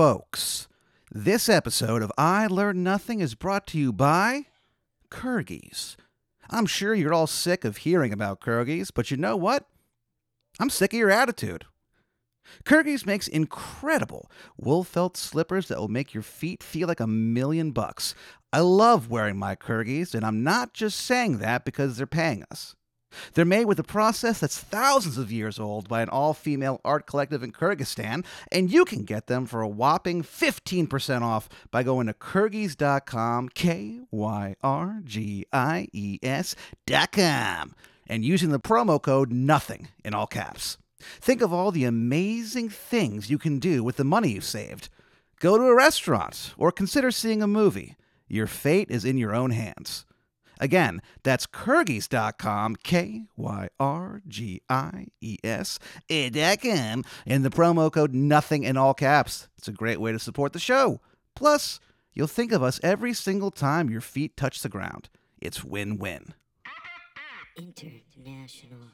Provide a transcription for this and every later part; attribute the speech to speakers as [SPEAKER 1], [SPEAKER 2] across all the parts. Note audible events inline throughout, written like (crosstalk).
[SPEAKER 1] folks. This episode of I Learned Nothing is brought to you by Kurgis. I'm sure you're all sick of hearing about Kurgis, but you know what? I'm sick of your attitude. Kurgis makes incredible wool felt slippers that will make your feet feel like a million bucks. I love wearing my Kurgis, and I'm not just saying that because they're paying us. They're made with a process that's thousands of years old by an all female art collective in Kyrgyzstan, and you can get them for a whopping 15% off by going to Kyrgyz.com, K Y R G I E S.com, and using the promo code NOTHING in all caps. Think of all the amazing things you can do with the money you've saved. Go to a restaurant or consider seeing a movie. Your fate is in your own hands. Again, that's Kyrgyz.com, K Y R G I E S, and the promo code nothing in all caps. It's a great way to support the show. Plus, you'll think of us every single time your feet touch the ground. It's win win.
[SPEAKER 2] International.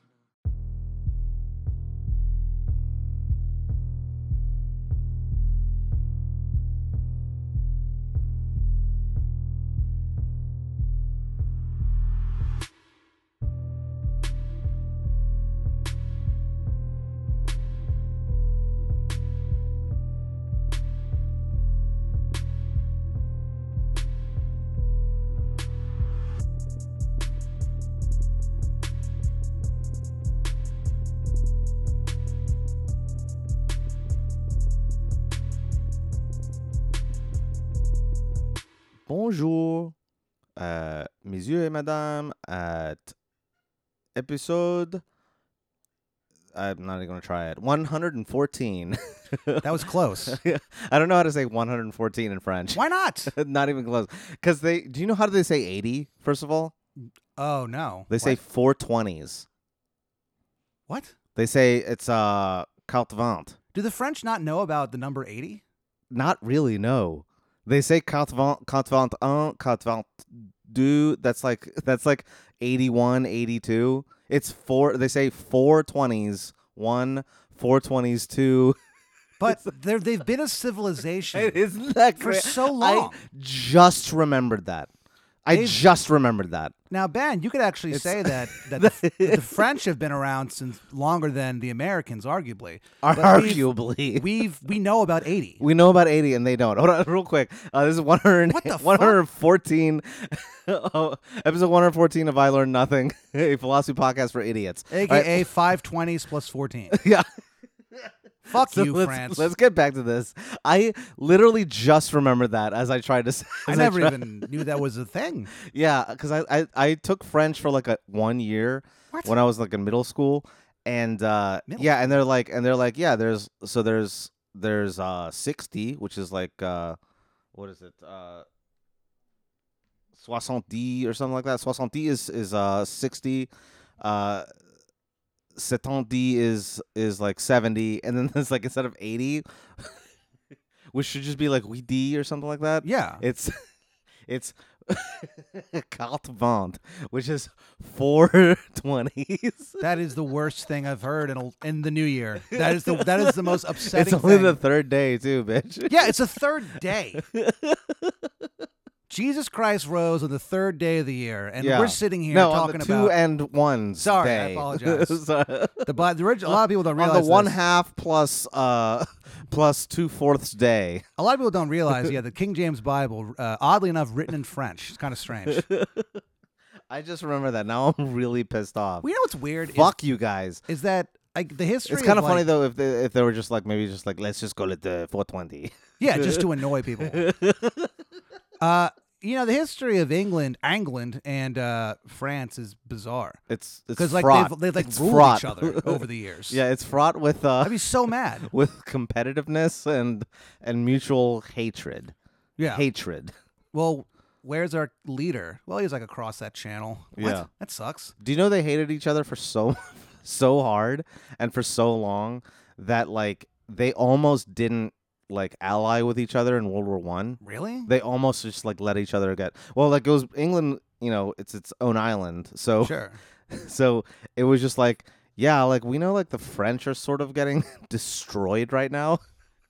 [SPEAKER 3] Bonjour, euh, messieurs et madame, at episode. I'm not even going to try it. 114. (laughs)
[SPEAKER 1] That was close.
[SPEAKER 3] I don't know how to say 114 in French.
[SPEAKER 1] Why not?
[SPEAKER 3] (laughs) not even close. Because they, do you know how do they say 80, first of all?
[SPEAKER 1] Oh, no.
[SPEAKER 3] They say 420s.
[SPEAKER 1] What?
[SPEAKER 3] They say it's uh, carte vente.
[SPEAKER 1] Do the French not know about the number 80?
[SPEAKER 3] Not really, no. They say carte vente, carte vente un, carte vente deux. That's like, that's like 81, 82. It's four, they say 420s, one, 420s, two. (laughs)
[SPEAKER 1] But they're- they've been a civilization.
[SPEAKER 3] It is that
[SPEAKER 1] For
[SPEAKER 3] great.
[SPEAKER 1] so
[SPEAKER 3] I
[SPEAKER 1] long.
[SPEAKER 3] just remembered that. I
[SPEAKER 1] They've-
[SPEAKER 3] just remembered that.
[SPEAKER 1] Now, Ben, you could actually say
[SPEAKER 3] (laughs)
[SPEAKER 1] that that the, that the French have been around since longer than the Americans, arguably. But we've,
[SPEAKER 3] Arguably.
[SPEAKER 1] we've we know about eighty.
[SPEAKER 3] (laughs) We know about 80 and they don't. Hold on, (laughs) real quick. Uh, this is 100,
[SPEAKER 1] What the fuck?
[SPEAKER 3] 114. (laughs) oh, episode 114 of I Learned Nothing, (laughs) a philosophy podcast for idiots. All right,
[SPEAKER 1] AKA five twenties plus
[SPEAKER 3] (laughs)
[SPEAKER 1] fourteen.
[SPEAKER 3] yeah.
[SPEAKER 1] Fuck
[SPEAKER 3] So
[SPEAKER 1] you,
[SPEAKER 3] let's,
[SPEAKER 1] France.
[SPEAKER 3] let's get back to this. I literally just remembered that as I tried to say.
[SPEAKER 1] I never even knew that was a thing.
[SPEAKER 3] Yeah, because I, I, I took French for like a one year
[SPEAKER 1] What?
[SPEAKER 3] when I was like in middle school, and uh,
[SPEAKER 1] Middle
[SPEAKER 3] yeah, and they're like and they're like yeah, there's so there's there's uh sixty, which is like uh, what is it uh. Soixante or something like that. Soixante is is uh sixty, uh, seventy is is like seventy, and then (laughs) it's like instead of eighty, (laughs) which should just be like we d or something like that.
[SPEAKER 1] Yeah.
[SPEAKER 3] It's (laughs) it's (laughs) carte vente, which is four (laughs) twenties.
[SPEAKER 1] That is the worst thing I've heard in, a, in the new year. That is the that is the most upsetting
[SPEAKER 3] (laughs) It's only
[SPEAKER 1] thing.
[SPEAKER 3] the third day too, bitch.
[SPEAKER 1] yeah, it's the third
[SPEAKER 3] (laughs)
[SPEAKER 1] day. Jesus Christ rose on the third day of the year, and
[SPEAKER 3] Yeah.
[SPEAKER 1] we're sitting here
[SPEAKER 3] no, on
[SPEAKER 1] talking
[SPEAKER 3] the two
[SPEAKER 1] about
[SPEAKER 3] and ones.
[SPEAKER 1] Sorry, I
[SPEAKER 3] day.
[SPEAKER 1] apologize.
[SPEAKER 3] (laughs) Sorry.
[SPEAKER 1] the, bi- the orig- A lot of people don't
[SPEAKER 3] On
[SPEAKER 1] realize
[SPEAKER 3] the one
[SPEAKER 1] this.
[SPEAKER 3] half plus uh (laughs) plus two fourths day.
[SPEAKER 1] A lot of people don't
[SPEAKER 3] (laughs)
[SPEAKER 1] realize, yeah, the King James Bible, uh, oddly enough, written in French. It's kind of
[SPEAKER 3] (laughs)
[SPEAKER 1] strange.
[SPEAKER 3] I just remember that. Now I'm really pissed off.
[SPEAKER 1] We know what's weird is,
[SPEAKER 3] Fuck you guys.
[SPEAKER 1] is that like the history.
[SPEAKER 3] It's kind of
[SPEAKER 1] like-
[SPEAKER 3] funny though if they, if they were just like maybe just like let's just call it the 420.
[SPEAKER 1] Yeah, just to annoy people. uh, you know, the history of England, England, and uh, France is bizarre
[SPEAKER 3] (laughs) It's it's
[SPEAKER 1] because like
[SPEAKER 3] fraught.
[SPEAKER 1] they've, they've like
[SPEAKER 3] It's
[SPEAKER 1] ruled
[SPEAKER 3] fraught.
[SPEAKER 1] each other over the years.
[SPEAKER 3] (laughs) Yeah, it's fraught with uh
[SPEAKER 1] I'd be so
[SPEAKER 3] (laughs)
[SPEAKER 1] mad.
[SPEAKER 3] with competitiveness and and mutual hatred.
[SPEAKER 1] Yeah.
[SPEAKER 3] Hatred.
[SPEAKER 1] Well, where's our leader? Well, he's like across that channel. What?
[SPEAKER 3] Yeah.
[SPEAKER 1] That sucks.
[SPEAKER 3] Do you know they hated each other for so (laughs) so hard and for so long that like they almost didn't like ally with each other in World War 1?
[SPEAKER 1] Really?
[SPEAKER 3] They almost just like let each other get. Well, like goes England, you know, it's its own island. So
[SPEAKER 1] Sure.
[SPEAKER 3] (laughs) so it was just like yeah, like we know like the French are sort of getting (laughs) destroyed right now.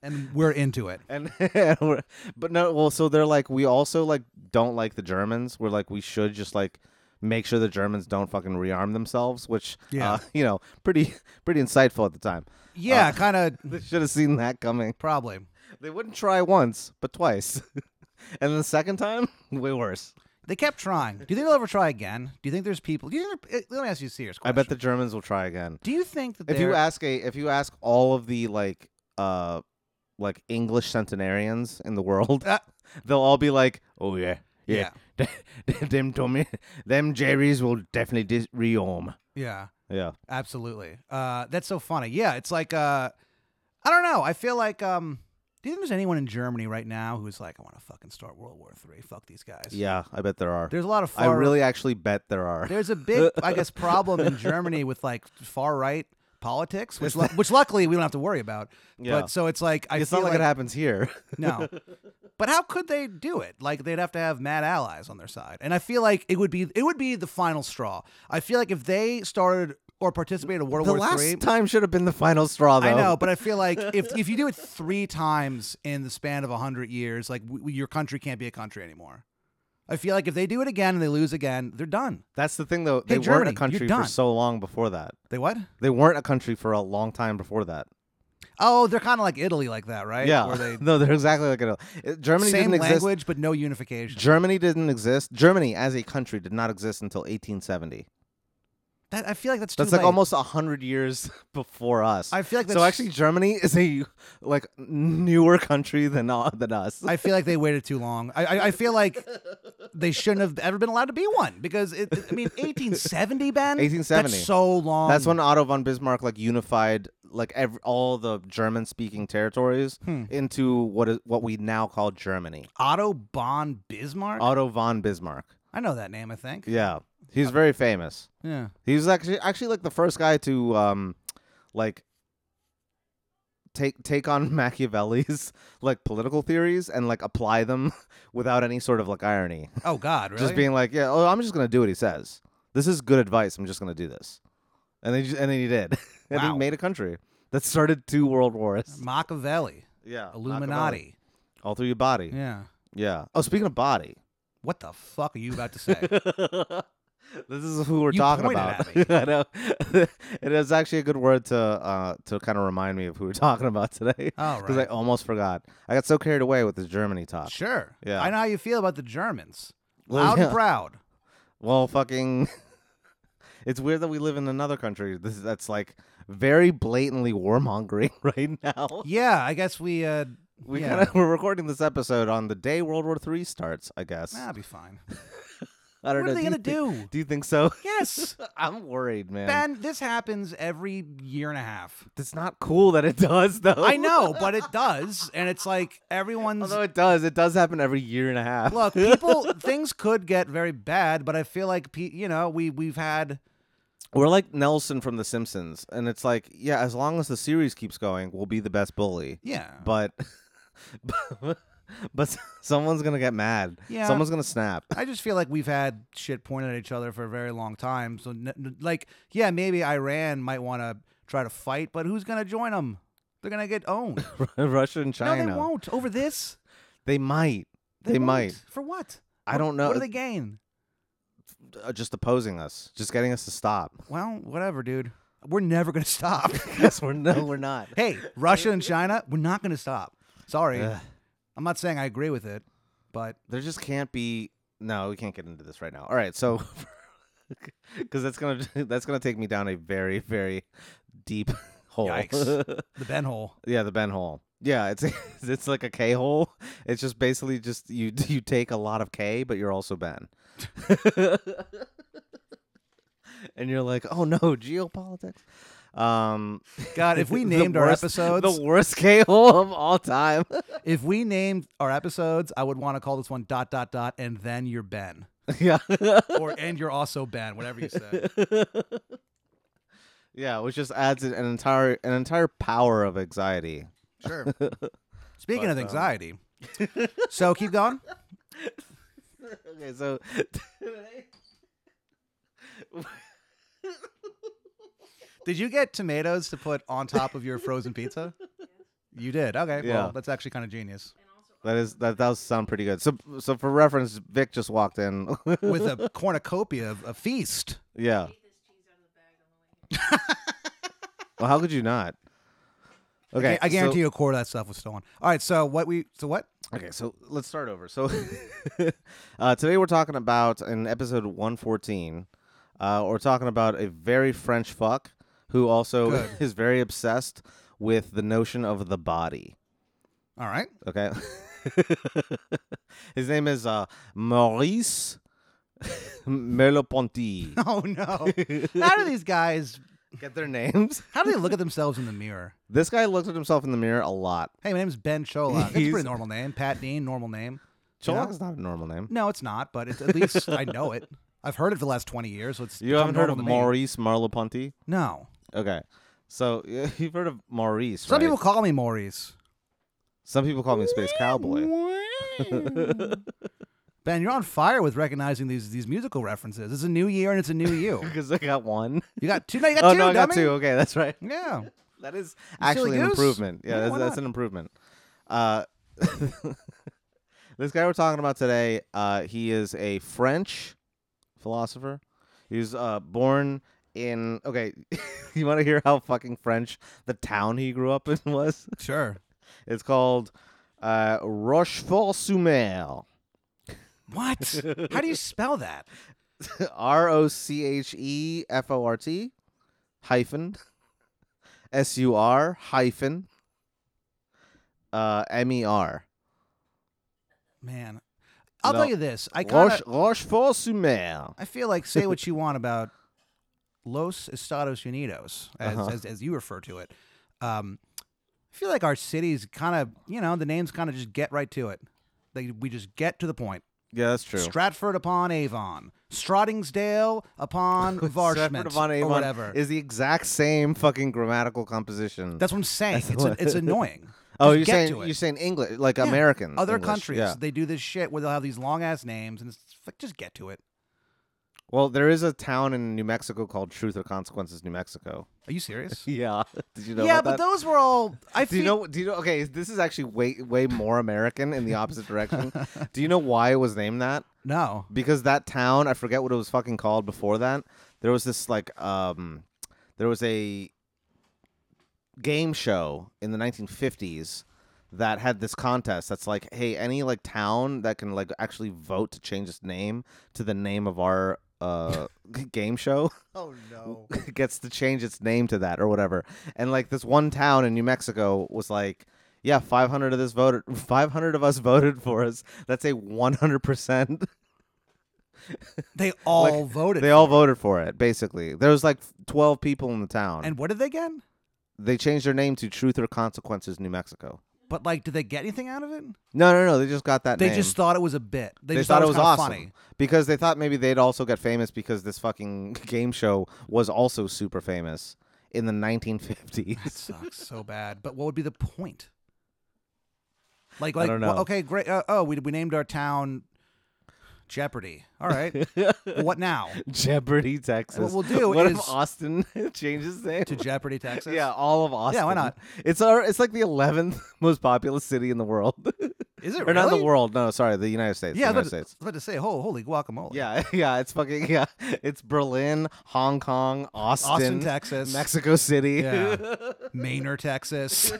[SPEAKER 1] and we're into it.
[SPEAKER 3] and (laughs) and we're- but no well so they're like we also like don't like the germans we're like we should just like make sure the germans don't fucking rearm themselves which
[SPEAKER 1] Yeah.
[SPEAKER 3] uh, (laughs) you know pretty pretty insightful at the time
[SPEAKER 1] Yeah, kind of (laughs)
[SPEAKER 3] they should have seen that coming
[SPEAKER 1] probably.
[SPEAKER 3] they wouldn't try once but twice (laughs) and the second time (laughs) way worse
[SPEAKER 1] They kept trying. Do you think they'll ever try again? Do you think there's people? Do you think there- eh, let me ask you a serious
[SPEAKER 3] i
[SPEAKER 1] question.
[SPEAKER 3] bet the germans will try again
[SPEAKER 1] Do you think that
[SPEAKER 3] if you
[SPEAKER 1] there-
[SPEAKER 3] ask a if you ask all of the like uh like english centenarians in the world
[SPEAKER 1] Uh.
[SPEAKER 3] (laughs) they'll all be like oh yeah
[SPEAKER 1] yeah,
[SPEAKER 3] yeah, (laughs) them Tommy, them Jerry's will definitely dis- rearm.
[SPEAKER 1] yeah,
[SPEAKER 3] Yeah,
[SPEAKER 1] absolutely. Uh, that's so funny. Yeah, it's like uh, I don't know. I feel like um, do you think there's anyone in Germany right now who's like, I want to fucking start World War Three? Fuck these guys.
[SPEAKER 3] yeah, I bet there are.
[SPEAKER 1] There's a lot of
[SPEAKER 3] I
[SPEAKER 1] far.
[SPEAKER 3] really actually bet there
[SPEAKER 1] (laughs)
[SPEAKER 3] are.
[SPEAKER 1] There's a big, I guess, problem in Germany with like far right politics,
[SPEAKER 3] (laughs)
[SPEAKER 1] which lu- which luckily we don't have to worry about.
[SPEAKER 3] Yeah.
[SPEAKER 1] But so it's like I
[SPEAKER 3] (laughs) it's
[SPEAKER 1] feel
[SPEAKER 3] not like,
[SPEAKER 1] like
[SPEAKER 3] it happens here. (laughs)
[SPEAKER 1] No. But how could they do it? Like they'd have to have mad allies on their side. And I feel like it would be it would be the final straw. I feel like if they started or participated in (laughs) World
[SPEAKER 3] the
[SPEAKER 1] War
[SPEAKER 3] last
[SPEAKER 1] Three,
[SPEAKER 3] time should have been the final straw, though.
[SPEAKER 1] I know, but I feel like if
[SPEAKER 3] (laughs)
[SPEAKER 1] if you do it three times in the span of hundred years, like w- your country can't be a country anymore. I feel like if they do it again and they lose again, they're done.
[SPEAKER 3] That's the thing, though.
[SPEAKER 1] Hey,
[SPEAKER 3] They weren't
[SPEAKER 1] Germany,
[SPEAKER 3] a
[SPEAKER 1] you're
[SPEAKER 3] country for
[SPEAKER 1] done.
[SPEAKER 3] so long before that.
[SPEAKER 1] They what?
[SPEAKER 3] They weren't a country for a long time before that.
[SPEAKER 1] Oh, they're kind of like Italy, like that, right?
[SPEAKER 3] yeah,
[SPEAKER 1] Where they
[SPEAKER 3] (laughs) no, they're exactly like it. Germany
[SPEAKER 1] same
[SPEAKER 3] didn't exist.
[SPEAKER 1] language but no unification.
[SPEAKER 3] Germany didn't exist. Germany as a country did not exist until 1870.
[SPEAKER 1] That, I feel like that's too
[SPEAKER 3] That's like
[SPEAKER 1] late.
[SPEAKER 3] almost almost hundred years (laughs) before us.
[SPEAKER 1] I feel like that's
[SPEAKER 3] so actually, Germany is a like newer country than uh, than us.
[SPEAKER 1] I feel like they waited too long. I, I, I feel like they shouldn't have ever been allowed to be one because it, I mean, 1870, Ben.
[SPEAKER 3] 1870.
[SPEAKER 1] That's so long.
[SPEAKER 3] That's when Otto von Bismarck like unified like every, all the German speaking territories into what is what we now call Germany.
[SPEAKER 1] Hmm. Otto von Bismarck.
[SPEAKER 3] Otto von Bismarck.
[SPEAKER 1] I know that name. I think.
[SPEAKER 3] Yeah, he's very famous.
[SPEAKER 1] Yeah.
[SPEAKER 3] He was actually actually like the first guy to um like take take on (laughs) Machiavelli's like political theories and like apply them (laughs) without any sort of like irony.
[SPEAKER 1] Oh God, really?
[SPEAKER 3] Just being like, yeah, oh, I'm just gonna do what he says. This is good advice. I'm just gonna do this, and then and then he did, (laughs) and
[SPEAKER 1] Wow.
[SPEAKER 3] he made a country that started two world wars.
[SPEAKER 1] Machiavelli,
[SPEAKER 3] Yeah,
[SPEAKER 1] Illuminati.
[SPEAKER 3] all through your body. Yeah.
[SPEAKER 1] Yeah.
[SPEAKER 3] Oh, speaking of body,
[SPEAKER 1] What the fuck are you about to
[SPEAKER 3] (laughs)
[SPEAKER 1] say?
[SPEAKER 3] this is who we're
[SPEAKER 1] You
[SPEAKER 3] talking
[SPEAKER 1] pointed
[SPEAKER 3] about.
[SPEAKER 1] at me.
[SPEAKER 3] (laughs) I know. it is actually a good word to uh to kind of remind me of who we're (laughs) talking about today
[SPEAKER 1] All
[SPEAKER 3] because
[SPEAKER 1] right.
[SPEAKER 3] I almost forgot. I got so carried away with this Germany talk.
[SPEAKER 1] Sure.
[SPEAKER 3] Yeah.
[SPEAKER 1] I know how you feel about the Germans.
[SPEAKER 3] Well,
[SPEAKER 1] Loud
[SPEAKER 3] yeah.
[SPEAKER 1] and proud.
[SPEAKER 3] (laughs) Well, fucking. (laughs) It's weird that we live in another country this, that's like very blatantly warmongering (laughs) right now.
[SPEAKER 1] Yeah. I guess we. Uh,
[SPEAKER 3] We
[SPEAKER 1] yeah.
[SPEAKER 3] kinda, (laughs) we're recording this episode on the day World War III starts, I guess.
[SPEAKER 1] Nah, will be fine.
[SPEAKER 3] I don't
[SPEAKER 1] What
[SPEAKER 3] know.
[SPEAKER 1] are they
[SPEAKER 3] you
[SPEAKER 1] gonna
[SPEAKER 3] thi-
[SPEAKER 1] do?
[SPEAKER 3] (laughs) Do you
[SPEAKER 1] (laughs)
[SPEAKER 3] think so? (laughs)
[SPEAKER 1] Yes.
[SPEAKER 3] I'm worried, man.
[SPEAKER 1] Ben, this happens every year and a half.
[SPEAKER 3] It's not cool that it (laughs) does, though.
[SPEAKER 1] I know, but it does, and it's like everyone's
[SPEAKER 3] Although it does, it does happen every year and a half. (laughs)
[SPEAKER 1] look. People, things could get very bad, but I feel like pe- you know we we've had
[SPEAKER 3] We're like Nelson from The Simpsons, and it's like, yeah, as long as the series keeps going, we'll be the best bully.
[SPEAKER 1] yeah,
[SPEAKER 3] But, but, (laughs) but someone's gonna get mad.
[SPEAKER 1] Yeah.
[SPEAKER 3] Someone's gonna snap. (laughs)
[SPEAKER 1] I just feel like we've had shit pointed at each other for a very long time. So n- n- like, yeah, maybe Iran might want to try to fight, but who's gonna join them? They're gonna get
[SPEAKER 3] (laughs)
[SPEAKER 1] owned.
[SPEAKER 3] Russia and
[SPEAKER 1] No,
[SPEAKER 3] China.
[SPEAKER 1] they won't over this.
[SPEAKER 3] They might. They,
[SPEAKER 1] won't.
[SPEAKER 3] might.
[SPEAKER 1] for what?
[SPEAKER 3] I
[SPEAKER 1] What-
[SPEAKER 3] don't know.
[SPEAKER 1] What do they gain?
[SPEAKER 3] Uh, Just opposing us. Just getting us to stop.
[SPEAKER 1] Well, whatever, dude. We're never gonna stop.
[SPEAKER 3] (laughs) yes, we're (laughs)
[SPEAKER 1] (laughs)
[SPEAKER 3] no, we're not.
[SPEAKER 1] hey, Russia and China, we're not going to stop. Sorry.
[SPEAKER 3] Ugh.
[SPEAKER 1] I'm not saying I agree with it, but
[SPEAKER 3] There just can't be. No, we can't get into this right now. All right, so (laughs) because that's gonna (laughs) that's gonna take me down a very very deep (laughs) hole.
[SPEAKER 1] Yikes. the Ben hole.
[SPEAKER 3] yeah, the Ben hole. Yeah, it's (laughs) it's like a K hole. It's just basically just you (laughs) you take a lot of K, but you're also Ben. (laughs) and you're like, oh no, geopolitics. Um,
[SPEAKER 1] God, if we
[SPEAKER 3] (laughs) (laughs) the
[SPEAKER 1] named our
[SPEAKER 3] worst-
[SPEAKER 1] episodes,
[SPEAKER 3] the worst K hole of all time. (laughs)
[SPEAKER 1] if we named our episodes, I would want to call this one dot dot dot, and then you're Ben,
[SPEAKER 3] yeah.
[SPEAKER 1] or and you're also Ben, whatever you
[SPEAKER 3] (laughs)
[SPEAKER 1] said.
[SPEAKER 3] Yeah, which just adds an an entire an entire power of anxiety.
[SPEAKER 1] Sure. Speaking
[SPEAKER 3] um,
[SPEAKER 1] of anxiety,
[SPEAKER 3] (laughs)
[SPEAKER 1] so keep going.
[SPEAKER 3] Okay, so (laughs) today
[SPEAKER 1] Did you get tomatoes to put on top of your frozen pizza? You did. Okay.
[SPEAKER 3] Yeah.
[SPEAKER 1] Well, that's actually kind of genius.
[SPEAKER 3] That is that does sound pretty good. So so for reference, Vic just walked in. (laughs)
[SPEAKER 1] With a cornucopia of a feast.
[SPEAKER 3] yeah. (laughs) well, how could you not? Okay,
[SPEAKER 1] I
[SPEAKER 3] so-
[SPEAKER 1] guarantee you a quarter of that stuff was stolen. All right. So what we? So what?
[SPEAKER 3] Okay, so let's start over. So (laughs) uh, today we're talking about in episode 114. Uh, we're talking about a very French fuck who also
[SPEAKER 1] Good.
[SPEAKER 3] (laughs) is very obsessed with the notion of the body.
[SPEAKER 1] All right. (laughs)
[SPEAKER 3] Okay, (laughs) his name is uh, Maurice (laughs) Merleau-Ponty.
[SPEAKER 1] (laughs) Oh
[SPEAKER 3] (laughs)
[SPEAKER 1] no. How do these guys?
[SPEAKER 3] Get their names.
[SPEAKER 1] How do they look at themselves in the mirror?
[SPEAKER 3] This guy looks at himself in the mirror a lot.
[SPEAKER 1] Hey, my name's Ben Cholak. That's a
[SPEAKER 3] He's-
[SPEAKER 1] pretty normal name. Pat Dean, normal name. You know?
[SPEAKER 3] Cholak is not a normal name.
[SPEAKER 1] No, it's not, but it's, at least I know it. I've heard it for the last 20 years, so it's
[SPEAKER 3] You
[SPEAKER 1] become
[SPEAKER 3] haven't heard
[SPEAKER 1] normal
[SPEAKER 3] of
[SPEAKER 1] to me.
[SPEAKER 3] Maurice Merleau-Ponty?
[SPEAKER 1] No.
[SPEAKER 3] Okay, so (laughs) you've heard of Maurice.
[SPEAKER 1] Some
[SPEAKER 3] right?
[SPEAKER 1] people call me Maurice.
[SPEAKER 3] Some people call me Space Cowboy.
[SPEAKER 1] (laughs)
[SPEAKER 3] (laughs)
[SPEAKER 1] Ben, you're on fire with recognizing these these musical references. It's a new year and it's a new you.
[SPEAKER 3] Because I got one.
[SPEAKER 1] You got two. No, you got
[SPEAKER 3] oh
[SPEAKER 1] two,
[SPEAKER 3] no, I got
[SPEAKER 1] dummy.
[SPEAKER 3] two. Okay, that's right. (laughs)
[SPEAKER 1] Yeah.
[SPEAKER 3] That is
[SPEAKER 1] silly
[SPEAKER 3] actually an
[SPEAKER 1] goose.
[SPEAKER 3] improvement. Yeah,
[SPEAKER 1] Yeah,
[SPEAKER 3] that's,
[SPEAKER 1] why
[SPEAKER 3] that's
[SPEAKER 1] not?
[SPEAKER 3] an improvement. Uh, (laughs) this guy we're talking about today, uh, he is a French philosopher. He was uh, born in. Okay, (laughs) you want to hear how fucking French the town he grew up in (laughs) was?
[SPEAKER 1] Sure.
[SPEAKER 3] It's called uh, Rochefort-sur-Mer.
[SPEAKER 1] What? How do you spell that?
[SPEAKER 3] (laughs) R O C H E F O R T hyphen S U R hyphen uh M E R.
[SPEAKER 1] Man. I'll
[SPEAKER 3] No.
[SPEAKER 1] tell you this. I kind
[SPEAKER 3] Roche
[SPEAKER 1] of
[SPEAKER 3] Rochefort sur Mer.
[SPEAKER 1] I feel like say what you want about Los Estados Unidos, as,
[SPEAKER 3] Uh-huh.
[SPEAKER 1] as, as you refer to it. Um, I feel like our cities kind of, you know, the names kind of just get right to it. They, we just get to the point.
[SPEAKER 3] Yeah, that's true. (laughs)
[SPEAKER 1] Stratford upon Avon, Strottingsdale upon Varshment,
[SPEAKER 3] (laughs) Stratford upon
[SPEAKER 1] or
[SPEAKER 3] Avon
[SPEAKER 1] whatever.
[SPEAKER 3] Is the exact same fucking grammatical composition.
[SPEAKER 1] That's what I'm saying.
[SPEAKER 3] That's
[SPEAKER 1] It's,
[SPEAKER 3] what-
[SPEAKER 1] a, it's annoying.
[SPEAKER 3] (laughs) oh,
[SPEAKER 1] Just
[SPEAKER 3] you're
[SPEAKER 1] get
[SPEAKER 3] saying
[SPEAKER 1] to it.
[SPEAKER 3] you're saying English like
[SPEAKER 1] Yeah.
[SPEAKER 3] American.
[SPEAKER 1] Other
[SPEAKER 3] English,
[SPEAKER 1] countries
[SPEAKER 3] Yeah.
[SPEAKER 1] they do this shit where they'll have these long ass names and it's like just get to it.
[SPEAKER 3] Well, there is a town in New Mexico called Truth or Consequences, New Mexico.
[SPEAKER 1] Are you serious?
[SPEAKER 3] Yeah. (laughs) Did you know
[SPEAKER 1] yeah,
[SPEAKER 3] about
[SPEAKER 1] but
[SPEAKER 3] that?
[SPEAKER 1] those were all. I
[SPEAKER 3] Do you
[SPEAKER 1] feel
[SPEAKER 3] know? Do you know? Okay, this is actually way way more American in the opposite
[SPEAKER 1] (laughs)
[SPEAKER 3] direction. do you know why it was named that?
[SPEAKER 1] no.
[SPEAKER 3] Because that town, I forget what it was fucking called before that. There was this like, um, there was a game show in the 1950s that had this contest that's like, hey, any like town that can like actually vote to change its name to the name of our uh (laughs) game show
[SPEAKER 1] Oh no.
[SPEAKER 3] (laughs) gets to change its name to that or whatever. And like this one town in New Mexico was like, yeah, 500 of this voted (laughs) 500 of us voted for us. That's a 100%.
[SPEAKER 1] They all voted.
[SPEAKER 3] (laughs) They all voted for it basically. There was like 12 people in the town.
[SPEAKER 1] and what did they get?
[SPEAKER 3] they changed their name to Truth or Consequences New Mexico.
[SPEAKER 1] But like, did they get anything out of it?
[SPEAKER 3] No, no, no, they just got that
[SPEAKER 1] They
[SPEAKER 3] name.
[SPEAKER 1] just thought it was a bit. They,
[SPEAKER 3] They
[SPEAKER 1] just
[SPEAKER 3] thought it was
[SPEAKER 1] kinda
[SPEAKER 3] awesome (laughs)
[SPEAKER 1] funny.
[SPEAKER 3] because they thought maybe they'd also get famous because this fucking (laughs) game show was also super famous in the 1950s.
[SPEAKER 1] That sucks so bad. But what would be the point? Like, like,
[SPEAKER 3] don't
[SPEAKER 1] well,
[SPEAKER 3] know.
[SPEAKER 1] okay, great. Uh, oh, we we named our town Jeopardy. All
[SPEAKER 3] (laughs)
[SPEAKER 1] right. Well, what now?
[SPEAKER 3] Jeopardy, Texas.
[SPEAKER 1] we'll (laughs) do
[SPEAKER 3] what
[SPEAKER 1] is-
[SPEAKER 3] if Austin changes his name
[SPEAKER 1] To Jeopardy, Texas.
[SPEAKER 3] Yeah, all of Austin.
[SPEAKER 1] Yeah, why not?
[SPEAKER 3] It's our, it's like the eleventh (laughs) most populous city in the world, (laughs)
[SPEAKER 1] Is it
[SPEAKER 3] or
[SPEAKER 1] really?
[SPEAKER 3] not the world. No, sorry, the United States.
[SPEAKER 1] Yeah, I
[SPEAKER 3] the United
[SPEAKER 1] was about, to, (laughs)
[SPEAKER 3] States.
[SPEAKER 1] I was about to say, oh, holy guacamole.
[SPEAKER 3] Yeah, (laughs) yeah, it's fucking yeah. It's Berlin, Hong Kong, Austin,
[SPEAKER 1] Austin, Texas.
[SPEAKER 3] Mexico
[SPEAKER 1] (laughs)
[SPEAKER 3] City.
[SPEAKER 1] Yeah. Manor,
[SPEAKER 3] (laughs)
[SPEAKER 1] Texas.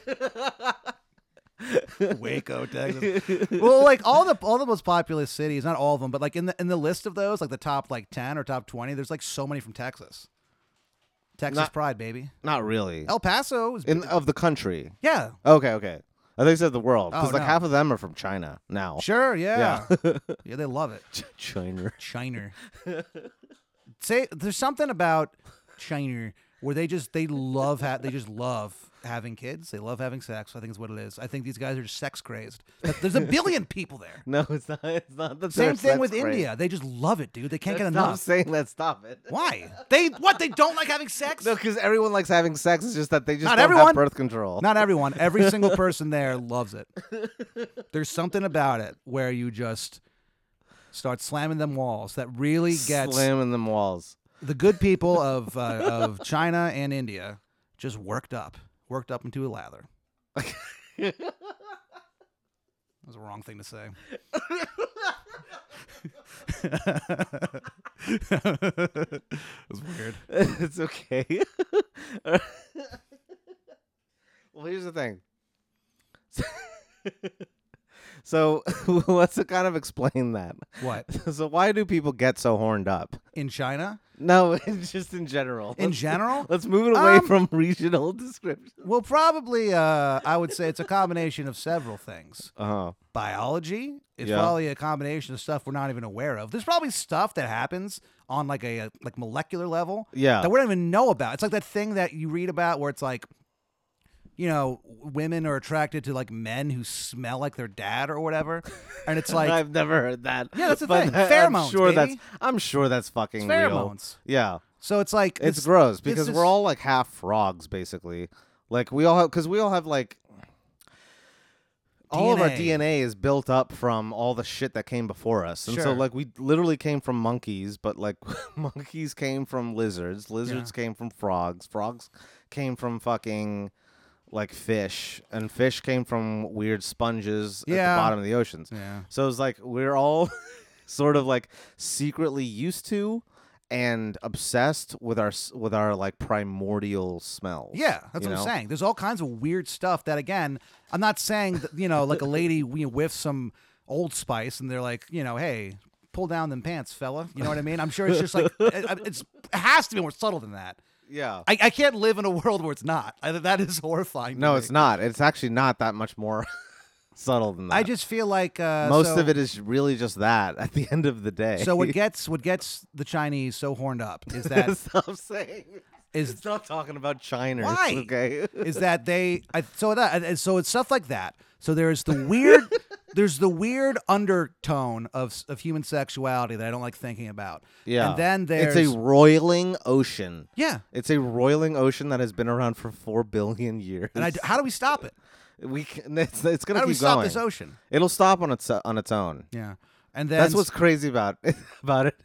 [SPEAKER 1] Waco, Texas. Well, like all the all the most populous cities, not all of them, but like in the in the list of those, like the top like ten or top twenty, there's like so many from Texas. Texas
[SPEAKER 3] Not-
[SPEAKER 1] pride, baby.
[SPEAKER 3] (laughs) Not really.
[SPEAKER 1] El Paso is
[SPEAKER 3] In of the country.
[SPEAKER 1] yeah,
[SPEAKER 3] Okay, okay. I think you said the world because
[SPEAKER 1] Oh,
[SPEAKER 3] like
[SPEAKER 1] no.
[SPEAKER 3] half of them are from China now.
[SPEAKER 1] sure, yeah,
[SPEAKER 3] Yeah. (laughs)
[SPEAKER 1] yeah, they love it.
[SPEAKER 3] China.
[SPEAKER 1] China. (laughs) Say there's something about China where they just they love ha- they just love having kids. They love having sex. I think is what it is. I think these guys are just sex crazed. But There's a billion people
[SPEAKER 3] (laughs)
[SPEAKER 1] there.
[SPEAKER 3] (laughs) No, it's not. It's not. that
[SPEAKER 1] Same
[SPEAKER 3] they're
[SPEAKER 1] thing
[SPEAKER 3] sex
[SPEAKER 1] with
[SPEAKER 3] crazed.
[SPEAKER 1] India. They just love it, dude. They can't get
[SPEAKER 3] Stop
[SPEAKER 1] enough.
[SPEAKER 3] saying that. Stop it.
[SPEAKER 1] Why? They what? They don't like having sex?
[SPEAKER 3] No, because everyone likes having sex. It's just that they just
[SPEAKER 1] Not
[SPEAKER 3] don't
[SPEAKER 1] everyone.
[SPEAKER 3] have birth control.
[SPEAKER 1] Not everyone. Every
[SPEAKER 3] (laughs)
[SPEAKER 1] single person there loves it. There's something about it where you just start slamming them walls that really gets
[SPEAKER 3] slamming them walls. (laughs)
[SPEAKER 1] the good people of uh, of China and India just worked up, worked up into a lather. That was the wrong thing to say. it was weird.
[SPEAKER 3] it's okay. (laughs) well, here's the thing. (laughs) So (laughs) let's kind of explain that. (laughs)
[SPEAKER 1] What?
[SPEAKER 3] So why do people get so horned up?
[SPEAKER 1] In China?
[SPEAKER 3] No, (laughs) it's just in general.
[SPEAKER 1] In
[SPEAKER 3] Let's-
[SPEAKER 1] general?
[SPEAKER 3] (laughs) Let's move it away
[SPEAKER 1] Um,
[SPEAKER 3] from (laughs) regional descriptions.
[SPEAKER 1] Well, probably, uh, I would say it's a combination of several things.
[SPEAKER 3] Uh huh.
[SPEAKER 1] Biology is
[SPEAKER 3] Yeah.
[SPEAKER 1] probably a combination of stuff we're not even aware of. There's probably stuff that happens on like a, uh, like molecular level
[SPEAKER 3] Yeah.
[SPEAKER 1] that we don't even know about. It's like that thing that you read about where it's like, you know, women are attracted to like men who smell like their dad or whatever, and
[SPEAKER 3] (laughs)
[SPEAKER 1] it's like
[SPEAKER 3] I've never heard that.
[SPEAKER 1] Yeah, that's the
[SPEAKER 3] but
[SPEAKER 1] thing.
[SPEAKER 3] I-
[SPEAKER 1] Pheromones,
[SPEAKER 3] (laughs) I'm sure that's
[SPEAKER 1] baby.
[SPEAKER 3] I'm sure that's
[SPEAKER 1] it's
[SPEAKER 3] fucking real.
[SPEAKER 1] pheromones.
[SPEAKER 3] Yeah,
[SPEAKER 1] So it's like
[SPEAKER 3] it's,
[SPEAKER 1] this-
[SPEAKER 3] gross because
[SPEAKER 1] this-
[SPEAKER 3] we're all like half frogs, basically. Like we all have because we all have like all of our
[SPEAKER 1] DNA.
[SPEAKER 3] DNA is built up from all the shit that came before us, and so
[SPEAKER 1] Sure.
[SPEAKER 3] like we literally came from monkeys, but like (laughs) monkeys came from lizards, lizards came from frogs, frogs came from fucking like fish, and fish came from weird sponges at
[SPEAKER 1] Yeah.
[SPEAKER 3] the bottom of the oceans.
[SPEAKER 1] Yeah.
[SPEAKER 3] So it's like we're all (laughs) sort of like secretly used to and obsessed with our s- with our like primordial smells.
[SPEAKER 1] Yeah, that's
[SPEAKER 3] you
[SPEAKER 1] what
[SPEAKER 3] know?
[SPEAKER 1] I'm saying. There's all kinds of weird stuff that, again, I'm not saying that, you know, like a
[SPEAKER 3] (laughs)
[SPEAKER 1] lady we whiffs some Old Spice and they're like, you know, hey, pull down them pants, fella. You know what I mean? I'm sure it's just like it, I- it's it has to be more subtle than that.
[SPEAKER 3] Yeah.
[SPEAKER 1] I, I can't live in a world where it's not. I, that is (laughs) horrifying. to
[SPEAKER 3] No,
[SPEAKER 1] me.
[SPEAKER 3] it's not. It's actually not that much more (laughs) subtle than that.
[SPEAKER 1] I just feel like uh,
[SPEAKER 3] Most
[SPEAKER 1] so-
[SPEAKER 3] of it is really just that at the end of the day.
[SPEAKER 1] So
[SPEAKER 3] (laughs)
[SPEAKER 1] what gets what gets the Chinese so horned up is that
[SPEAKER 3] stop saying
[SPEAKER 1] is
[SPEAKER 3] stop talking about China.
[SPEAKER 1] Why?
[SPEAKER 3] Okay. (laughs)
[SPEAKER 1] is that they I, so that and so it's stuff like that. So there's the
[SPEAKER 3] (laughs)
[SPEAKER 1] weird there's the weird undertone of s- of human sexuality that I don't like thinking about.
[SPEAKER 3] yeah.
[SPEAKER 1] And then there's
[SPEAKER 3] it's a roiling ocean.
[SPEAKER 1] yeah.
[SPEAKER 3] It's a roiling ocean that has been around for four billion years.
[SPEAKER 1] And I d how do we stop it?
[SPEAKER 3] we can, it's, it's gonna
[SPEAKER 1] How do
[SPEAKER 3] keep
[SPEAKER 1] we stop
[SPEAKER 3] going.
[SPEAKER 1] this ocean?
[SPEAKER 3] It'll stop on its on its own.
[SPEAKER 1] Yeah. And then
[SPEAKER 3] That's what's crazy about (laughs) about it.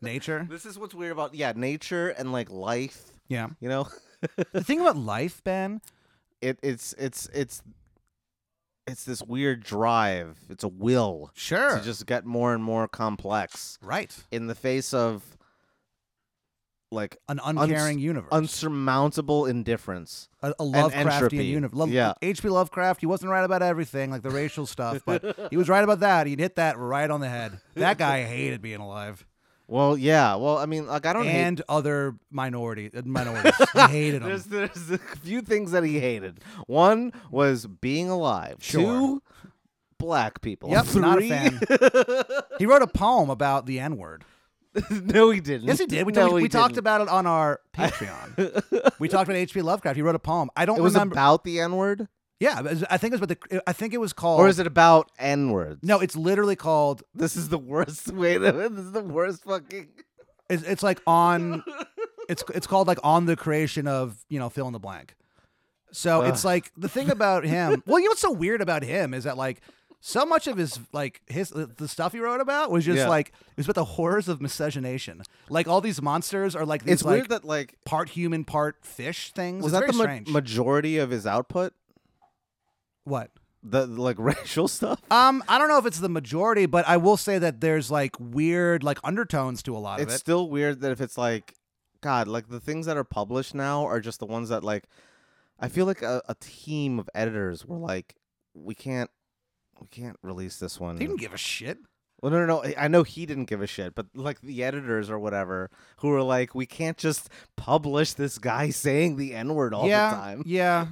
[SPEAKER 1] nature.
[SPEAKER 3] This is what's weird about yeah, nature and like life.
[SPEAKER 1] Yeah.
[SPEAKER 3] You know, (laughs)
[SPEAKER 1] The thing about life, Ben,
[SPEAKER 3] it it's it's it's it's this weird drive. It's a will
[SPEAKER 1] sure.
[SPEAKER 3] to just get more and more complex
[SPEAKER 1] right.
[SPEAKER 3] in the face of like
[SPEAKER 1] An uncaring universe.
[SPEAKER 3] unsurmountable indifference.
[SPEAKER 1] a, a Lovecraftian
[SPEAKER 3] entropy.
[SPEAKER 1] universe.
[SPEAKER 3] Yeah.
[SPEAKER 1] H.P. Lovecraft, he wasn't right about everything, like the racial stuff,
[SPEAKER 3] (laughs)
[SPEAKER 1] but he was right about that. He'd hit that right on the head. That guy hated being alive.
[SPEAKER 3] Well, yeah. Well, I mean, like I don't hate
[SPEAKER 1] And other minority uh, minorities.
[SPEAKER 3] (laughs)
[SPEAKER 1] he hated them.
[SPEAKER 3] There's, there's a few things that he hated. One was being alive.
[SPEAKER 1] Sure.
[SPEAKER 3] Two, black people.
[SPEAKER 1] Yep, not a
[SPEAKER 3] Three-
[SPEAKER 1] fan. He wrote a poem about the N word.
[SPEAKER 3] (laughs) no, he didn't.
[SPEAKER 1] Yes, he did. We,
[SPEAKER 3] no,
[SPEAKER 1] we,
[SPEAKER 3] he
[SPEAKER 1] we talked
[SPEAKER 3] didn't.
[SPEAKER 1] about it on our
[SPEAKER 3] (laughs)
[SPEAKER 1] Patreon. we talked about H.P. Lovecraft. He wrote a poem. I don't
[SPEAKER 3] It was
[SPEAKER 1] remember.
[SPEAKER 3] about the N word,
[SPEAKER 1] yeah, it was- I think it was about the. I think it was called.
[SPEAKER 3] or is it about N words?
[SPEAKER 1] Oh. No, it's literally called.
[SPEAKER 3] this is the worst (laughs) way. To, this is the worst fucking.
[SPEAKER 1] It's, it's like
[SPEAKER 3] (laughs)
[SPEAKER 1] on. it's it's called like on the creation of you know fill in the blank. So it's like the thing about
[SPEAKER 3] (laughs)
[SPEAKER 1] him. Well, you know what's so weird about him is that like so much of his like his the stuff he wrote about was just
[SPEAKER 3] Yeah.
[SPEAKER 1] like it was about the horrors of miscegenation. Like all these monsters are like these
[SPEAKER 3] It's
[SPEAKER 1] like
[SPEAKER 3] weird that like
[SPEAKER 1] part human, part fish things.
[SPEAKER 3] was
[SPEAKER 1] it's
[SPEAKER 3] that the
[SPEAKER 1] very
[SPEAKER 3] ma-
[SPEAKER 1] strange.
[SPEAKER 3] majority of his output?
[SPEAKER 1] what?
[SPEAKER 3] The like (laughs) racial stuff.
[SPEAKER 1] Um, I don't know if it's the majority, but I will say that there's like weird like undertones to a lot
[SPEAKER 3] it's
[SPEAKER 1] of it.
[SPEAKER 3] still weird that if it's like god like the things that are published now are just the ones that like i feel like a, a team of editors were like we can't we can't release this one
[SPEAKER 1] They didn't give a shit.
[SPEAKER 3] well no no no I- i know he didn't give a shit but like the editors or whatever who were like we can't just publish this guy saying the n-word all
[SPEAKER 1] yeah,
[SPEAKER 3] the time (laughs)
[SPEAKER 1] yeah.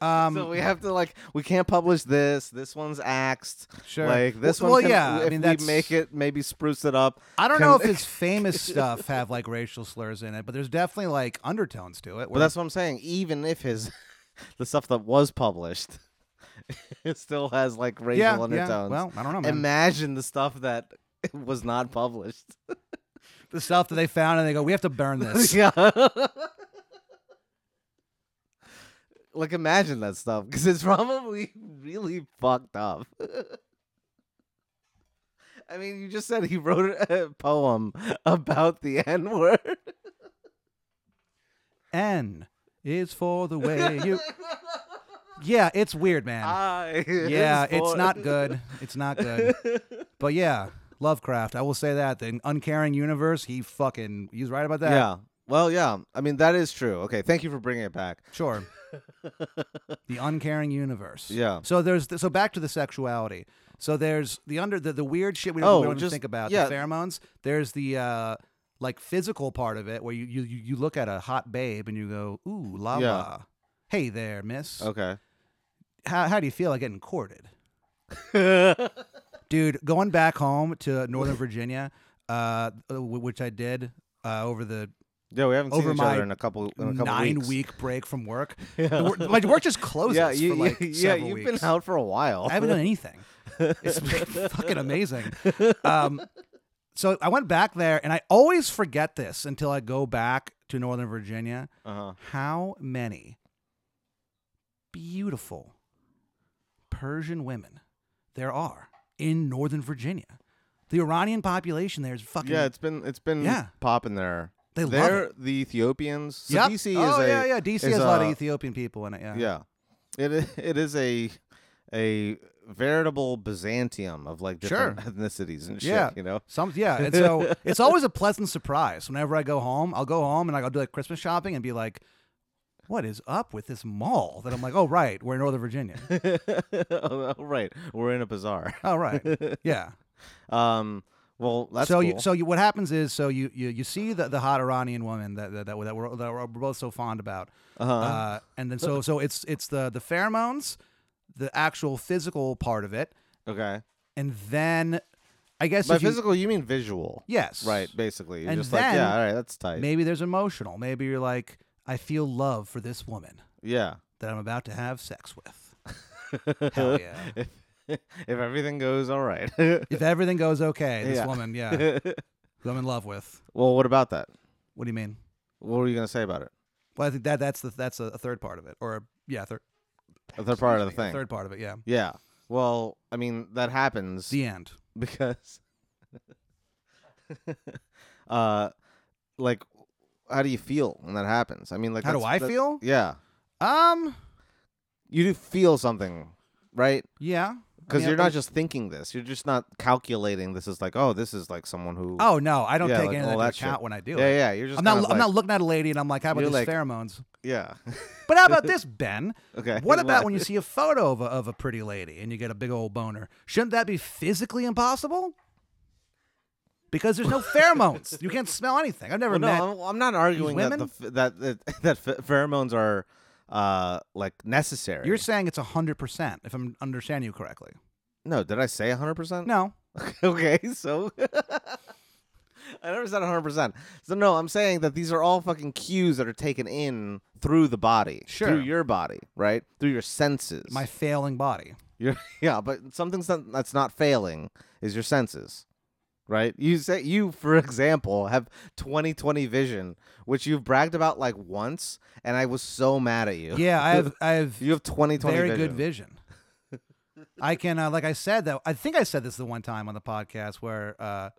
[SPEAKER 1] Um,
[SPEAKER 3] so we have to like we can't publish this this one's axed
[SPEAKER 1] sure.
[SPEAKER 3] like this
[SPEAKER 1] well,
[SPEAKER 3] one
[SPEAKER 1] well,
[SPEAKER 3] can-
[SPEAKER 1] yeah. I
[SPEAKER 3] if
[SPEAKER 1] mean,
[SPEAKER 3] we
[SPEAKER 1] that's
[SPEAKER 3] make it maybe spruce it up
[SPEAKER 1] I don't
[SPEAKER 3] Can-
[SPEAKER 1] know if his
[SPEAKER 3] (laughs)
[SPEAKER 1] famous stuff have like racial slurs in it, but there's definitely like undertones to it.
[SPEAKER 3] But that's what I'm saying. Even if his (laughs) the stuff that was published, (laughs) it still has like racial
[SPEAKER 1] yeah,
[SPEAKER 3] undertones.
[SPEAKER 1] yeah. Well, I don't know, man.
[SPEAKER 3] Imagine the stuff that (laughs) was not published.
[SPEAKER 1] (laughs) the stuff that they found and they go, we have to
[SPEAKER 3] (laughs)
[SPEAKER 1] burn this.
[SPEAKER 3] yeah. like imagine that stuff because it's (laughs) probably really fucked up. (laughs) I mean, you just said he wrote a poem (laughs) about the N word. (laughs)
[SPEAKER 1] N is for the way you. Yeah, it's weird, man.
[SPEAKER 3] I
[SPEAKER 1] yeah,
[SPEAKER 3] Ah, is
[SPEAKER 1] it's
[SPEAKER 3] for- (laughs)
[SPEAKER 1] not good. It's not good. but yeah, Lovecraft. I will say that the uncaring universe. He fucking. He's right about that.
[SPEAKER 3] Yeah. Well, yeah. I mean, that is true. Okay. Thank you for bringing it back. (laughs)
[SPEAKER 1] Sure. the uncaring universe.
[SPEAKER 3] Yeah.
[SPEAKER 1] So there's so back to the sexuality. So there's the under the, the weird shit we don't,
[SPEAKER 3] Oh,
[SPEAKER 1] we don't even
[SPEAKER 3] just-
[SPEAKER 1] think about
[SPEAKER 3] yeah.
[SPEAKER 1] the pheromones. There's the uh like physical part of it where you you you you look at a hot babe and you go ooh la
[SPEAKER 3] Yeah. Oh.
[SPEAKER 1] la. Hey there, miss. (laughs)
[SPEAKER 3] Okay.
[SPEAKER 1] How how do you feel like getting courted? Dude, going back home to Northern Virginia, uh w- which I did uh over the
[SPEAKER 3] Yeah, we haven't
[SPEAKER 1] Over
[SPEAKER 3] seen each
[SPEAKER 1] my
[SPEAKER 3] other in a couple in a couple
[SPEAKER 1] nine
[SPEAKER 3] (laughs) weeks.
[SPEAKER 1] week break from work.
[SPEAKER 3] Yeah.
[SPEAKER 1] The wor- my work just closes
[SPEAKER 3] yeah, you,
[SPEAKER 1] for like
[SPEAKER 3] you- (laughs) yeah,
[SPEAKER 1] several
[SPEAKER 3] you've
[SPEAKER 1] weeks.
[SPEAKER 3] been out for a while.
[SPEAKER 1] I haven't done anything. It's (laughs) been fucking amazing. Um, so I went back there, and I always forget this until I go back to Northern Virginia.
[SPEAKER 3] (laughs) Uh-huh.
[SPEAKER 1] How many beautiful Persian women there are in Northern Virginia? The Iranian population there is fucking.
[SPEAKER 3] Yeah, it's been it's been
[SPEAKER 1] Yeah.
[SPEAKER 3] popping there.
[SPEAKER 1] They love
[SPEAKER 3] They're the Ethiopians. So
[SPEAKER 1] Yep.
[SPEAKER 3] DC
[SPEAKER 1] oh,
[SPEAKER 3] is a
[SPEAKER 1] yeah, yeah. DC
[SPEAKER 3] is
[SPEAKER 1] has a lot of
[SPEAKER 3] a-
[SPEAKER 1] Ethiopian people in it. Yeah.
[SPEAKER 3] Yeah. It (laughs) i- it is a a veritable Byzantium of like different ethnicities and shit,
[SPEAKER 1] Yeah.
[SPEAKER 3] you know. (laughs)
[SPEAKER 1] Some, yeah, and so it's always a pleasant surprise. Whenever I go home, I'll go home and like, I'll do like Christmas shopping and be like, "What is up with this mall?" That I'm like, "Oh right, we're in Northern Virginia."
[SPEAKER 3] oh, right. We're in a bazaar.
[SPEAKER 1] oh
[SPEAKER 3] (laughs)
[SPEAKER 1] right, yeah.
[SPEAKER 3] Um well, that's
[SPEAKER 1] so
[SPEAKER 3] cool.
[SPEAKER 1] you, so you, what happens is, so you you, you see the, the hot Iranian woman that that, that, we're, that we're that we're both so fond about,
[SPEAKER 3] Uh-huh.
[SPEAKER 1] uh, and then so so it's it's the the pheromones, the actual physical part of it,
[SPEAKER 3] okay.
[SPEAKER 1] and then I guess
[SPEAKER 3] By
[SPEAKER 1] if you-
[SPEAKER 3] physical, you mean visual.
[SPEAKER 1] yes,
[SPEAKER 3] Right, basically. You're
[SPEAKER 1] And
[SPEAKER 3] just like, yeah,
[SPEAKER 1] then-
[SPEAKER 3] all right, that's tight.
[SPEAKER 1] Maybe there's emotional. Maybe you're like, I feel love for this woman.
[SPEAKER 3] yeah.
[SPEAKER 1] that I'm about to have sex with.
[SPEAKER 3] (laughs)
[SPEAKER 1] Hell yeah.
[SPEAKER 3] if, if everything goes all right. (laughs)
[SPEAKER 1] If everything goes okay, this
[SPEAKER 3] Yeah.
[SPEAKER 1] woman, yeah,
[SPEAKER 3] (laughs) well,
[SPEAKER 1] who I'm in love with.
[SPEAKER 3] what about that?
[SPEAKER 1] What do you mean?
[SPEAKER 3] What were you going to say about it?
[SPEAKER 1] Well, I think that that's the that's a, a third part of it, or a, yeah, third
[SPEAKER 3] The third part of the
[SPEAKER 1] a
[SPEAKER 3] thing.
[SPEAKER 1] third part of it, yeah.
[SPEAKER 3] Yeah. Well, I mean, that happens
[SPEAKER 1] The end.
[SPEAKER 3] (laughs) because (laughs) uh like how do you feel when that happens? I mean, like
[SPEAKER 1] How do
[SPEAKER 3] that's-
[SPEAKER 1] I
[SPEAKER 3] that-
[SPEAKER 1] feel?
[SPEAKER 3] Yeah.
[SPEAKER 1] Um,
[SPEAKER 3] You do feel something, right?
[SPEAKER 1] yeah. I
[SPEAKER 3] Because
[SPEAKER 1] mean,
[SPEAKER 3] you're not
[SPEAKER 1] I-
[SPEAKER 3] just thinking this. You're just not calculating this is like, oh, this is like someone who.
[SPEAKER 1] Oh no, I don't
[SPEAKER 3] Yeah,
[SPEAKER 1] take
[SPEAKER 3] like
[SPEAKER 1] any of that
[SPEAKER 3] all
[SPEAKER 1] into
[SPEAKER 3] that shit.
[SPEAKER 1] account when I do
[SPEAKER 3] yeah,
[SPEAKER 1] it.
[SPEAKER 3] yeah. You're just
[SPEAKER 1] I'm not.
[SPEAKER 3] kind
[SPEAKER 1] I'm
[SPEAKER 3] of like-
[SPEAKER 1] not looking at a lady and I'm like, how about
[SPEAKER 3] You're
[SPEAKER 1] these
[SPEAKER 3] like-
[SPEAKER 1] pheromones?
[SPEAKER 3] Yeah. (laughs)
[SPEAKER 1] But how about this, Ben?
[SPEAKER 3] okay.
[SPEAKER 1] What about when you see a photo of a, of a pretty lady and you get a big old boner? Shouldn't that be physically impossible? Because there's no pheromones. You can't smell anything. I've never
[SPEAKER 3] Well, no,
[SPEAKER 1] met.
[SPEAKER 3] I'm, I'm not arguing that the,
[SPEAKER 1] women?
[SPEAKER 3] f- that that (laughs) that ph- pheromones are uh like necessary.
[SPEAKER 1] You're saying it's 100%, if I'm understanding you correctly.
[SPEAKER 3] no, did I say 100? percent
[SPEAKER 1] No.
[SPEAKER 3] (laughs) Okay, so (laughs) I never said 100. percent So no, I'm saying that these are all fucking cues that are taken in through the body,
[SPEAKER 1] Sure.
[SPEAKER 3] through your body, right, through your senses.
[SPEAKER 1] My failing body.
[SPEAKER 3] (laughs) Your- yeah, but something's not, that's not failing is your senses, right? You say you, for (laughs) example, have 20/20 vision, which you've bragged about like once, and I was so mad at you.
[SPEAKER 1] Yeah, I have, I have
[SPEAKER 3] (laughs) you have 20/20
[SPEAKER 1] very
[SPEAKER 3] vision.
[SPEAKER 1] good vision. I can, uh, like I said, though, I think I said this the one time on the podcast where uh,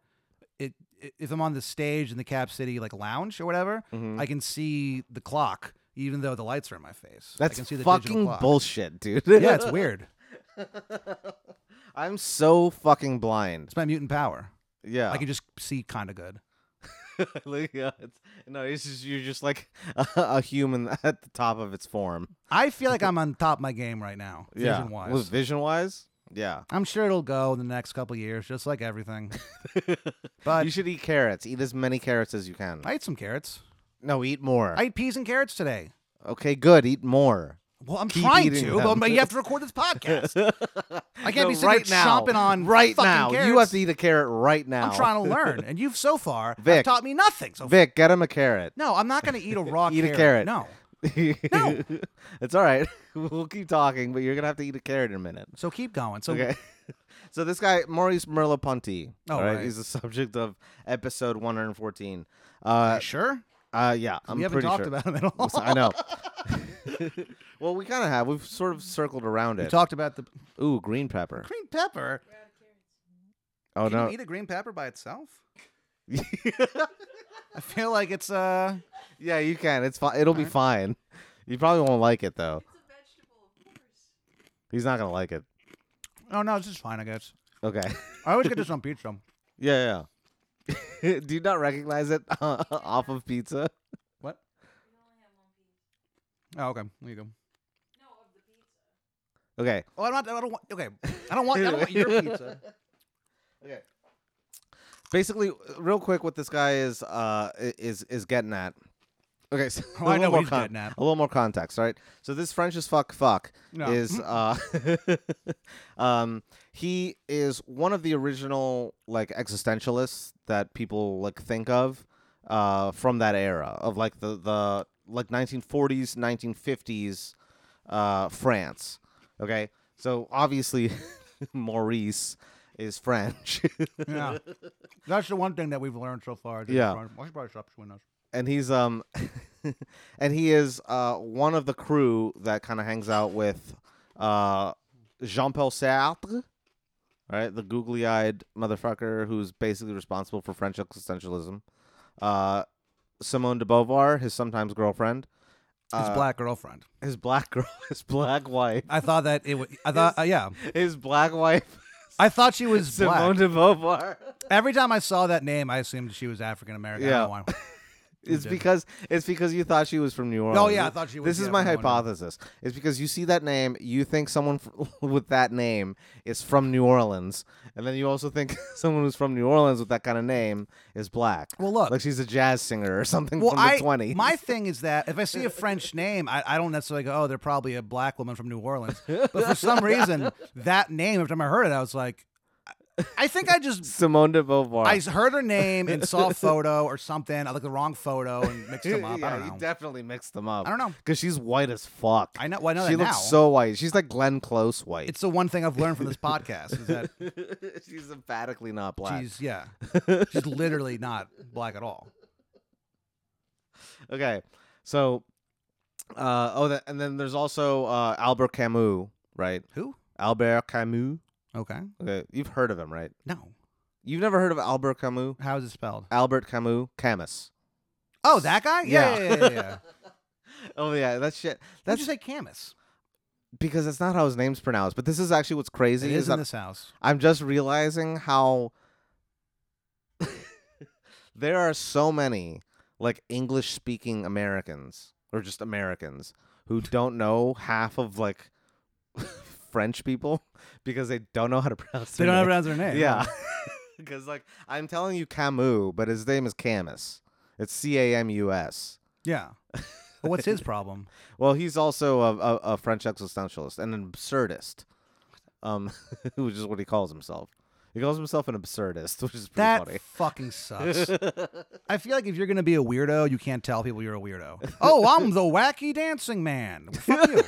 [SPEAKER 1] it, i- if I'm on the stage in the Cap City like lounge or whatever,
[SPEAKER 3] Mm-hmm.
[SPEAKER 1] I can see the clock even though the lights are in my face. I
[SPEAKER 3] That's
[SPEAKER 1] can see the digital
[SPEAKER 3] fucking
[SPEAKER 1] clock.
[SPEAKER 3] bullshit, dude. (laughs)
[SPEAKER 1] yeah, it's weird.
[SPEAKER 3] I'm so fucking blind.
[SPEAKER 1] It's my mutant power.
[SPEAKER 3] Yeah,
[SPEAKER 1] I can just see kind of good.
[SPEAKER 3] (laughs) Like, yeah, it's, no, it's just you're just like (laughs) a, a human (laughs) at the top of its form.
[SPEAKER 1] I feel like I'm on top of my game right now,
[SPEAKER 3] (laughs) Yeah,
[SPEAKER 1] vision wise.
[SPEAKER 3] vision wise, yeah.
[SPEAKER 1] I'm sure it'll go in the next couple years, just like everything. but
[SPEAKER 3] you should eat carrots. Eat as many carrots as you can.
[SPEAKER 1] I ate some carrots.
[SPEAKER 3] no, eat more.
[SPEAKER 1] I ate peas and carrots today.
[SPEAKER 3] Okay, good. Eat more.
[SPEAKER 1] Well, I'm
[SPEAKER 3] Keep
[SPEAKER 1] trying
[SPEAKER 3] eating
[SPEAKER 1] to,
[SPEAKER 3] them.
[SPEAKER 1] but you
[SPEAKER 3] (laughs)
[SPEAKER 1] have to record this podcast. I can't
[SPEAKER 3] No,
[SPEAKER 1] be sitting
[SPEAKER 3] right
[SPEAKER 1] here
[SPEAKER 3] now,
[SPEAKER 1] chomping on
[SPEAKER 3] right
[SPEAKER 1] fucking
[SPEAKER 3] now.
[SPEAKER 1] Carrots.
[SPEAKER 3] You have to eat a carrot right now.
[SPEAKER 1] I'm trying
[SPEAKER 3] (laughs)
[SPEAKER 1] to learn, and you've so far have
[SPEAKER 3] Vic.
[SPEAKER 1] taught me nothing. So
[SPEAKER 3] Vic, get him a carrot.
[SPEAKER 1] no, I'm not going to eat a raw
[SPEAKER 3] (laughs) Eat a carrot.
[SPEAKER 1] No.
[SPEAKER 3] (laughs) no, it's all right. (laughs) We'll keep talking, but you're gonna have to eat a carrot in a minute.
[SPEAKER 1] So keep going. So
[SPEAKER 3] Okay. (laughs) So this guy Maurice Merleau-Ponty,
[SPEAKER 1] Oh,
[SPEAKER 3] all right,
[SPEAKER 1] right.
[SPEAKER 3] he's the (laughs) subject of episode 114. Uh,
[SPEAKER 1] You sure?
[SPEAKER 3] uh yeah, I'm
[SPEAKER 1] we haven't
[SPEAKER 3] pretty
[SPEAKER 1] talked
[SPEAKER 3] sure.
[SPEAKER 1] about him at all.
[SPEAKER 3] I know. (laughs) well, we kind of have. We've sort of circled
[SPEAKER 1] (laughs)
[SPEAKER 3] around
[SPEAKER 1] We
[SPEAKER 3] it.
[SPEAKER 1] talked about the
[SPEAKER 3] Ooh, green pepper.
[SPEAKER 1] green pepper.
[SPEAKER 3] Oh
[SPEAKER 1] Can
[SPEAKER 3] no.
[SPEAKER 1] you eat a green pepper by itself?
[SPEAKER 3] (laughs)
[SPEAKER 1] I feel like it's uh
[SPEAKER 3] yeah, you can. It's fine. It'll be fine. You probably won't like it though.
[SPEAKER 2] It's a vegetable, of course.
[SPEAKER 3] He's not gonna like it.
[SPEAKER 1] Oh no, this is fine, I guess.
[SPEAKER 3] Okay. (laughs)
[SPEAKER 1] I always get this on pizza.
[SPEAKER 3] Yeah, yeah. (laughs) Do you not recognize it (laughs) off of pizza?
[SPEAKER 1] What? Oh, okay. There you go.
[SPEAKER 3] Okay.
[SPEAKER 1] Oh, I'm not, I don't want. Okay, I don't want. I don't want your pizza.
[SPEAKER 3] Okay. Basically, real quick, what this guy is uh is is getting at. Okay, so
[SPEAKER 1] Oh,
[SPEAKER 3] (laughs) a
[SPEAKER 1] I
[SPEAKER 3] little
[SPEAKER 1] know what
[SPEAKER 3] more
[SPEAKER 1] he's
[SPEAKER 3] con-
[SPEAKER 1] getting at.
[SPEAKER 3] A little more context, all right? So this French as fuck fuck
[SPEAKER 1] No.
[SPEAKER 3] is uh, (laughs) um, he is one of the original like existentialists that people like think of uh from that era of like the the like 1940s, 1950s uh France. Okay, so obviously (laughs) Maurice is French. (laughs)
[SPEAKER 1] Yeah, that's the one thing that we've learned so far. is that
[SPEAKER 3] Yeah.
[SPEAKER 1] I should probably stop between us.
[SPEAKER 3] and he's um (laughs) and he is uh one of the crew that kind of hangs out with uh Jean-Paul Sartre, right? The googly-eyed motherfucker who's basically responsible for French existentialism. Uh Simone de Beauvoir, his sometimes girlfriend,
[SPEAKER 1] His
[SPEAKER 3] Uh,
[SPEAKER 1] black girlfriend.
[SPEAKER 3] his black (laughs) girl, his black wife,
[SPEAKER 1] I thought that it was. I thought, uh, yeah.
[SPEAKER 3] his black wife,
[SPEAKER 1] I thought she was black.
[SPEAKER 3] Simone (laughs) de Beauvoir.
[SPEAKER 1] Every time I saw that name, I assumed she was African American.
[SPEAKER 3] Yeah.
[SPEAKER 1] Yeah.
[SPEAKER 3] It's
[SPEAKER 1] did.
[SPEAKER 3] because it's because you thought she was from New Orleans.
[SPEAKER 1] Oh, yeah, I thought she was,
[SPEAKER 3] This is
[SPEAKER 1] yeah,
[SPEAKER 3] my
[SPEAKER 1] from New Orleans.
[SPEAKER 3] hypothesis. It's because you see that name, you think someone f- (laughs) with that name is from New Orleans, and then you also think (laughs) someone who's from New Orleans with that kind of name is black.
[SPEAKER 1] Well, look.
[SPEAKER 3] like she's a jazz singer or something
[SPEAKER 1] Well,
[SPEAKER 3] (laughs) from the
[SPEAKER 1] I
[SPEAKER 3] twenties.
[SPEAKER 1] my thing is that if I
[SPEAKER 3] (laughs)
[SPEAKER 1] see a French name, I, I don't necessarily go, oh, they're probably a black woman from New
[SPEAKER 3] (laughs)
[SPEAKER 1] Orleans. But for some reason, that name, every time I heard it, I was like, I- I think I
[SPEAKER 3] (laughs)
[SPEAKER 1] just
[SPEAKER 3] Simone de Beauvoir.
[SPEAKER 1] I heard her name and
[SPEAKER 3] (laughs)
[SPEAKER 1] saw a photo or something. I looked at the wrong photo and mixed them up.
[SPEAKER 3] yeah,
[SPEAKER 1] I don't know.
[SPEAKER 3] you definitely mixed them up.
[SPEAKER 1] I
[SPEAKER 3] (laughs)
[SPEAKER 1] don't know.
[SPEAKER 3] because she's white as fuck.
[SPEAKER 1] I know. Well, I know
[SPEAKER 3] she
[SPEAKER 1] that
[SPEAKER 3] looks
[SPEAKER 1] now.
[SPEAKER 3] so white. She's like Glenn Close white.
[SPEAKER 1] it's the one thing I've learned from
[SPEAKER 3] (laughs)
[SPEAKER 1] this podcast is that
[SPEAKER 3] she's emphatically not black.
[SPEAKER 1] she's
[SPEAKER 3] (laughs)
[SPEAKER 1] yeah, she's literally not black at all.
[SPEAKER 3] Okay. So uh oh that, and then there's also uh Albert Camus, right?
[SPEAKER 1] Who?
[SPEAKER 3] Albert Camus.
[SPEAKER 1] Okay.
[SPEAKER 3] Okay. You've heard of him, right?
[SPEAKER 1] No.
[SPEAKER 3] You've never heard of Albert Camus?
[SPEAKER 1] How is it spelled?
[SPEAKER 3] Albert Camus, Camus.
[SPEAKER 1] Oh, that guy? Yeah,
[SPEAKER 3] Yeah.
[SPEAKER 1] yeah, yeah. yeah, yeah.
[SPEAKER 3] (laughs) Oh yeah, that's shit.
[SPEAKER 1] That's
[SPEAKER 3] That's
[SPEAKER 1] just like Camus.
[SPEAKER 3] because that's not how his name's pronounced. But this is actually what's
[SPEAKER 1] It
[SPEAKER 3] crazy
[SPEAKER 1] is
[SPEAKER 3] that
[SPEAKER 1] in this house.
[SPEAKER 3] I'm just realizing how (laughs) there are so many like English speaking Americans or just Americans
[SPEAKER 1] (laughs)
[SPEAKER 3] who don't know half of like (laughs) French people (laughs) because they don't know how to pronounce
[SPEAKER 1] They
[SPEAKER 3] their
[SPEAKER 1] don't have
[SPEAKER 3] name.
[SPEAKER 1] pronounce their name.
[SPEAKER 3] Yeah. (laughs) Because like I'm telling you Camus, but his name is Camus. It's C A M U S. (laughs)
[SPEAKER 1] Yeah. But what's his problem?
[SPEAKER 3] Well, he's also a, a, a French existentialist and an absurdist, um, (laughs) which is what he calls himself. He calls himself an absurdist, (laughs) which is pretty
[SPEAKER 1] That
[SPEAKER 3] funny.
[SPEAKER 1] fucking
[SPEAKER 3] (laughs)
[SPEAKER 1] sucks. I feel like if you're gonna be a weirdo, you can't tell people you're a weirdo. Oh, I'm the wacky dancing man. Fuck
[SPEAKER 3] (laughs)
[SPEAKER 1] you.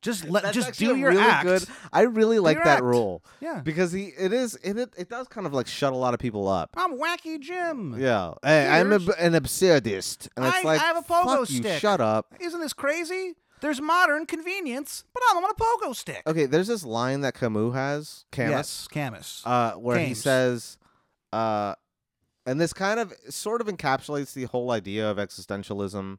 [SPEAKER 1] Just let
[SPEAKER 3] That's
[SPEAKER 1] just
[SPEAKER 3] actually
[SPEAKER 1] do
[SPEAKER 3] a
[SPEAKER 1] your
[SPEAKER 3] really
[SPEAKER 1] act.
[SPEAKER 3] good- I really like
[SPEAKER 1] your
[SPEAKER 3] that
[SPEAKER 1] act.
[SPEAKER 3] rule
[SPEAKER 1] Yeah.
[SPEAKER 3] because he it is it it, it does kind of like shut a lot of people up.
[SPEAKER 1] I'm wacky Jim.
[SPEAKER 3] Yeah, hey, I'm
[SPEAKER 1] Here's-
[SPEAKER 3] ab an absurdist, and it's
[SPEAKER 1] I-
[SPEAKER 3] like
[SPEAKER 1] I have a pogo
[SPEAKER 3] fuck you,
[SPEAKER 1] stick.
[SPEAKER 3] shut up.
[SPEAKER 1] Isn't this crazy? There's modern convenience, but I'm on a pogo stick.
[SPEAKER 3] Okay, there's this line that Camus has, Camus,
[SPEAKER 1] Yes, Camus.
[SPEAKER 3] uh, where he
[SPEAKER 1] Camus.
[SPEAKER 3] says, uh, and this kind of sort of encapsulates the whole idea of existentialism,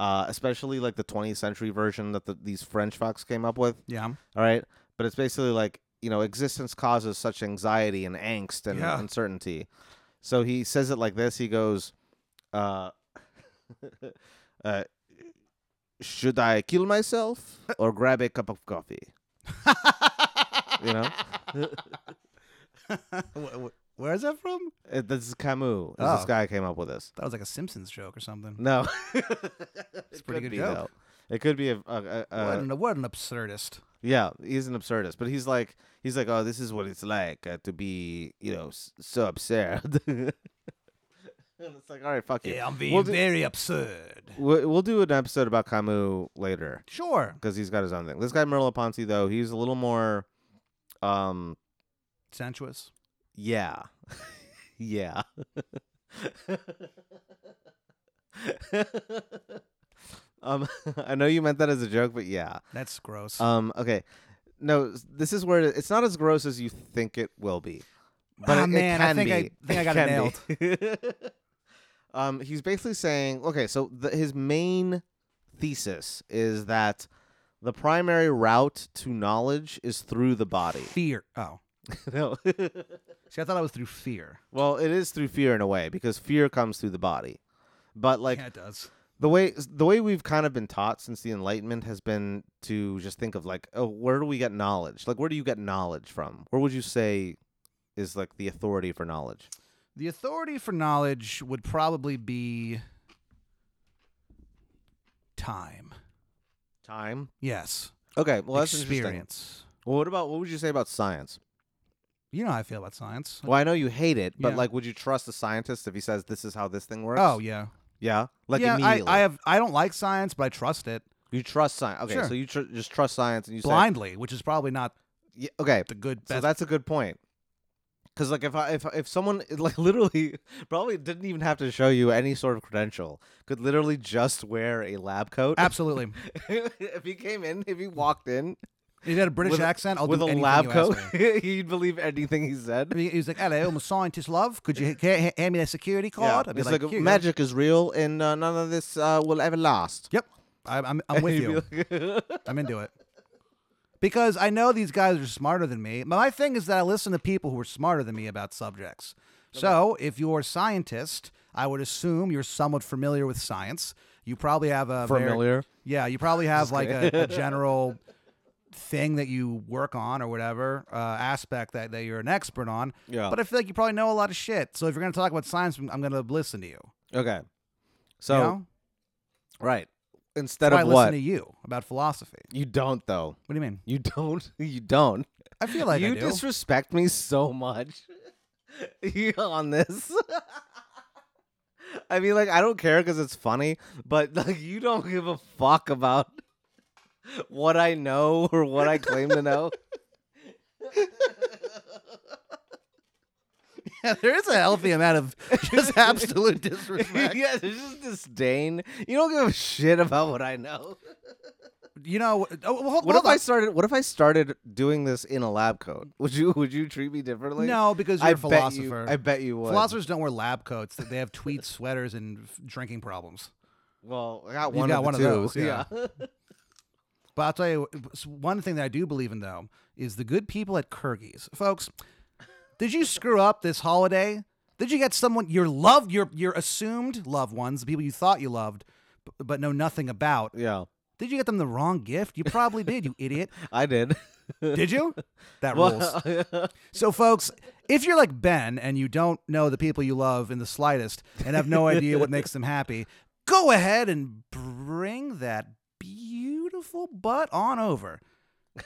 [SPEAKER 3] uh, especially like the 20th century version that the, these French fucks came up with.
[SPEAKER 1] yeah.
[SPEAKER 3] All right. But it's basically like, you know, existence causes such anxiety and angst and
[SPEAKER 1] Yeah.
[SPEAKER 3] uncertainty. So he says it like this. He goes, uh, (laughs) uh, should I kill myself or grab a cup
[SPEAKER 1] (laughs)
[SPEAKER 3] of coffee? You know?
[SPEAKER 1] Where is that from?
[SPEAKER 3] Uh, This is Camus. This- This
[SPEAKER 1] Oh.
[SPEAKER 3] guy came up with this.
[SPEAKER 1] That was like a Simpsons joke or something.
[SPEAKER 3] No.
[SPEAKER 1] (laughs) It's a
[SPEAKER 3] it's
[SPEAKER 1] pretty good joke.
[SPEAKER 3] It could be a, a, a,
[SPEAKER 1] what,
[SPEAKER 3] a
[SPEAKER 1] an, what an absurdist.
[SPEAKER 3] Yeah, he's an absurdist, but he's like he's like, oh, this is what it's like uh, to be, you know, s- so absurd. (laughs) and it's like, all right, fuck you.
[SPEAKER 1] Yeah, I'm being
[SPEAKER 3] we'll, do,
[SPEAKER 1] very absurd.
[SPEAKER 3] we'll, we'll do an episode about Camus later
[SPEAKER 1] Sure.
[SPEAKER 3] because he's got his own thing. This guy Merleau-Ponty though, he's a little more, um,
[SPEAKER 1] Sensuous.
[SPEAKER 3] yeah, (laughs) yeah. (laughs) um, (laughs) I know you meant that as a joke, but yeah.
[SPEAKER 1] That's gross.
[SPEAKER 3] Um. Okay. No, s- this is where it's not as gross as you think it will be, but
[SPEAKER 1] Ah,
[SPEAKER 3] it, it
[SPEAKER 1] man, I
[SPEAKER 3] can
[SPEAKER 1] think I-
[SPEAKER 3] be.
[SPEAKER 1] think I got
[SPEAKER 3] it nailed. (laughs) um, he's basically saying, okay, so the, his main thesis is that The primary route to knowledge is through the body. (laughs)
[SPEAKER 1] Fear. Oh.
[SPEAKER 3] no. (laughs)
[SPEAKER 1] See, I thought I was through fear.
[SPEAKER 3] well, it is through fear in a way because fear comes through the body. But like
[SPEAKER 1] yeah, it does.
[SPEAKER 3] the way the way we've kind of been taught since the enlightenment has been to just think of like oh where do we get knowledge? Like where do you get knowledge from? Where would you say is like the authority for knowledge?
[SPEAKER 1] The authority for knowledge would probably be time.
[SPEAKER 3] Time.
[SPEAKER 1] Yes.
[SPEAKER 3] Okay, well that's interesting.
[SPEAKER 1] Experience.
[SPEAKER 3] Well, what about what would you say about science?
[SPEAKER 1] You know how I feel about science.
[SPEAKER 3] Well, I know you hate it, but
[SPEAKER 1] Yeah.
[SPEAKER 3] like, would you trust a scientist if he says this is how this thing works?
[SPEAKER 1] Oh yeah.
[SPEAKER 3] yeah, like
[SPEAKER 1] yeah, I,
[SPEAKER 3] immediately.
[SPEAKER 1] I have I don't like science, but I trust it
[SPEAKER 3] you trust science. Okay,
[SPEAKER 1] Sure.
[SPEAKER 3] so you tr- just trust science and you
[SPEAKER 1] blindly, which is probably not
[SPEAKER 3] say, yeah, okay,
[SPEAKER 1] the good
[SPEAKER 3] so
[SPEAKER 1] best.
[SPEAKER 3] that's a good point. Because like, if I, if if someone (laughs) like literally probably didn't even have to show you any sort of credential, could literally just wear a lab coat.
[SPEAKER 1] Absolutely.
[SPEAKER 3] (laughs) if he came in, if he walked in
[SPEAKER 1] If you had a British
[SPEAKER 3] With a-
[SPEAKER 1] accent, I'll
[SPEAKER 3] with
[SPEAKER 1] do
[SPEAKER 3] a
[SPEAKER 1] anything
[SPEAKER 3] lab
[SPEAKER 1] you
[SPEAKER 3] coat,
[SPEAKER 1] Ask me.
[SPEAKER 3] (laughs) he'd believe anything he said.
[SPEAKER 1] I mean, he was like, "Hello, I'm a scientist, love. Could you h- h- hand me that security
[SPEAKER 3] Yeah,
[SPEAKER 1] card?" I'd be
[SPEAKER 3] it's like,
[SPEAKER 1] "Here you go."
[SPEAKER 3] magic is real, and uh, none of this uh, will ever last.
[SPEAKER 1] Yep, I, I'm I'm with
[SPEAKER 3] (laughs) He'd
[SPEAKER 1] you.
[SPEAKER 3] be like-
[SPEAKER 1] I'm into it because I know these guys are smarter than me. But my thing is that I listen to people who are smarter than me about subjects. So if you're a scientist, I would assume you're somewhat familiar with science. You probably have
[SPEAKER 3] (laughs)
[SPEAKER 1] a very-
[SPEAKER 3] Familiar.
[SPEAKER 1] yeah, you probably have like a,
[SPEAKER 3] (laughs)
[SPEAKER 1] a general thing that you work on or whatever uh, aspect that, that you're an expert on.
[SPEAKER 3] Yeah.
[SPEAKER 1] But I feel like you probably know a lot of shit. So if you're going to talk about science, I'm, I'm going to listen to you.
[SPEAKER 3] Okay.
[SPEAKER 1] So
[SPEAKER 3] So
[SPEAKER 1] you know?
[SPEAKER 3] right. Instead
[SPEAKER 1] That's why I
[SPEAKER 3] of
[SPEAKER 1] listen
[SPEAKER 3] what
[SPEAKER 1] to you about philosophy.
[SPEAKER 3] you don't though.
[SPEAKER 1] What do you mean?
[SPEAKER 3] You don't. (laughs) You don't.
[SPEAKER 1] I feel like
[SPEAKER 3] you
[SPEAKER 1] I do.
[SPEAKER 3] disrespect me so much (laughs) You on this. (laughs) I mean, like I don't care because it's funny, but (laughs) like you don't give a fuck about (laughs) what I know or what I claim to know.
[SPEAKER 1] (laughs) yeah, there is a healthy amount of (laughs) just absolute disrespect.
[SPEAKER 3] (laughs) yeah, there's just disdain. You don't give a shit about what
[SPEAKER 1] (laughs)
[SPEAKER 3] I know.
[SPEAKER 1] You know, oh, well, hold,
[SPEAKER 3] What
[SPEAKER 1] hold
[SPEAKER 3] if I
[SPEAKER 1] on.
[SPEAKER 3] started? What if I started doing this in a lab coat? Would you Would you treat me differently?
[SPEAKER 1] no, because you're
[SPEAKER 3] I
[SPEAKER 1] a philosopher.
[SPEAKER 3] Bet you, I bet you would.
[SPEAKER 1] Philosophers don't wear lab coats. They have tweed (laughs) sweaters and f- drinking problems.
[SPEAKER 3] Well, I got
[SPEAKER 1] You've
[SPEAKER 3] one.
[SPEAKER 1] got
[SPEAKER 3] of the
[SPEAKER 1] one of
[SPEAKER 3] two. (laughs)
[SPEAKER 1] those, yeah. But I'll tell you s- one thing that I do believe in, though, is the good people at Kirgis. Folks, did you screw up this holiday? Did you get someone your loved, your your assumed loved ones, the people you thought you loved, b- but know nothing about?
[SPEAKER 3] yeah.
[SPEAKER 1] Did you get them the wrong gift? You probably did, you idiot.
[SPEAKER 3] I did. (laughs)
[SPEAKER 1] Did you? That rules.
[SPEAKER 3] Well,
[SPEAKER 1] So, folks, if you're like Ben and you don't know the people you love in the slightest and have (laughs) no idea what makes them happy, go ahead and bring that beautiful butt on over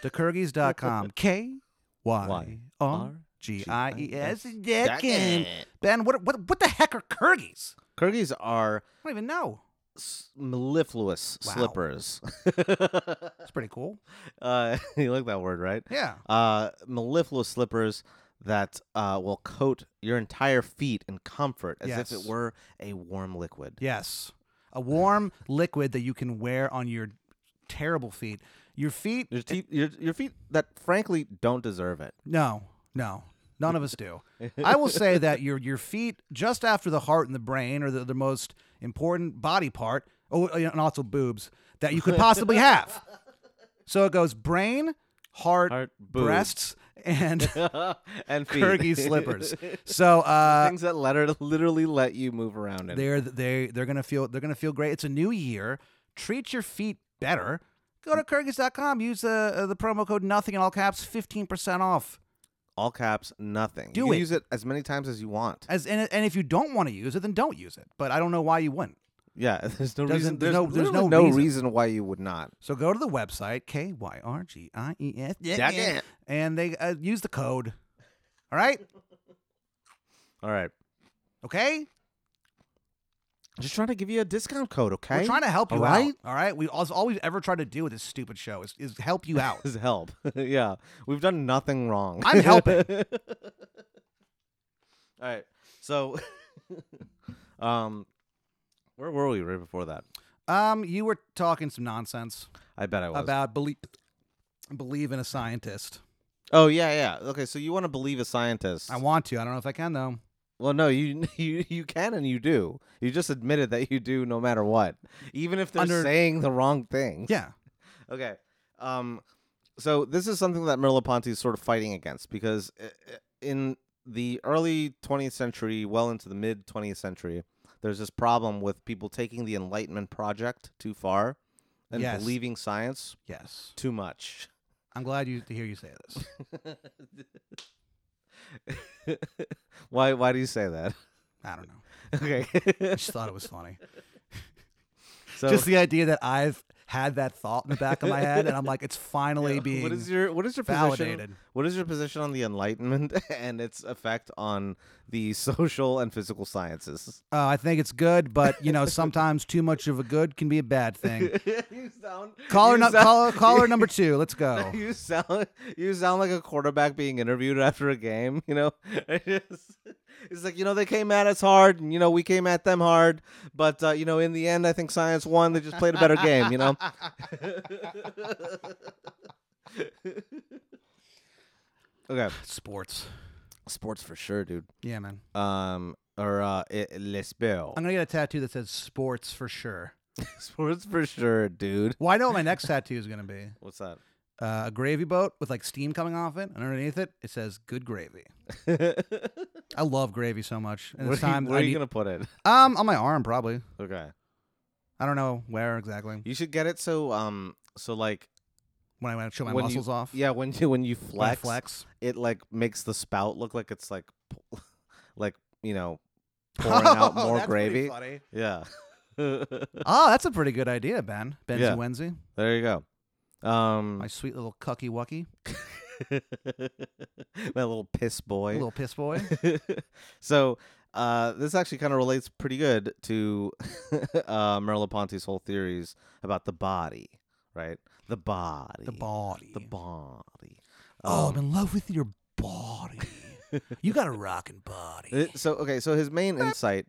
[SPEAKER 1] to (laughs) Kyrgyz.com. K Y R G I E S. dot com. Ben, what, what, what the heck are Kyrgyz?
[SPEAKER 3] Kirgis are
[SPEAKER 1] I don't even know.
[SPEAKER 3] s- mellifluous
[SPEAKER 1] Wow.
[SPEAKER 3] slippers. (laughs)
[SPEAKER 1] That's pretty cool.
[SPEAKER 3] uh, (laughs) you like that word, right?
[SPEAKER 1] Yeah.
[SPEAKER 3] Uh, mellifluous slippers that uh, will coat your entire feet in comfort as if
[SPEAKER 1] Yes.
[SPEAKER 3] it were a warm liquid.
[SPEAKER 1] Yes. A warm liquid that you can wear on your terrible feet. Your feet
[SPEAKER 3] Your, te- your, your feet that frankly don't deserve it.
[SPEAKER 1] No, no, none of us do. I will
[SPEAKER 3] (laughs)
[SPEAKER 1] say that your your feet, just after the heart and the brain, are the, the most important body part, oh, and also boobs that you could possibly have. So it goes brain, heart,
[SPEAKER 3] Heart, boobs.
[SPEAKER 1] breasts, and
[SPEAKER 3] (laughs)
[SPEAKER 1] (laughs)
[SPEAKER 3] and feet.
[SPEAKER 1] Kyrgyz
[SPEAKER 3] (laughs)
[SPEAKER 1] slippers. So uh,
[SPEAKER 3] Things that let her literally let you move around in.
[SPEAKER 1] they're they they're gonna feel they're gonna feel great. It's a new year. Treat your feet better. Go to Kyrgyz.com. Use the uh, the promo code nothing in all caps, fifteen percent off.
[SPEAKER 3] All caps, nothing.
[SPEAKER 1] Do
[SPEAKER 3] you can
[SPEAKER 1] it.
[SPEAKER 3] use it as many times as you want.
[SPEAKER 1] As and, and if you don't want to use it, then don't use it. But I don't know why you wouldn't.
[SPEAKER 3] Yeah, (laughs) there's no
[SPEAKER 1] Doesn't-
[SPEAKER 3] reason.
[SPEAKER 1] there's
[SPEAKER 3] There's,
[SPEAKER 1] no- there's
[SPEAKER 3] literally
[SPEAKER 1] no reason.
[SPEAKER 3] why you would not.
[SPEAKER 1] So go to the website k y r g i e s
[SPEAKER 3] Yeah, yeah.
[SPEAKER 1] and they uh, use the code. All right,
[SPEAKER 3] All right,
[SPEAKER 1] okay.
[SPEAKER 3] just trying to give you a discount code. Okay,
[SPEAKER 1] We're trying to help you
[SPEAKER 3] All right.
[SPEAKER 1] out. All right, we all, all we've ever tried to do with this stupid show is, is help you
[SPEAKER 3] (laughs)
[SPEAKER 1] out.
[SPEAKER 3] This is help. yeah, we've done nothing wrong.
[SPEAKER 1] I'm helping.
[SPEAKER 3] (laughs) All right, so, (laughs) um, where were we right before that?
[SPEAKER 1] um, you were talking some nonsense
[SPEAKER 3] I bet I was.
[SPEAKER 1] about believe believe in a scientist.
[SPEAKER 3] oh yeah, yeah. Okay, so you want to believe a scientist?
[SPEAKER 1] I want to. I don't know if I can though.
[SPEAKER 3] Well, no, you (laughs) you you can and you do. You just admitted that you do, no matter what, even if they're
[SPEAKER 1] Under-
[SPEAKER 3] saying the wrong thing.
[SPEAKER 1] Yeah,
[SPEAKER 3] Okay. Um, so this is something that Merleau-Ponty is sort of fighting against because i- i- in the early 20th century, well into the mid 20th century, there's this problem with people taking the Enlightenment project too far and
[SPEAKER 1] Yes.
[SPEAKER 3] believing science
[SPEAKER 1] Yes.
[SPEAKER 3] too much. (laughs)
[SPEAKER 1] I'm glad you to hear you say this.
[SPEAKER 3] why? Why do you say that? (laughs)
[SPEAKER 1] I don't know.
[SPEAKER 3] Okay. (laughs)
[SPEAKER 1] I just thought it was funny.
[SPEAKER 3] so (laughs)
[SPEAKER 1] just the idea that I've had that thought in the back of my head, and I'm like, it's
[SPEAKER 3] (laughs)
[SPEAKER 1] finally being
[SPEAKER 3] what is your what is your position
[SPEAKER 1] validated.
[SPEAKER 3] What is your position on the Enlightenment (laughs) and its effect on the (laughs) social and physical sciences? (laughs)
[SPEAKER 1] Uh, I think it's good, but you know, sometimes too much of a good can be a bad
[SPEAKER 3] (laughs)
[SPEAKER 1] thing.
[SPEAKER 3] you sound
[SPEAKER 1] Caller,
[SPEAKER 3] you
[SPEAKER 1] nu-
[SPEAKER 3] sound-
[SPEAKER 1] caller, caller number two. Let's
[SPEAKER 3] (laughs)
[SPEAKER 1] go.
[SPEAKER 3] You sound you sound like a quarterback being interviewed after a game. (laughs) You know, it's, it's like you know they came at us hard, and you know we came at them hard. But uh, you know, in the end, I think science won. They just played a better game. You know. (laughs) okay,
[SPEAKER 1] Sports.
[SPEAKER 3] sports for sure, dude.
[SPEAKER 1] Yeah, man.
[SPEAKER 3] Um, or uh, i- les bill.
[SPEAKER 1] I'm gonna get a tattoo that says sports for sure.
[SPEAKER 3] (laughs) Sports (laughs) for sure, dude.
[SPEAKER 1] Well, I know what my next tattoo is gonna be
[SPEAKER 3] What's that?
[SPEAKER 1] uh, a gravy boat with like steam coming off it, and underneath it, it says "Good
[SPEAKER 3] (laughs)
[SPEAKER 1] Gravy." I love gravy so much, and
[SPEAKER 3] where
[SPEAKER 1] it's
[SPEAKER 3] are
[SPEAKER 1] time
[SPEAKER 3] you,
[SPEAKER 1] that
[SPEAKER 3] where
[SPEAKER 1] I
[SPEAKER 3] are you
[SPEAKER 1] need-
[SPEAKER 3] gonna put it? (laughs)
[SPEAKER 1] um on my arm probably.
[SPEAKER 3] Okay,
[SPEAKER 1] I don't know where exactly.
[SPEAKER 3] you should get it so um so like
[SPEAKER 1] When I want to show my
[SPEAKER 3] when you-
[SPEAKER 1] muscles off,
[SPEAKER 3] yeah when you when you
[SPEAKER 1] when I
[SPEAKER 3] flex,
[SPEAKER 1] flex.
[SPEAKER 3] it like makes the spout look like it's like p- (laughs) like you know
[SPEAKER 1] (laughs)
[SPEAKER 3] pouring (laughs) out more
[SPEAKER 1] that's pretty
[SPEAKER 3] gravy.
[SPEAKER 1] funny. (laughs)
[SPEAKER 3] Yeah, there
[SPEAKER 1] Oh, that's a pretty good idea, Ben. Ben's
[SPEAKER 3] Yeah.
[SPEAKER 1] Wednesday,
[SPEAKER 3] you go. Um,
[SPEAKER 1] my sweet little cucky wucky,
[SPEAKER 3] (laughs) my little piss boy. (laughs)
[SPEAKER 1] little piss boy.
[SPEAKER 3] so uh, this actually kind of relates pretty good to (laughs) uh, Merleau-Ponty's whole theories about the body, right? The body.
[SPEAKER 1] the body.
[SPEAKER 3] The body.
[SPEAKER 1] Oh, I'm
[SPEAKER 3] Um,
[SPEAKER 1] in love with your body. you got a rocking body.
[SPEAKER 3] it- so okay, so his main insight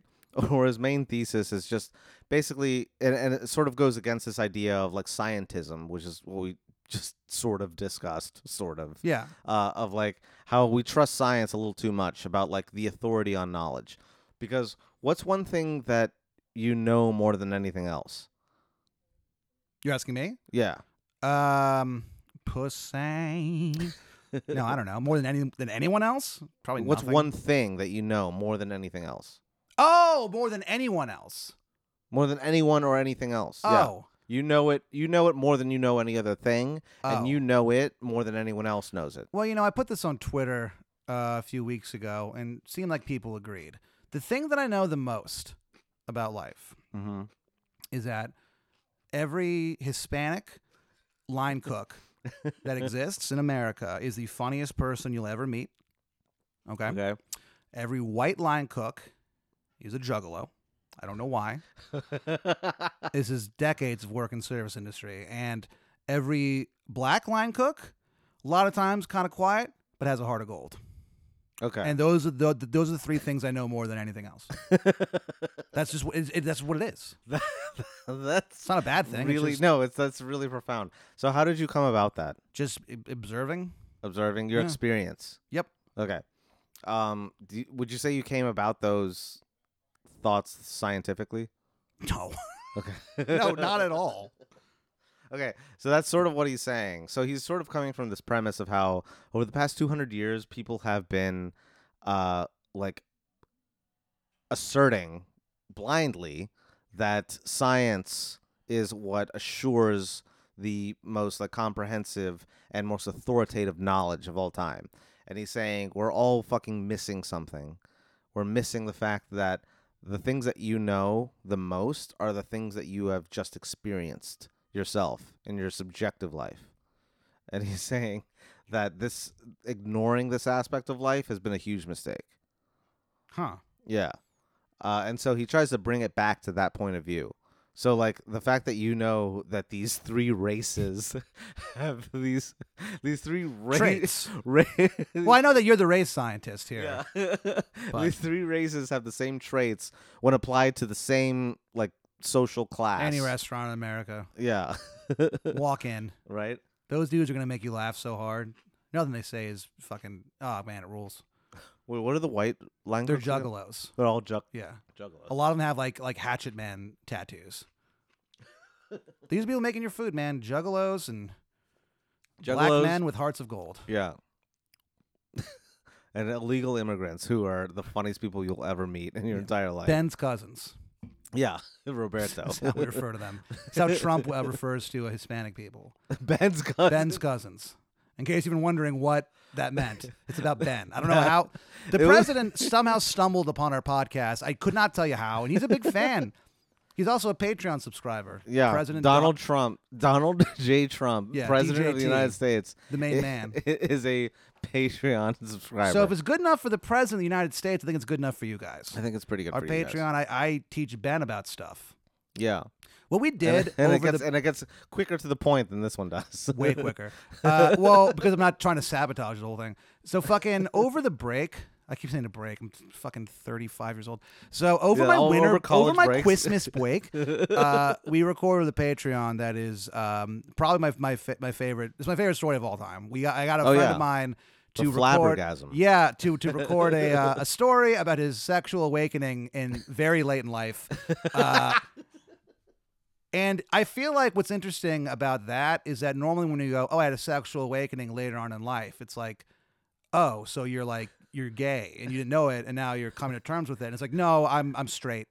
[SPEAKER 3] or his main thesis is just basically, and, and it sort of goes against this idea of like scientism, which is what we just (laughs) sort of discussed, sort of.
[SPEAKER 1] yeah.
[SPEAKER 3] uh, of like how we trust science a little too much about like the authority on knowledge because what's one thing that you know more than anything else
[SPEAKER 1] You're asking me?
[SPEAKER 3] yeah
[SPEAKER 1] Um, pussy. no, I don't know. More than any than anyone else? Probably
[SPEAKER 3] what's
[SPEAKER 1] nothing.
[SPEAKER 3] one thing that you know more than anything else
[SPEAKER 1] Oh, more than anyone else.
[SPEAKER 3] more than anyone or anything else yeah
[SPEAKER 1] Oh.
[SPEAKER 3] you know it you know it more than you know any other thing and
[SPEAKER 1] Oh.
[SPEAKER 3] you know it more than anyone else knows it
[SPEAKER 1] Well, you know, I put this on Twitter uh, a few weeks ago and it seemed like people agreed. The thing that I know the most about life
[SPEAKER 3] mm-hmm.
[SPEAKER 1] is that every Hispanic line cook that exists in America is the funniest person you'll ever meet. Okay.
[SPEAKER 3] okay
[SPEAKER 1] Every white line cook is a juggalo. I don't know why.
[SPEAKER 3] (laughs)
[SPEAKER 1] this is decades of work in service industry. And every black line cook, a lot of times kind of quiet, but has a heart of gold.
[SPEAKER 3] okay
[SPEAKER 1] And those are the, those are the three things I know more than anything
[SPEAKER 3] (laughs)
[SPEAKER 1] else. that's just what it, it, that's what it is. It's
[SPEAKER 3] that's
[SPEAKER 1] not a bad thing.
[SPEAKER 3] (laughs) really
[SPEAKER 1] it's just,
[SPEAKER 3] no it's that's really profound so how did you come about that
[SPEAKER 1] just ob- observing.
[SPEAKER 3] observing your
[SPEAKER 1] Yeah.
[SPEAKER 3] experience.
[SPEAKER 1] Yep. (laughs)
[SPEAKER 3] Okay. Um, do you- would you say you came about those thoughts scientifically?
[SPEAKER 1] No,
[SPEAKER 3] Okay. (laughs)
[SPEAKER 1] no, not at all.
[SPEAKER 3] Okay, so that's sort of what he's saying. So he's sort of coming from this premise of how over the past 200 years people have been uh like asserting blindly that science is what assures the most like comprehensive and most authoritative knowledge of all time. And he's saying we're all fucking missing something. We're missing the fact that the things that you know the most are the things that you have just experienced yourself in your subjective life. And (laughs) he's saying that this ignoring this aspect of life has been a huge mistake.
[SPEAKER 1] Huh.
[SPEAKER 3] Yeah. Uh, and so he tries to bring it back to that point of view. So like the fact that you know that these three races (laughs) have these these three ra-
[SPEAKER 1] Traits.
[SPEAKER 3] ra- (laughs)
[SPEAKER 1] Well, I know that you're the race scientist here.
[SPEAKER 3] yeah. (laughs)
[SPEAKER 1] But-
[SPEAKER 3] these three races have the same traits when applied to the same like social class.
[SPEAKER 1] Any restaurant in
[SPEAKER 3] (laughs)
[SPEAKER 1] America,
[SPEAKER 3] Yeah.
[SPEAKER 1] walk in.
[SPEAKER 3] right?
[SPEAKER 1] Those dudes are gonna make you laugh so hard. Nothing they say is fucking. Oh man, it rules.
[SPEAKER 3] Wait, what are the white language?
[SPEAKER 1] They're juggalos.
[SPEAKER 3] They're all jug-
[SPEAKER 1] Yeah,
[SPEAKER 3] juggalos.
[SPEAKER 1] a lot of them have like like hatchet
[SPEAKER 3] (laughs)
[SPEAKER 1] man tattoos. These people making your food, man, juggalos and Black
[SPEAKER 3] Juggalos.
[SPEAKER 1] men with hearts of gold.
[SPEAKER 3] Yeah. (laughs) and illegal immigrants who are the funniest people you'll ever meet in your entire life.
[SPEAKER 1] Ben's cousins.
[SPEAKER 3] yeah, (laughs)
[SPEAKER 1] (laughs)
[SPEAKER 3] Roberto.
[SPEAKER 1] That's how we refer to them. That's how Trump uh, refers to Hispanic people.
[SPEAKER 3] (laughs) Ben's cousin.
[SPEAKER 1] Ben's cousins. In case you've been wondering what that meant, it's about Ben. I don't know
[SPEAKER 3] (laughs)
[SPEAKER 1] how the
[SPEAKER 3] It was-
[SPEAKER 1] president somehow stumbled upon our podcast. I could not tell you how, and he's a big fan. He's also a Patreon subscriber.
[SPEAKER 3] (laughs) yeah,
[SPEAKER 1] President
[SPEAKER 3] Donald
[SPEAKER 1] Don-
[SPEAKER 3] Trump, Donald (laughs) J. Trump,
[SPEAKER 1] Yeah,
[SPEAKER 3] President of the
[SPEAKER 1] DJT,
[SPEAKER 3] United States,
[SPEAKER 1] the main
[SPEAKER 3] (laughs) i-
[SPEAKER 1] man.
[SPEAKER 3] is a Patreon (laughs) subscriber.
[SPEAKER 1] So if it's good enough for the president of the United States, I think it's good enough for you guys.
[SPEAKER 3] I think it's pretty good
[SPEAKER 1] our
[SPEAKER 3] for you guys.
[SPEAKER 1] Patreon, I, I teach Ben about stuff.
[SPEAKER 3] Yeah,
[SPEAKER 1] What we did
[SPEAKER 3] and, (laughs) and it
[SPEAKER 1] over
[SPEAKER 3] gets
[SPEAKER 1] the
[SPEAKER 3] and it gets quicker to the point than this one does. (laughs)
[SPEAKER 1] way quicker. Uh, well, because I'm not trying to sabotage the whole thing. So fucking over the break. I keep saying the break. I'm fucking 35 years old. So over
[SPEAKER 3] Yeah,
[SPEAKER 1] my
[SPEAKER 3] all
[SPEAKER 1] winter,
[SPEAKER 3] over
[SPEAKER 1] over,
[SPEAKER 3] college
[SPEAKER 1] my
[SPEAKER 3] breaks. (laughs)
[SPEAKER 1] Christmas break, uh, we recorded the Patreon. That is um, probably my my fa- my favorite. It's my favorite story of all time. We got, I got a
[SPEAKER 3] Oh,
[SPEAKER 1] friend
[SPEAKER 3] yeah.
[SPEAKER 1] of mine
[SPEAKER 3] The
[SPEAKER 1] to record.
[SPEAKER 3] flabbergasm.
[SPEAKER 1] Yeah, to to record a uh,
[SPEAKER 3] (laughs)
[SPEAKER 1] a story about his sexual awakening in very late in life. Uh, and I feel like what's interesting about that is that normally when you go, oh, I had a sexual awakening later on in life, it's like, oh, so you're like you're gay and you didn't know it, and now you're coming to terms with it. And it's like, no, I'm I'm
[SPEAKER 3] (laughs)
[SPEAKER 1] straight.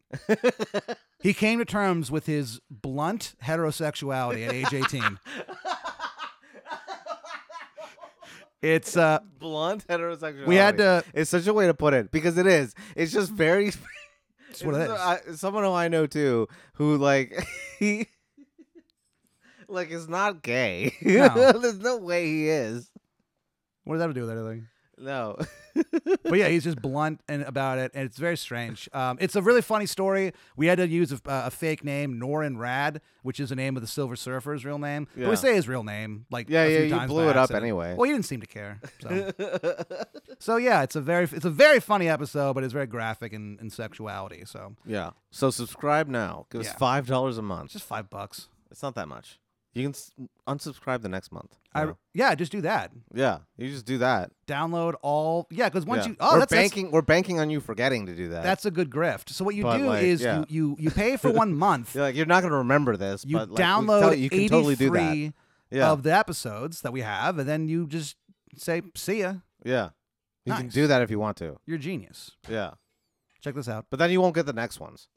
[SPEAKER 1] he came to terms with his blunt heterosexuality at age
[SPEAKER 3] (laughs)
[SPEAKER 1] 18. it's uh,
[SPEAKER 3] Blunt heterosexuality.
[SPEAKER 1] we had to.
[SPEAKER 3] It's such a way to put it because it is. It's
[SPEAKER 1] (laughs)
[SPEAKER 3] just very.
[SPEAKER 1] It's what it is.
[SPEAKER 3] It's, uh, I- someone who I know too, who like (laughs) he, like is not gay.
[SPEAKER 1] No.
[SPEAKER 3] (laughs) There's no way he is.
[SPEAKER 1] What does that have to do with anything? (laughs)
[SPEAKER 3] No.
[SPEAKER 1] but yeah, he's just blunt and about it, and it's very strange. Um, it's a really funny story. We had to use a, a fake name, Norin Rad, which is the name of the Silver Surfer's real name. But
[SPEAKER 3] Yeah.
[SPEAKER 1] we say his real name, like
[SPEAKER 3] Yeah,
[SPEAKER 1] a
[SPEAKER 3] yeah.
[SPEAKER 1] few
[SPEAKER 3] You
[SPEAKER 1] times
[SPEAKER 3] blew
[SPEAKER 1] by
[SPEAKER 3] it up
[SPEAKER 1] accident.
[SPEAKER 3] anyway.
[SPEAKER 1] Well, he didn't seem to care.
[SPEAKER 3] (laughs)
[SPEAKER 1] So, so yeah, it's a very it's a very funny episode, but it's very graphic in, in sexuality. So
[SPEAKER 3] yeah. So subscribe now. Give us
[SPEAKER 1] Yeah.
[SPEAKER 3] five dollars a
[SPEAKER 1] it's
[SPEAKER 3] month.
[SPEAKER 1] just five bucks.
[SPEAKER 3] It's not that much. You can s- unsubscribe the next month. you
[SPEAKER 1] I
[SPEAKER 3] know?
[SPEAKER 1] yeah, just do that.
[SPEAKER 3] yeah. You just do that.
[SPEAKER 1] Download all yeah, because once
[SPEAKER 3] Yeah.
[SPEAKER 1] you oh
[SPEAKER 3] we're
[SPEAKER 1] that's that's-
[SPEAKER 3] banking. We're banking on you forgetting to do that.
[SPEAKER 1] that's a good grift. So what you
[SPEAKER 3] But,
[SPEAKER 1] do
[SPEAKER 3] like,
[SPEAKER 1] is
[SPEAKER 3] yeah.
[SPEAKER 1] you, you you pay for
[SPEAKER 3] (laughs)
[SPEAKER 1] one month.
[SPEAKER 3] you're like you're not gonna remember this.
[SPEAKER 1] You
[SPEAKER 3] but like, we can
[SPEAKER 1] download
[SPEAKER 3] tell you, you can totally do that.
[SPEAKER 1] 83
[SPEAKER 3] Yeah.
[SPEAKER 1] of the episodes that we have, and then you just say, see ya.
[SPEAKER 3] yeah. You can
[SPEAKER 1] Nice.
[SPEAKER 3] do that if you want to.
[SPEAKER 1] You're a genius.
[SPEAKER 3] Yeah.
[SPEAKER 1] Check this out.
[SPEAKER 3] But then you won't get the next ones.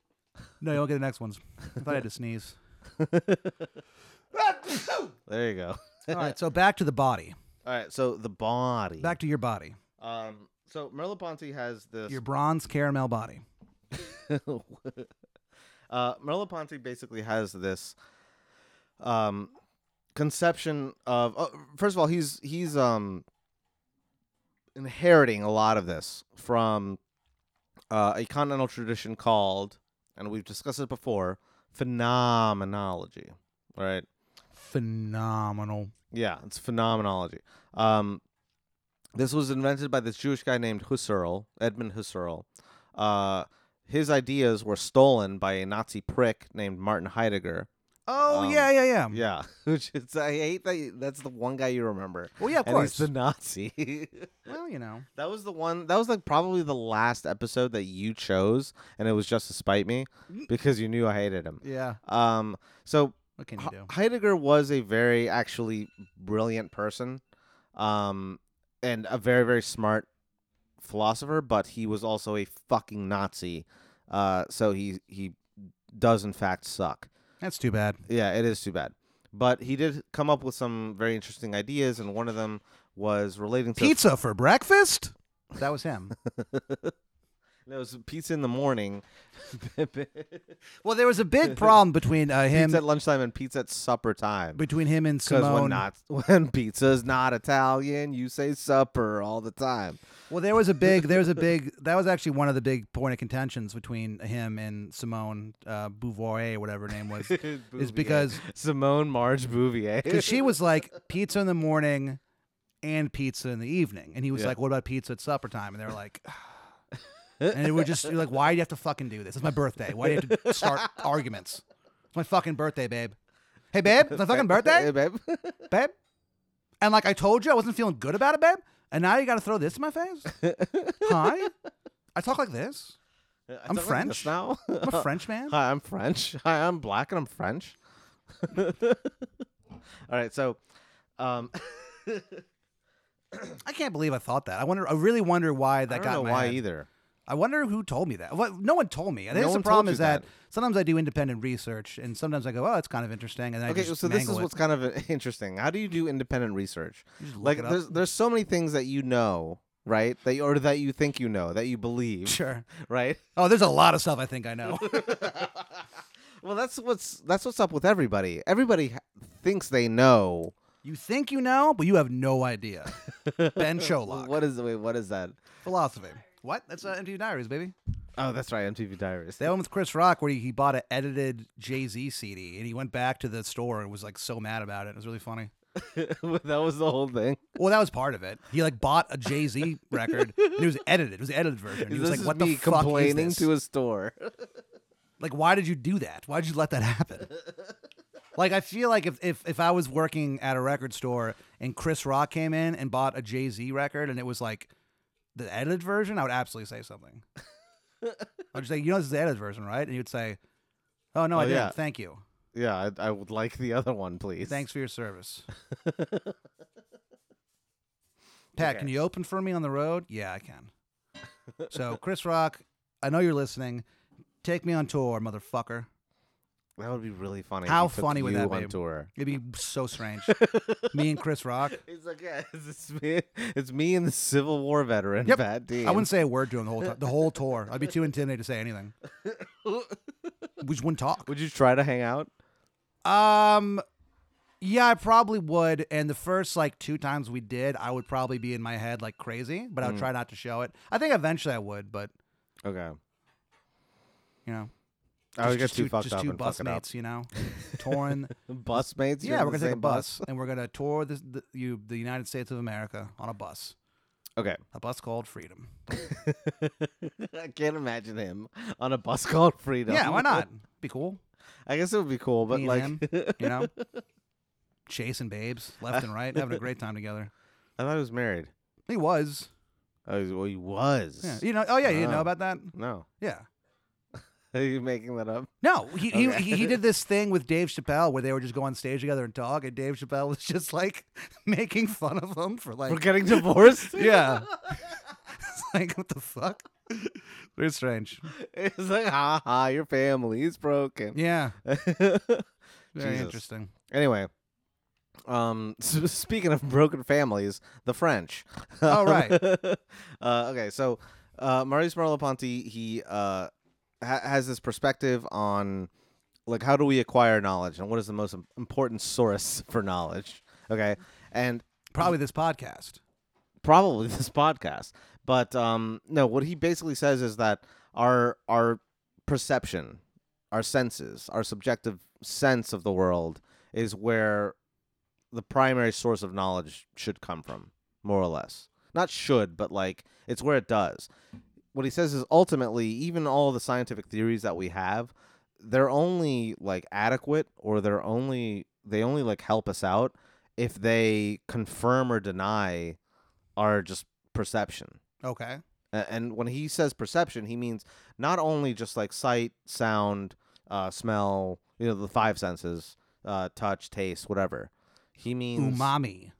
[SPEAKER 1] No, you'll get the next ones. I thought I had to
[SPEAKER 3] (laughs)
[SPEAKER 1] sneeze.
[SPEAKER 3] There you go.
[SPEAKER 1] All right, so back to the body.
[SPEAKER 3] (laughs) All right, so the body.
[SPEAKER 1] Back to your body.
[SPEAKER 3] Um, so Merleau-Ponty has this.
[SPEAKER 1] Your bronze caramel body.
[SPEAKER 3] (laughs) uh, Merleau-Ponty basically has this um, conception of. Oh, first of all, he's he's um, inheriting a lot of this from uh, a continental tradition called, and we've discussed it before, phenomenology. Right.
[SPEAKER 1] Phenomenal.
[SPEAKER 3] Yeah, it's phenomenology. Um, this was invented by this Jewish guy named Husserl, Edmund Husserl. Uh, his ideas were stolen by a Nazi prick named Martin Heidegger.
[SPEAKER 1] Oh,
[SPEAKER 3] Um,
[SPEAKER 1] yeah, yeah, yeah.
[SPEAKER 3] Yeah, (laughs) which is I hate that you, that's the one guy you remember.
[SPEAKER 1] Well, yeah, of
[SPEAKER 3] and
[SPEAKER 1] course.
[SPEAKER 3] he's the Nazi. (laughs)
[SPEAKER 1] well, you know.
[SPEAKER 3] that was the one. That was like probably the last episode that you chose, and it was just to spite me
[SPEAKER 1] Mm.
[SPEAKER 3] because you knew I hated him.
[SPEAKER 1] Yeah.
[SPEAKER 3] Um, so
[SPEAKER 1] What can you
[SPEAKER 3] H-
[SPEAKER 1] do?
[SPEAKER 3] Heidegger was a very actually brilliant person, um, and a very very smart philosopher. But he was also a fucking Nazi, uh, so he he does in fact suck.
[SPEAKER 1] That's too bad.
[SPEAKER 3] Yeah, it is too bad. But he did come up with some very interesting ideas, and one of them was relating to
[SPEAKER 1] Pizza for breakfast? That was him.
[SPEAKER 3] No, it was pizza in the morning,
[SPEAKER 1] (laughs)
[SPEAKER 3] (laughs)
[SPEAKER 1] well, there was a big problem between uh, him
[SPEAKER 3] (laughs) pizza at lunchtime, and pizza at supper time.
[SPEAKER 1] between him and
[SPEAKER 3] Because
[SPEAKER 1] Simone.
[SPEAKER 3] when not (laughs) when pizza is not Italian, you say supper all the time.
[SPEAKER 1] Well, there was a big, there was a big, that was actually one of the big point of contentions between him and Simone uh, Beauvoir, whatever her name
[SPEAKER 3] (laughs)
[SPEAKER 1] was, is
[SPEAKER 3] Bouvier.
[SPEAKER 1] because
[SPEAKER 3] Simone Marge Bouvier.
[SPEAKER 1] cause
[SPEAKER 3] (laughs)
[SPEAKER 1] she was like pizza in the morning and pizza in the evening, and he was
[SPEAKER 3] Yeah.
[SPEAKER 1] like, "What about pizza at supper time?" And they were like, "Ah." and they were just you're like, "Why do you have to fucking do this? It's my birthday. Why do you have to start arguments? It's my fucking birthday, babe. Hey, babe, it's my fucking
[SPEAKER 3] (laughs)
[SPEAKER 1] birthday,
[SPEAKER 3] Hey, babe.
[SPEAKER 1] babe." And like I told you, I wasn't feeling good about it, babe. And now you got to throw this in my face, hi. I talk like this.
[SPEAKER 3] I'm
[SPEAKER 1] French.
[SPEAKER 3] now. (laughs)
[SPEAKER 1] I'm a French man.
[SPEAKER 3] Hi, I'm (laughs) French. Hi, I'm black and I'm French. all right, so Um,
[SPEAKER 1] I can't believe I thought that. I wonder. I really wonder why that
[SPEAKER 3] I don't
[SPEAKER 1] got
[SPEAKER 3] know
[SPEAKER 1] in my
[SPEAKER 3] why
[SPEAKER 1] head.
[SPEAKER 3] either.
[SPEAKER 1] I wonder who told me that. What, no one told me. I think
[SPEAKER 3] No
[SPEAKER 1] that's
[SPEAKER 3] one
[SPEAKER 1] the problem
[SPEAKER 3] told
[SPEAKER 1] is
[SPEAKER 3] you
[SPEAKER 1] that,
[SPEAKER 3] that.
[SPEAKER 1] sometimes I do independent research and sometimes I go, oh, that's kind of interesting. And then
[SPEAKER 3] Okay,
[SPEAKER 1] I just
[SPEAKER 3] so this is
[SPEAKER 1] mangle it.
[SPEAKER 3] what's kind of (laughs) interesting. How do you do independent research?
[SPEAKER 1] You just look
[SPEAKER 3] Like,
[SPEAKER 1] it up.
[SPEAKER 3] there's there's so many things that you know, right? That you, or that you think you know, that
[SPEAKER 1] (laughs)
[SPEAKER 3] you
[SPEAKER 1] (laughs)
[SPEAKER 3] believe, (laughs)
[SPEAKER 1] sure.
[SPEAKER 3] right?
[SPEAKER 1] Oh, there's a lot of stuff I think I
[SPEAKER 3] (laughs)
[SPEAKER 1] know.
[SPEAKER 3] well, that's what's that's what's up with everybody. Everybody ha- thinks they know.
[SPEAKER 1] you think you know, but you have no
[SPEAKER 3] (laughs)
[SPEAKER 1] idea. ben Sholok,
[SPEAKER 3] What is wait? What is that?
[SPEAKER 1] philosophy. What? That's uh, MTV Diaries, baby.
[SPEAKER 3] Oh, that's right, MTV Diaries.
[SPEAKER 1] That one with Chris Rock, where he, he bought an edited Jay Z CD and he went back to the store and was like so mad about it. It was really funny.
[SPEAKER 3] that was (laughs) the whole thing.
[SPEAKER 1] Well, that was part of it. He like bought a Jay Z record and it was edited. It was the edited version. He
[SPEAKER 3] This
[SPEAKER 1] was like,
[SPEAKER 3] is
[SPEAKER 1] "What
[SPEAKER 3] me
[SPEAKER 1] the fuck is
[SPEAKER 3] complaining
[SPEAKER 1] this?
[SPEAKER 3] to a store. (laughs)
[SPEAKER 1] Like, why did you do that? Why did you let that
[SPEAKER 3] (laughs)
[SPEAKER 1] happen?" Like, I feel like if, if if I was working at a record store and Chris Rock came in and bought a Jay Z record and it was like the edited version, I would absolutely say
[SPEAKER 3] (laughs)
[SPEAKER 1] something. I'd just say, "You know, this is the edited version, right?" And you'd say, "Oh no, I
[SPEAKER 3] Oh,
[SPEAKER 1] didn't.
[SPEAKER 3] yeah.
[SPEAKER 1] Thank you.
[SPEAKER 3] Yeah, I, I would like the other one, please.
[SPEAKER 1] Thanks for your service." Pat,
[SPEAKER 3] Okay.
[SPEAKER 1] can you open for me on the road? Yeah, I can. so, Chris Rock, I know you're listening. Take me on tour, motherfucker.
[SPEAKER 3] That would be really funny. if
[SPEAKER 1] How
[SPEAKER 3] he took
[SPEAKER 1] funny would
[SPEAKER 3] you
[SPEAKER 1] that
[SPEAKER 3] on
[SPEAKER 1] be?
[SPEAKER 3] tour?
[SPEAKER 1] It'd be so strange. me and Chris Rock.
[SPEAKER 3] It's like yeah, (laughs) it's me. It's me and the Civil War veteran
[SPEAKER 1] Yep.
[SPEAKER 3] Pat Dean.
[SPEAKER 1] I wouldn't say a word to him the whole time, the whole tour. I'd be too intimidated to say anything. We just wouldn't talk.
[SPEAKER 3] Would you try to hang out?
[SPEAKER 1] Um, yeah, I probably would. And the first like two times we did, I would probably be in my head like crazy, but I would try not to show it. I think eventually I would, but
[SPEAKER 3] Okay.
[SPEAKER 1] you know,
[SPEAKER 3] I would get
[SPEAKER 1] just
[SPEAKER 3] too
[SPEAKER 1] two-
[SPEAKER 3] fucked
[SPEAKER 1] just
[SPEAKER 3] up
[SPEAKER 1] two
[SPEAKER 3] and
[SPEAKER 1] bus
[SPEAKER 3] fuck it up.
[SPEAKER 1] mates, you
[SPEAKER 3] (laughs)
[SPEAKER 1] know, touring.
[SPEAKER 3] Bus mates? You're
[SPEAKER 1] yeah,
[SPEAKER 3] in
[SPEAKER 1] we're
[SPEAKER 3] the
[SPEAKER 1] gonna take a
[SPEAKER 3] same
[SPEAKER 1] bus, and we're gonna tour this, the you the United States of America on a bus,
[SPEAKER 3] Okay. (laughs)
[SPEAKER 1] a bus called Freedom.
[SPEAKER 3] I can't imagine him on a bus (laughs) called Freedom.
[SPEAKER 1] Yeah, why not? Be cool,
[SPEAKER 3] (laughs) I guess it would be cool, but
[SPEAKER 1] Me
[SPEAKER 3] like,
[SPEAKER 1] and you know, (laughs) chasing babes left and right, having a great time together.
[SPEAKER 3] (laughs) I thought he was married.
[SPEAKER 1] He was,
[SPEAKER 3] Oh, he- well, he was.
[SPEAKER 1] yeah. you know. Oh yeah, you didn't know
[SPEAKER 3] Oh.
[SPEAKER 1] about that?
[SPEAKER 3] No.
[SPEAKER 1] Yeah.
[SPEAKER 3] (laughs) Are you making that up?
[SPEAKER 1] No, he,
[SPEAKER 3] Okay.
[SPEAKER 1] he he did this thing with Dave Chappelle where they would just go on stage together and talk, and Dave Chappelle was just like (laughs) making fun of him for like
[SPEAKER 3] We're (laughs) getting divorced?
[SPEAKER 1] Yeah. it's (laughs) like, what the fuck?
[SPEAKER 3] (laughs)
[SPEAKER 1] Weird strange.
[SPEAKER 3] it's like, ha ha, your family's broken. (laughs)
[SPEAKER 1] Yeah. Very
[SPEAKER 3] Jesus.
[SPEAKER 1] interesting.
[SPEAKER 3] Anyway, um, s speaking of broken families, the French.
[SPEAKER 1] Oh, right.
[SPEAKER 3] (laughs) uh, okay, so uh, Maurice Merleau-Ponty he uh, ha- has this perspective on like how do we acquire knowledge and what is the most im- important source (laughs) for knowledge. Okay, and
[SPEAKER 1] Probably this podcast.
[SPEAKER 3] probably (laughs) this podcast. But um, no, what he basically says is that our our perception, our senses, our subjective sense of the world is where the primary source of knowledge should come from, more or less. Not should, but like it's where it does. What he says is ultimately, even all the scientific theories that we have, they're only like adequate or they're only they only like help us out if they confirm or deny are just perception.
[SPEAKER 1] Okay.
[SPEAKER 3] A- And when he says perception, he means not only just like sight, sound, uh, smell, you know, the five senses, uh, touch, taste, whatever. He means
[SPEAKER 1] Umami.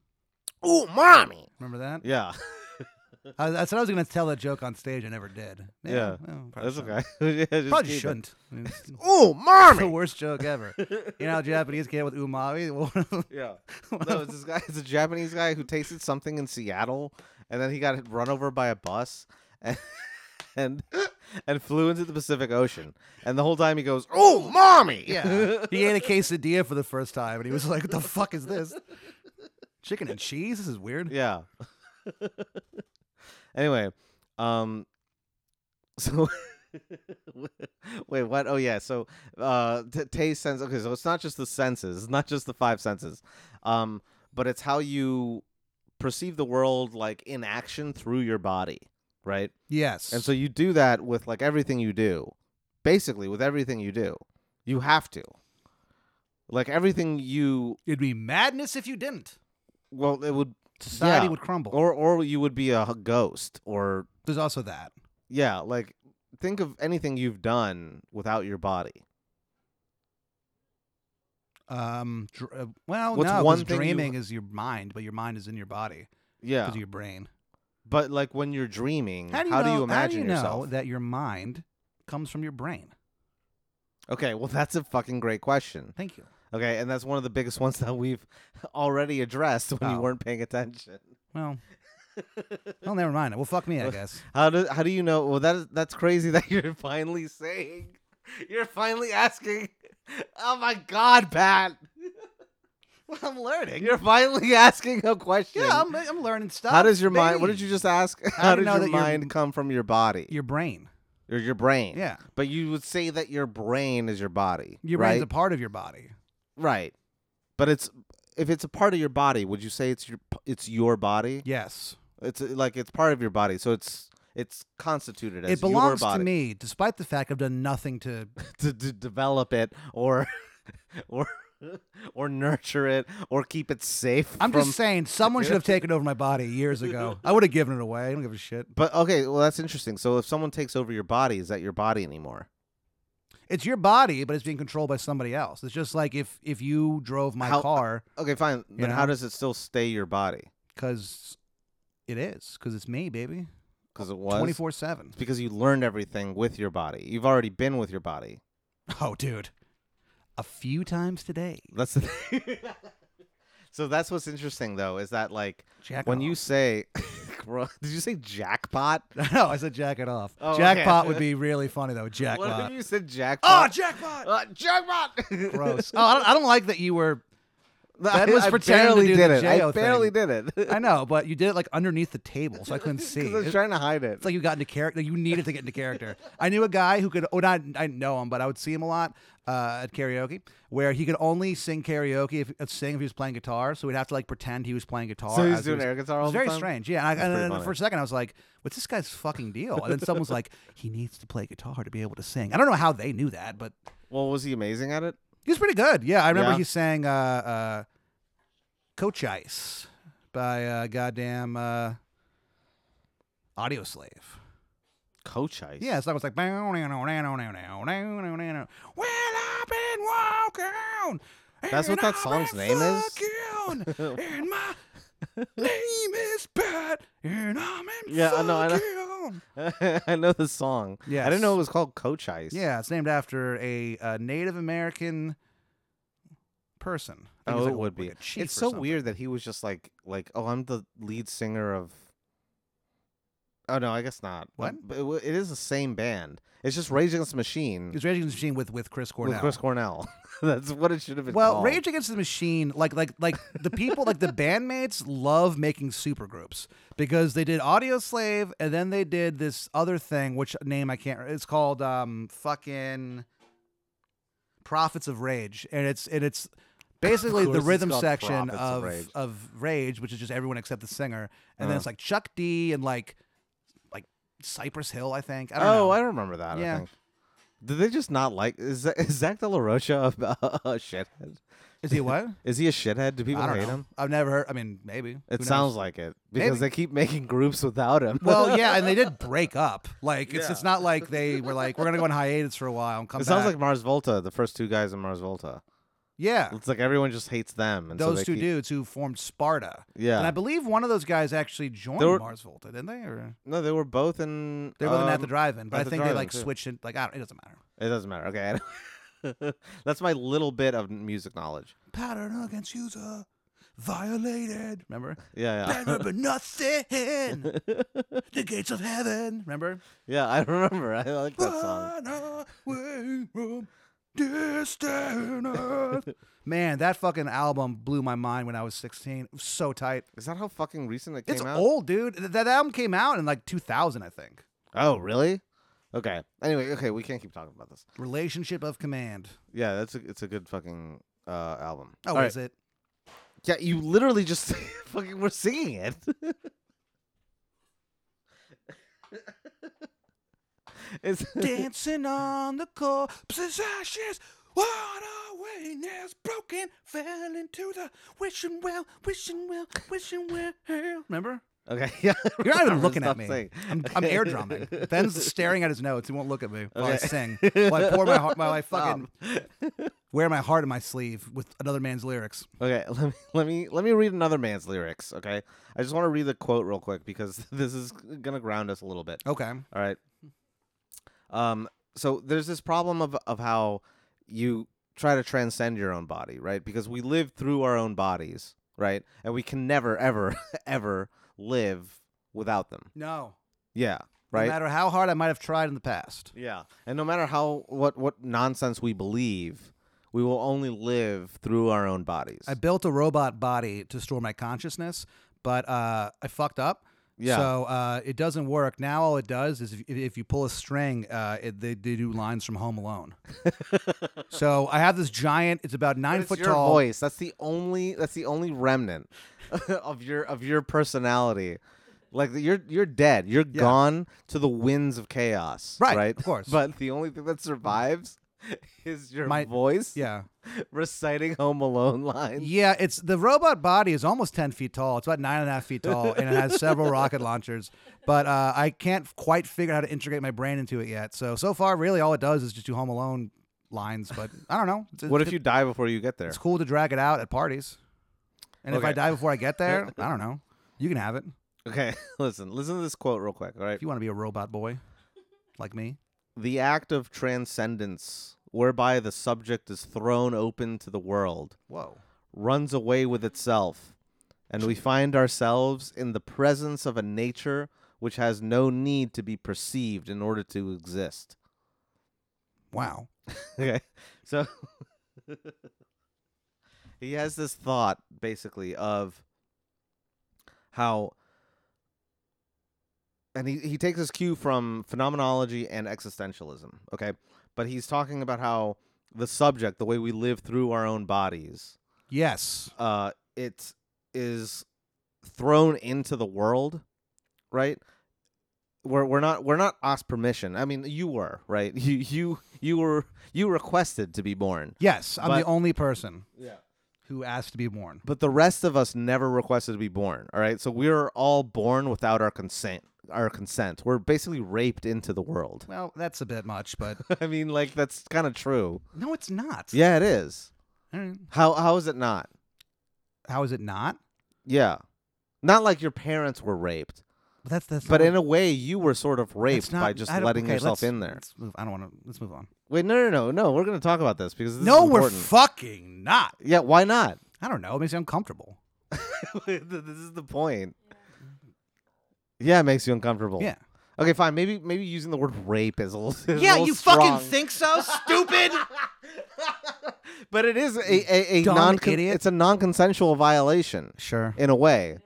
[SPEAKER 3] umami.
[SPEAKER 1] Remember that?
[SPEAKER 3] Yeah, (laughs)
[SPEAKER 1] I, I said I was going to tell that joke on stage. I never did.
[SPEAKER 3] Yeah.
[SPEAKER 1] well, probably
[SPEAKER 3] that's
[SPEAKER 1] shouldn't.
[SPEAKER 3] okay. (laughs) yeah, just
[SPEAKER 1] Probably
[SPEAKER 3] keep it.
[SPEAKER 1] shouldn't. I mean, it's the
[SPEAKER 3] Umami.
[SPEAKER 1] worst joke ever. You know, how Japanese kid with umami. (laughs) Well,
[SPEAKER 3] Yeah. No, it's this guy. It's a Japanese guy who tasted something in Seattle, and then he got run over by a bus, (laughs) and and, and flew into the Pacific Ocean. And the whole time he goes, "Oh, mommy!"
[SPEAKER 1] (laughs)
[SPEAKER 3] (laughs)
[SPEAKER 1] yeah. He ate a quesadilla for the first time and he was like, what the fuck is this? Chicken and cheese? This is weird.
[SPEAKER 3] Yeah. anyway, um (laughs) so wait, what? Oh yeah, so uh t- taste sense okay, so it's not just the senses, it's not just the five senses. Um but it's how you perceive the world like in action through your body, right?
[SPEAKER 1] Yes.
[SPEAKER 3] And so you do that with like everything you do. Basically, with everything you do. You have to. Like everything you
[SPEAKER 1] it'd be madness if you didn't.
[SPEAKER 3] well, it would
[SPEAKER 1] Society
[SPEAKER 3] Yeah.
[SPEAKER 1] would crumble.
[SPEAKER 3] or or you would be a h- ghost or
[SPEAKER 1] There's also that.
[SPEAKER 3] yeah like think of anything you've done without your body
[SPEAKER 1] Um, dr- uh, well,
[SPEAKER 3] What's
[SPEAKER 1] no, 'cause
[SPEAKER 3] one thing you-
[SPEAKER 1] dreaming is your mind, but your mind is in your body
[SPEAKER 3] Yeah.
[SPEAKER 1] because your brain.
[SPEAKER 3] but like when you're dreaming,
[SPEAKER 1] How do you, know, how do
[SPEAKER 3] imagine
[SPEAKER 1] you know
[SPEAKER 3] yourself?
[SPEAKER 1] that your mind comes from your brain?
[SPEAKER 3] okay, well (laughs) that's a fucking great question.
[SPEAKER 1] Thank you.
[SPEAKER 3] Okay, and that's one of the biggest ones that we've (laughs) already addressed when you
[SPEAKER 1] Oh.
[SPEAKER 3] weren't paying attention.
[SPEAKER 1] Well, well, never mind. Well, fuck me, I guess.
[SPEAKER 3] How do how do you know? Well, that is, that's crazy (laughs) that you're finally saying, you're finally asking. Oh my God, Pat! (laughs)
[SPEAKER 1] Well, I'm learning.
[SPEAKER 3] You're finally (laughs) asking a question.
[SPEAKER 1] yeah, I'm, I'm learning stuff.
[SPEAKER 3] how does your mind? What
[SPEAKER 1] baby.
[SPEAKER 3] did you just ask? (laughs) How,
[SPEAKER 1] do you
[SPEAKER 3] did
[SPEAKER 1] know
[SPEAKER 3] your
[SPEAKER 1] that your-
[SPEAKER 3] mind come from your body
[SPEAKER 1] Your brain.
[SPEAKER 3] or your brain?
[SPEAKER 1] Yeah,
[SPEAKER 3] But you would say that your brain is your body,
[SPEAKER 1] your
[SPEAKER 3] right?
[SPEAKER 1] brain's a part of your body.
[SPEAKER 3] right. But it's if it's a part of your body, would you say it's your it's your body?
[SPEAKER 1] Yes,
[SPEAKER 3] It's uh, like it's part of your body, so it's it's constituted as
[SPEAKER 1] it belongs
[SPEAKER 3] your
[SPEAKER 1] to
[SPEAKER 3] body.
[SPEAKER 1] me, despite the fact I've done nothing to.
[SPEAKER 3] to, to develop it or (laughs) or or nurture it or keep it safe.
[SPEAKER 1] I'm
[SPEAKER 3] from,
[SPEAKER 1] just saying, someone should have taken over my body years ago. I would have given it away. I don't give a shit.
[SPEAKER 3] But okay, well that's interesting. So if someone takes over your body, is that your body anymore?
[SPEAKER 1] It's your body, but it's being controlled by somebody else. It's just like if if you drove my
[SPEAKER 3] How-
[SPEAKER 1] car
[SPEAKER 3] Okay, fine. Then how
[SPEAKER 1] know?
[SPEAKER 3] does it still stay your body?
[SPEAKER 1] because it is because it's me, baby,
[SPEAKER 3] Because it was
[SPEAKER 1] twenty four seven.
[SPEAKER 3] It's because you learned everything with your body. You've already been with your body.
[SPEAKER 1] (laughs) Oh, dude, a few times today.
[SPEAKER 3] That's the thing. (laughs) so that's what's interesting though is that like
[SPEAKER 1] Jack
[SPEAKER 3] when
[SPEAKER 1] off. (laughs)
[SPEAKER 3] you say, (laughs) did you say jackpot?
[SPEAKER 1] no, I said jack it off.
[SPEAKER 3] Oh, okay.
[SPEAKER 1] jackpot would
[SPEAKER 3] (laughs)
[SPEAKER 1] be really funny though.
[SPEAKER 3] What
[SPEAKER 1] Jackpot.
[SPEAKER 3] if you said
[SPEAKER 1] Oh,
[SPEAKER 3] jackpot?
[SPEAKER 1] jackpot!
[SPEAKER 3] (laughs) uh, jackpot! (laughs)
[SPEAKER 1] Gross. Oh, I don't, I don't like that you were.
[SPEAKER 3] That
[SPEAKER 1] Ben was
[SPEAKER 3] I
[SPEAKER 1] pretending to
[SPEAKER 3] barely
[SPEAKER 1] do the
[SPEAKER 3] did it. I
[SPEAKER 1] J-O thing.
[SPEAKER 3] barely did it. (laughs)
[SPEAKER 1] I know, but you did it like underneath the table, so I couldn't see.
[SPEAKER 3] 'Cause I was
[SPEAKER 1] It-
[SPEAKER 3] trying to hide it.
[SPEAKER 1] It's like you got into character. You needed to get into character. I knew a guy who could. Oh, not I didn't know him, but I would see him a lot uh, at karaoke, where he could only sing karaoke if uh, sing if he was playing guitar. So we'd have to like pretend he was playing guitar.
[SPEAKER 3] So he's
[SPEAKER 1] as he
[SPEAKER 3] doing
[SPEAKER 1] was-
[SPEAKER 3] air guitar
[SPEAKER 1] It
[SPEAKER 3] all
[SPEAKER 1] was
[SPEAKER 3] the
[SPEAKER 1] very
[SPEAKER 3] time?
[SPEAKER 1] strange. Yeah, and, I,
[SPEAKER 3] That's pretty
[SPEAKER 1] and, and
[SPEAKER 3] funny.
[SPEAKER 1] for a second I was like, "What's this guy's fucking deal?" And then someone's like, "He needs to play guitar to be able to sing." I don't know how they knew that, but
[SPEAKER 3] well, was he amazing at it?
[SPEAKER 1] he was pretty good. Yeah, I remember
[SPEAKER 3] Yeah.
[SPEAKER 1] he sang uh, uh, "Coach Ice" by uh, goddamn uh, Audio Slave.
[SPEAKER 3] Coach Ice.
[SPEAKER 1] Yeah, so I was like, well, I've been walking.
[SPEAKER 3] That's
[SPEAKER 1] and
[SPEAKER 3] what that
[SPEAKER 1] I've
[SPEAKER 3] song's
[SPEAKER 1] been
[SPEAKER 3] name is? (laughs)
[SPEAKER 1] fucking, and my name is Pat, and I'm in
[SPEAKER 3] Yeah, I know, I know. (laughs)
[SPEAKER 1] fucking.
[SPEAKER 3] (laughs) I know the song. I didn't know it was called Coach Ice.
[SPEAKER 1] Yeah, it's named after a, uh Native American person. I think
[SPEAKER 3] Oh,
[SPEAKER 1] it's like
[SPEAKER 3] it
[SPEAKER 1] a-
[SPEAKER 3] would be.
[SPEAKER 1] like a chief
[SPEAKER 3] It's
[SPEAKER 1] or
[SPEAKER 3] so
[SPEAKER 1] something.
[SPEAKER 3] weird that he was just like, like, oh, I'm the lead singer of. Oh no, I guess not.
[SPEAKER 1] What?
[SPEAKER 3] But it, w- it is the same band. It's just Rage Against the Machine
[SPEAKER 1] It was Rage Against the Machine with, with Chris Cornell.
[SPEAKER 3] with Chris Cornell. (laughs) That's what it should have been.
[SPEAKER 1] well,
[SPEAKER 3] called.
[SPEAKER 1] Rage Against the Machine, like like like the people, like the bandmates, love making supergroups because they did Audio Slave and then they did this other thing, which name I can't. It's called um fucking Prophets of Rage, and it's and it's basically
[SPEAKER 3] course
[SPEAKER 1] the
[SPEAKER 3] it's
[SPEAKER 1] rhythm
[SPEAKER 3] called
[SPEAKER 1] section
[SPEAKER 3] Prophets of
[SPEAKER 1] of
[SPEAKER 3] Rage.
[SPEAKER 1] of Rage, which is just everyone except the singer, and
[SPEAKER 3] Uh.
[SPEAKER 1] then it's like Chuck D and like like Cypress Hill, I think. I
[SPEAKER 3] Oh,
[SPEAKER 1] don't know.
[SPEAKER 3] I remember that. I
[SPEAKER 1] Yeah.
[SPEAKER 3] think. Did they just not like? Is, Za- is Zach De La Rocha a, (laughs) a shithead?
[SPEAKER 1] Is he
[SPEAKER 3] (laughs)
[SPEAKER 1] what?
[SPEAKER 3] Is he a shithead? Do people
[SPEAKER 1] I don't
[SPEAKER 3] hate
[SPEAKER 1] know.
[SPEAKER 3] him?
[SPEAKER 1] I've never heard. I mean, maybe.
[SPEAKER 3] It
[SPEAKER 1] Who knows?
[SPEAKER 3] sounds like it because they keep making groups without him. (laughs)
[SPEAKER 1] Well, yeah, and they did break up. Like it's
[SPEAKER 3] Yeah.
[SPEAKER 1] it's not like they were like we're gonna go on hiatus for a while and come
[SPEAKER 3] it
[SPEAKER 1] back.
[SPEAKER 3] sounds like Mars Volta, the first two guys in Mars Volta.
[SPEAKER 1] yeah,
[SPEAKER 3] It's like everyone just hates them, and so
[SPEAKER 1] those
[SPEAKER 3] they
[SPEAKER 1] two
[SPEAKER 3] keep-
[SPEAKER 1] dudes who formed Sparta.
[SPEAKER 3] Yeah,
[SPEAKER 1] And I believe one of those guys actually joined
[SPEAKER 3] They were-
[SPEAKER 1] Mars Volta, didn't they? Or
[SPEAKER 3] no, they were both in.
[SPEAKER 1] they were both in at
[SPEAKER 3] um,
[SPEAKER 1] the drive-in, but
[SPEAKER 3] at
[SPEAKER 1] I
[SPEAKER 3] the
[SPEAKER 1] think they
[SPEAKER 3] drive-in,
[SPEAKER 1] like
[SPEAKER 3] too.
[SPEAKER 1] switched it. Like I don't, it doesn't matter.
[SPEAKER 3] It doesn't matter. Okay, I don't- (laughs) that's my little bit of music knowledge.
[SPEAKER 1] Pattern against user violated.
[SPEAKER 3] (laughs)
[SPEAKER 1] Remember?
[SPEAKER 3] Yeah,
[SPEAKER 1] Never but nothing. the gates of heaven. Remember?
[SPEAKER 3] yeah, yeah. I remember. I like
[SPEAKER 1] (laughs)
[SPEAKER 3] that song.
[SPEAKER 1] Run away from distant earth. (laughs) Man, that fucking album blew my mind when I was 16. It was so tight.
[SPEAKER 3] Is that how fucking recent it came
[SPEAKER 1] It's
[SPEAKER 3] out?
[SPEAKER 1] old, dude. Th- That album came out in like 2000, I think.
[SPEAKER 3] Oh, really? Okay. Anyway, okay, we can't keep talking about this.
[SPEAKER 1] Relationship of Command.
[SPEAKER 3] Yeah, that's a, it's a good fucking uh, album.
[SPEAKER 1] Oh,
[SPEAKER 3] All right.
[SPEAKER 1] is (laughs) it?
[SPEAKER 3] Yeah, you
[SPEAKER 1] (laughs)
[SPEAKER 3] literally just fucking were singing it. (laughs) it's (laughs)
[SPEAKER 1] Dancing on the corpse's ashes. What a wayne is broken, fell into the wishing well, wishing well, wishing well. Remember?
[SPEAKER 3] okay. (laughs) Yeah, I
[SPEAKER 1] You're not even
[SPEAKER 3] remember.
[SPEAKER 1] looking at
[SPEAKER 3] Stop
[SPEAKER 1] me.
[SPEAKER 3] (laughs) saying.
[SPEAKER 1] I'm, I'm
[SPEAKER 3] Okay.
[SPEAKER 1] air drumming. Ben's staring at his notes. He won't look at me while I
[SPEAKER 3] Okay.
[SPEAKER 1] sing. While I pour my heart, while I fucking.
[SPEAKER 3] (laughs) Stop.
[SPEAKER 1] Wear my heart on my sleeve with another man's lyrics.
[SPEAKER 3] Okay, (laughs) let me let me let me read another man's lyrics. Okay, I just want to read the quote real quick because (laughs) this is gonna ground us a little bit.
[SPEAKER 1] Okay.
[SPEAKER 3] All right. Um. So there's this problem of of how you try to transcend your own body, right? Because we live through our own bodies, right? And we can never, ever, (laughs) ever live without them.
[SPEAKER 1] No.
[SPEAKER 3] Yeah. Right.
[SPEAKER 1] No matter how hard I might have tried in the past.
[SPEAKER 3] Yeah, and no matter how what what nonsense we believe, we will only live through our own bodies.
[SPEAKER 1] I built a robot body to store my consciousness, but uh, I fucked up.
[SPEAKER 3] Yeah.
[SPEAKER 1] So uh, it doesn't work. Now all it does is if, if you pull a string, uh, it, they, they do lines from Home
[SPEAKER 3] (laughs)
[SPEAKER 1] Alone. so I have this giant. It's about nine
[SPEAKER 3] it's
[SPEAKER 1] foot
[SPEAKER 3] your
[SPEAKER 1] tall.
[SPEAKER 3] voice. That's the only. That's the only remnant (laughs) of your of your personality. Like you're you're dead. You're
[SPEAKER 1] Yeah.
[SPEAKER 3] gone to the winds of chaos.
[SPEAKER 1] Right,
[SPEAKER 3] Right.
[SPEAKER 1] of course.
[SPEAKER 3] (laughs) But the only thing that survives is your
[SPEAKER 1] My-
[SPEAKER 3] voice.
[SPEAKER 1] Yeah.
[SPEAKER 3] (laughs) Reciting Home Alone lines.
[SPEAKER 1] Yeah. It's the robot body is almost ten feet tall. It's about nine and a half feet tall, and it
[SPEAKER 3] (laughs)
[SPEAKER 1] has several rocket launchers. But uh, I can't quite figure out how to integrate my brain into it yet. So so far, really, all it does is just do Home Alone lines. But I don't know. It's-
[SPEAKER 3] What
[SPEAKER 1] it's-
[SPEAKER 3] if you die before you get there?
[SPEAKER 1] It's cool to drag it out at parties. And if I
[SPEAKER 3] Okay.
[SPEAKER 1] die before I get
[SPEAKER 3] (laughs)
[SPEAKER 1] there, I don't know. You can have it
[SPEAKER 3] (laughs) Okay, (laughs) listen. Listen to this quote real quick. All right.
[SPEAKER 1] if you want to be a robot boy like me.
[SPEAKER 3] the act of transcendence, whereby the subject is thrown open to the world,
[SPEAKER 1] Whoa.
[SPEAKER 3] runs away with itself, and we find ourselves in the presence of a nature which has no need to be perceived in order to exist. (laughs)
[SPEAKER 1] Wow.
[SPEAKER 3] Okay, so (laughs) he has this thought basically of how. And he, he takes his cue from phenomenology and existentialism, okay? But he's talking about how the subject, the way we live through our own bodies,
[SPEAKER 1] Yes.
[SPEAKER 3] uh, it is thrown into the world, right? We're we're not we're not asked permission. I mean, you were right. (laughs) You you you were you requested to be born.
[SPEAKER 1] Yes. I'm the
[SPEAKER 3] But-
[SPEAKER 1] only person
[SPEAKER 3] Yeah.
[SPEAKER 1] who asked to be born.
[SPEAKER 3] But the rest of us never requested to be born. All right, so we're all born without our consent. Our consent. We're basically raped into the world. (laughs)
[SPEAKER 1] Well, that's a bit much, but
[SPEAKER 3] I mean, like that's kind of true.
[SPEAKER 1] no, it's not.
[SPEAKER 3] Yeah, it is.
[SPEAKER 1] All right.
[SPEAKER 3] How how is it not?
[SPEAKER 1] How is it not?
[SPEAKER 3] Yeah, not like your parents were raped.
[SPEAKER 1] But that's that's.
[SPEAKER 3] But
[SPEAKER 1] not-
[SPEAKER 3] in a way, you were sort of
[SPEAKER 1] that's
[SPEAKER 3] raped
[SPEAKER 1] not-
[SPEAKER 3] by just
[SPEAKER 1] I don't-
[SPEAKER 3] letting
[SPEAKER 1] okay, let's-
[SPEAKER 3] yourself in there.
[SPEAKER 1] Let's move. I don't want to. Let's move on.
[SPEAKER 3] Wait, no, no, no, no. We're gonna talk about this because this
[SPEAKER 1] no,
[SPEAKER 3] is
[SPEAKER 1] we're
[SPEAKER 3] important.
[SPEAKER 1] fucking not.
[SPEAKER 3] yeah,
[SPEAKER 1] (laughs)
[SPEAKER 3] why not? (laughs)
[SPEAKER 1] I don't know. It makes me uncomfortable.
[SPEAKER 3] this is the point. Yeah, it makes you uncomfortable.
[SPEAKER 1] Yeah.
[SPEAKER 3] Okay, fine. Maybe maybe using the word rape is a little. is a
[SPEAKER 1] yeah,
[SPEAKER 3] little
[SPEAKER 1] you
[SPEAKER 3] strong.
[SPEAKER 1] fucking think so,
[SPEAKER 3] (laughs)
[SPEAKER 1] stupid.
[SPEAKER 3] But it is a a, a
[SPEAKER 1] Dumb
[SPEAKER 3] non
[SPEAKER 1] idiot.
[SPEAKER 3] It's a non-consensual violation
[SPEAKER 1] Sure.
[SPEAKER 3] in a way.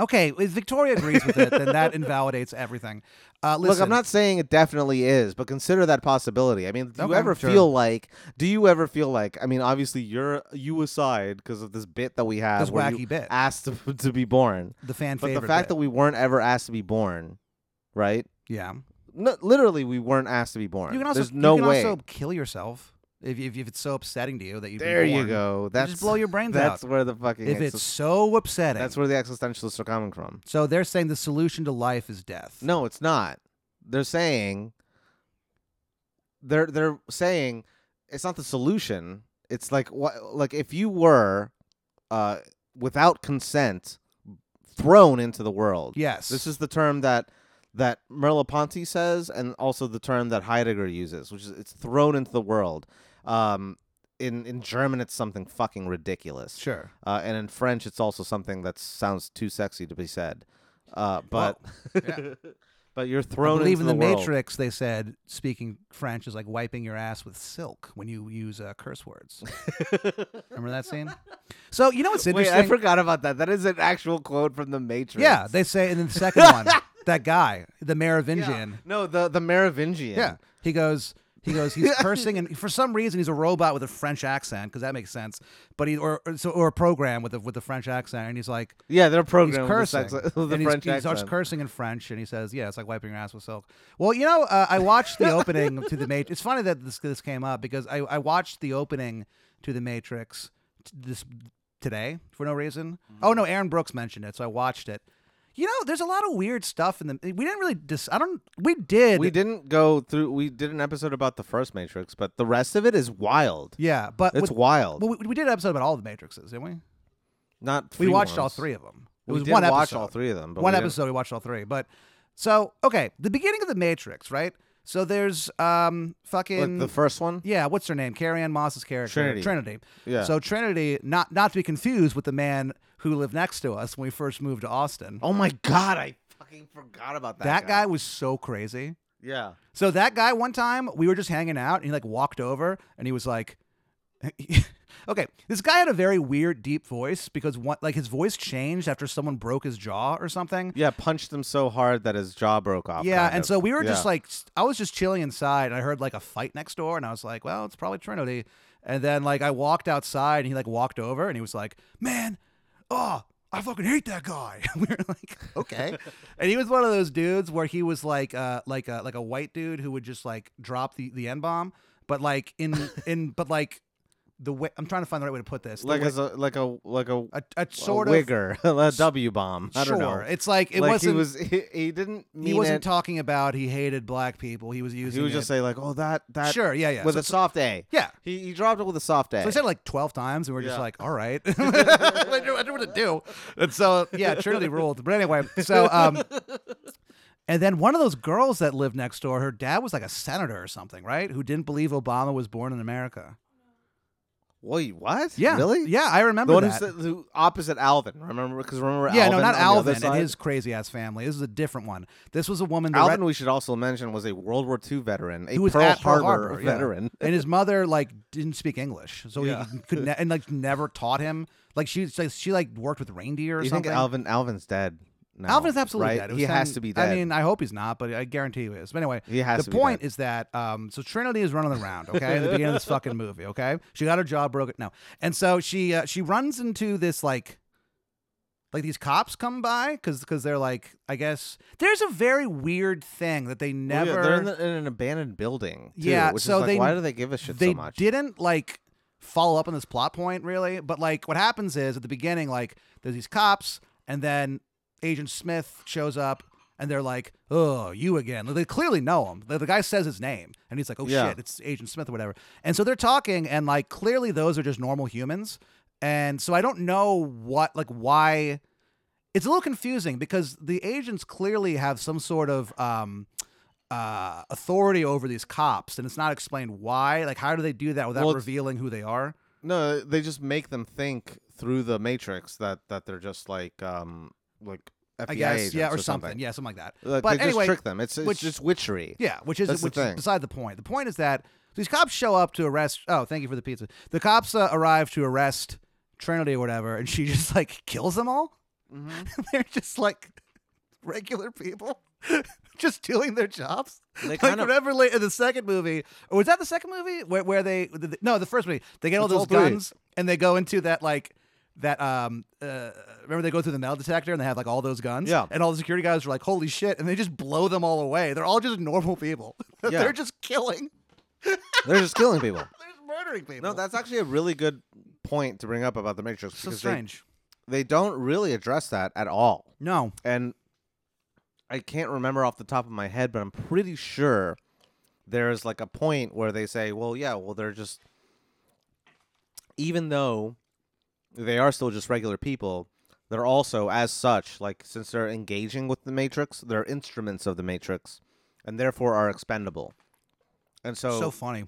[SPEAKER 1] Okay, if Victoria agrees with it, then
[SPEAKER 3] (laughs)
[SPEAKER 1] that invalidates everything. Uh, listen,
[SPEAKER 3] Look, I'm not saying it definitely is, but consider that possibility. I mean, do you
[SPEAKER 1] Okay,
[SPEAKER 3] ever
[SPEAKER 1] sure.
[SPEAKER 3] feel like? Do you ever feel like? I mean, obviously you're you aside because of this bit that we have,
[SPEAKER 1] This
[SPEAKER 3] where
[SPEAKER 1] wacky
[SPEAKER 3] you
[SPEAKER 1] bit.
[SPEAKER 3] asked to, (laughs) to be born,
[SPEAKER 1] the fan
[SPEAKER 3] but
[SPEAKER 1] favorite.
[SPEAKER 3] the fact that
[SPEAKER 1] bit.
[SPEAKER 3] we weren't ever asked to be born, right?
[SPEAKER 1] yeah,
[SPEAKER 3] No, literally, we weren't asked to be born.
[SPEAKER 1] you can also
[SPEAKER 3] There's no
[SPEAKER 1] you can
[SPEAKER 3] way.
[SPEAKER 1] also kill yourself if, if if it's so upsetting to you that you
[SPEAKER 3] there you go. That's
[SPEAKER 1] just blow your brains
[SPEAKER 3] that's
[SPEAKER 1] out.
[SPEAKER 3] where the fucking
[SPEAKER 1] If
[SPEAKER 3] exist-
[SPEAKER 1] it's so upsetting,
[SPEAKER 3] that's where the existentialists are coming from.
[SPEAKER 1] so they're saying the solution to life is death.
[SPEAKER 3] No, it's not. They're saying they're they're saying it's not the solution. It's like what like if you were uh without consent thrown into the world.
[SPEAKER 1] yes,
[SPEAKER 3] This is the term that that Merleau-Ponty says and also the term that Heidegger uses, which is it's thrown into the world. Um in in German it's something fucking ridiculous. (laughs)
[SPEAKER 1] sure.
[SPEAKER 3] Uh, and in French, it's also something that sounds too sexy to be said. Uh, but
[SPEAKER 1] yeah.
[SPEAKER 3] but you're
[SPEAKER 1] I
[SPEAKER 3] thrown
[SPEAKER 1] believe
[SPEAKER 3] into
[SPEAKER 1] in
[SPEAKER 3] the,
[SPEAKER 1] the
[SPEAKER 3] world.
[SPEAKER 1] Matrix. They said speaking French is like wiping your ass with silk when you use uh, curse
[SPEAKER 3] (laughs)
[SPEAKER 1] words. Remember that scene? So you know what's
[SPEAKER 3] Wait,
[SPEAKER 1] interesting?
[SPEAKER 3] I forgot about that. That is an actual quote from the Matrix.
[SPEAKER 1] Yeah, they say, and then the second
[SPEAKER 3] (laughs)
[SPEAKER 1] one, that guy, the Merovingian. Yeah.
[SPEAKER 3] No, the the Merovingian.
[SPEAKER 1] he goes, he goes,
[SPEAKER 3] (laughs)
[SPEAKER 1] he's cursing, and for some reason he's a robot with a French accent because that makes sense. But he or or- so or a program with a with a French accent, and he's like.
[SPEAKER 3] yeah, they're
[SPEAKER 1] He's
[SPEAKER 3] programmed with the,
[SPEAKER 1] cursing.
[SPEAKER 3] sex- with (laughs) the
[SPEAKER 1] and he's-
[SPEAKER 3] French
[SPEAKER 1] he starts
[SPEAKER 3] accent.
[SPEAKER 1] cursing in French, and he says, "Yeah, it's like wiping your ass with silk." Well, you know, uh, I watched
[SPEAKER 3] (laughs)
[SPEAKER 1] the opening to the Matrix. It's funny that this this came up because I, I watched the opening to the Matrix t- this today for no reason. Oh no, Aaron Brooks mentioned it, so I watched it. You know, there's a lot of weird stuff in the. We didn't really. Dis- I don't. We did.
[SPEAKER 3] We didn't go through. We did an episode about the first Matrix, but the rest of it is wild.
[SPEAKER 1] Yeah, but with-
[SPEAKER 3] It's wild.
[SPEAKER 1] well, we, we did an episode about all the Matrixes, didn't we?
[SPEAKER 3] Not
[SPEAKER 1] We
[SPEAKER 3] free
[SPEAKER 1] watched all
[SPEAKER 3] ones.
[SPEAKER 1] three of them. It
[SPEAKER 3] We
[SPEAKER 1] was
[SPEAKER 3] did
[SPEAKER 1] one
[SPEAKER 3] watch
[SPEAKER 1] episode.
[SPEAKER 3] all three of them. But
[SPEAKER 1] one
[SPEAKER 3] we didn't-
[SPEAKER 1] episode we watched all three but so okay the beginning of the matrix right so there's um fucking
[SPEAKER 3] Like the first one.
[SPEAKER 1] yeah what's her name carrie ann moss's character
[SPEAKER 3] Trinity. Yeah.
[SPEAKER 1] so trinity not not to be confused with the man who lived next to us when we first moved to austin
[SPEAKER 3] oh my god! I fucking forgot about that.
[SPEAKER 1] that guy. was so crazy
[SPEAKER 3] Yeah.
[SPEAKER 1] so that guy one time we were just hanging out and he like walked over and he was like (laughs) okay this guy had a very weird deep voice because one like his voice changed after someone broke his jaw or something
[SPEAKER 3] Yeah. Punched him so hard that his jaw broke off.
[SPEAKER 1] Yeah,
[SPEAKER 3] kind
[SPEAKER 1] and
[SPEAKER 3] of.
[SPEAKER 1] so we were just
[SPEAKER 3] Yeah.
[SPEAKER 1] like, s- I was just chilling inside, and I heard like a fight next door, and I was like, well, it's probably Trinity. And then like I walked outside, and he like walked over, and he was like, man, oh, I fucking hate that guy. (laughs) we were like, okay. (laughs) and he was one of those dudes where he was like, uh, like a like a white dude who would just like drop the the n bomb, but like
[SPEAKER 3] (laughs)
[SPEAKER 1] in in but like the way I'm trying to find the right way to put this, The
[SPEAKER 3] like
[SPEAKER 1] way-
[SPEAKER 3] as a like a like a,
[SPEAKER 1] a, a sort
[SPEAKER 3] a
[SPEAKER 1] of
[SPEAKER 3] wigger, (laughs) a W bomb. I
[SPEAKER 1] sure.
[SPEAKER 3] don't know.
[SPEAKER 1] It's like it
[SPEAKER 3] like
[SPEAKER 1] wasn't.
[SPEAKER 3] he was he, he didn't mean
[SPEAKER 1] he wasn't
[SPEAKER 3] it.
[SPEAKER 1] talking about he hated black people. He was using.
[SPEAKER 3] he was
[SPEAKER 1] it-
[SPEAKER 3] just saying like, oh that that
[SPEAKER 1] sure, yeah, yeah.
[SPEAKER 3] with
[SPEAKER 1] So-
[SPEAKER 3] a soft A.
[SPEAKER 1] yeah.
[SPEAKER 3] He he dropped it with a soft A.
[SPEAKER 1] So I said it like 12 times, and we are just
[SPEAKER 3] Yeah.
[SPEAKER 1] like, all right.
[SPEAKER 3] (laughs)
[SPEAKER 1] I don't know what to do. And so, (laughs) yeah, Trinity ruled. But anyway, so, um, and then one of those girls that lived next door, her dad was like a senator or something, right? Who didn't believe Obama was born in America.
[SPEAKER 3] Wait, what?
[SPEAKER 1] Yeah.
[SPEAKER 3] Really?
[SPEAKER 1] Yeah, I remember
[SPEAKER 3] The one
[SPEAKER 1] that.
[SPEAKER 3] who's the, the opposite Alvin. Remember? Because remember
[SPEAKER 1] yeah,
[SPEAKER 3] Alvin
[SPEAKER 1] no, not
[SPEAKER 3] on the other
[SPEAKER 1] Alvin and
[SPEAKER 3] side?
[SPEAKER 1] his crazy ass family. This is a different one. This was a woman that
[SPEAKER 3] Alvin, we should also mention, was a World War II veteran, a
[SPEAKER 1] who was
[SPEAKER 3] Pearl,
[SPEAKER 1] at
[SPEAKER 3] Harbor
[SPEAKER 1] Pearl Harbor yeah.
[SPEAKER 3] veteran.
[SPEAKER 1] (laughs) and his mother like didn't speak English, so
[SPEAKER 3] Yeah.
[SPEAKER 1] he could ne- and like never taught him. Like she, like, she like worked with reindeer or
[SPEAKER 3] You
[SPEAKER 1] something.
[SPEAKER 3] think Alvin Alvin's dead? now,
[SPEAKER 1] Alvin's absolutely
[SPEAKER 3] right?
[SPEAKER 1] dead. It was
[SPEAKER 3] He has
[SPEAKER 1] done-
[SPEAKER 3] to be dead.
[SPEAKER 1] I mean, I hope he's not, but I guarantee he is. But anyway,
[SPEAKER 3] he has
[SPEAKER 1] the
[SPEAKER 3] to be
[SPEAKER 1] point
[SPEAKER 3] dead.
[SPEAKER 1] is that um, so Trinity is running around, okay, at
[SPEAKER 3] (laughs)
[SPEAKER 1] the beginning of this fucking movie, okay. She got her jaw broken, no, and so she uh, she runs into this like. Like these cops come by because they're like I guess there's a very weird thing that they
[SPEAKER 3] Well,
[SPEAKER 1] never
[SPEAKER 3] yeah, they're in, the, in an abandoned building. too,
[SPEAKER 1] Yeah,
[SPEAKER 3] which is
[SPEAKER 1] so
[SPEAKER 3] like,
[SPEAKER 1] they-
[SPEAKER 3] why do they give a shit
[SPEAKER 1] they
[SPEAKER 3] so much?
[SPEAKER 1] didn't like follow up on this plot point really but like what happens is at the beginning like there's these cops and then agent smith shows up and they're like oh you again they clearly know him the, the guy says his name and he's like oh
[SPEAKER 3] Yeah.
[SPEAKER 1] shit it's agent smith or whatever and so they're talking and like clearly those are just normal humans and so i don't know what like why it's a little confusing because the agents clearly have some sort of um, uh, authority over these cops, and it's not explained why. Like, how do they do that without
[SPEAKER 3] Well, it's-
[SPEAKER 1] revealing who they are?
[SPEAKER 3] No, they just make them think through the Matrix that that they're just like um like FBI
[SPEAKER 1] I guess,
[SPEAKER 3] agents
[SPEAKER 1] yeah, or,
[SPEAKER 3] or
[SPEAKER 1] something. yeah, something like that.
[SPEAKER 3] Like,
[SPEAKER 1] but
[SPEAKER 3] they
[SPEAKER 1] anyway,
[SPEAKER 3] just trick them. It's it's
[SPEAKER 1] which-
[SPEAKER 3] just witchery.
[SPEAKER 1] yeah, which is
[SPEAKER 3] That's the
[SPEAKER 1] which is
[SPEAKER 3] thing.
[SPEAKER 1] beside the point. The point is that these cops show up to arrest. Oh, thank you for the pizza. The cops uh, arrive to arrest Trinity or whatever, and she (laughs) just like kills them all. (laughs)
[SPEAKER 3] Mm-hmm.
[SPEAKER 1] They're just like regular people. (laughs) Just doing their jobs. (laughs)
[SPEAKER 3] They
[SPEAKER 1] like
[SPEAKER 3] kind of-
[SPEAKER 1] whatever late in the second movie, or was that the second movie where, where they? The, the- no, the first movie. They get all
[SPEAKER 3] It's
[SPEAKER 1] those
[SPEAKER 3] all three.
[SPEAKER 1] guns and they go into that like that. Um, uh, remember they go through the metal detector and they have like all those guns.
[SPEAKER 3] Yeah.
[SPEAKER 1] And all the security guys are like, "Holy shit!" And they just blow them all away. They're all just normal people. (laughs)
[SPEAKER 3] Yeah.
[SPEAKER 1] They're just killing. (laughs)
[SPEAKER 3] They're just killing people.
[SPEAKER 1] They're just murdering people.
[SPEAKER 3] No, that's actually a really good point to bring up about the Matrix
[SPEAKER 1] so
[SPEAKER 3] because they,
[SPEAKER 1] strange.
[SPEAKER 3] they don't really address that at all.
[SPEAKER 1] no.
[SPEAKER 3] and I can't remember off the top of my head, but I'm pretty sure there's like a point where they say, "Well, yeah, well, they're just even though they are still just regular people, they're also as such like since they're engaging with the matrix, they're instruments of the matrix and therefore are expendable." And so,
[SPEAKER 1] so funny.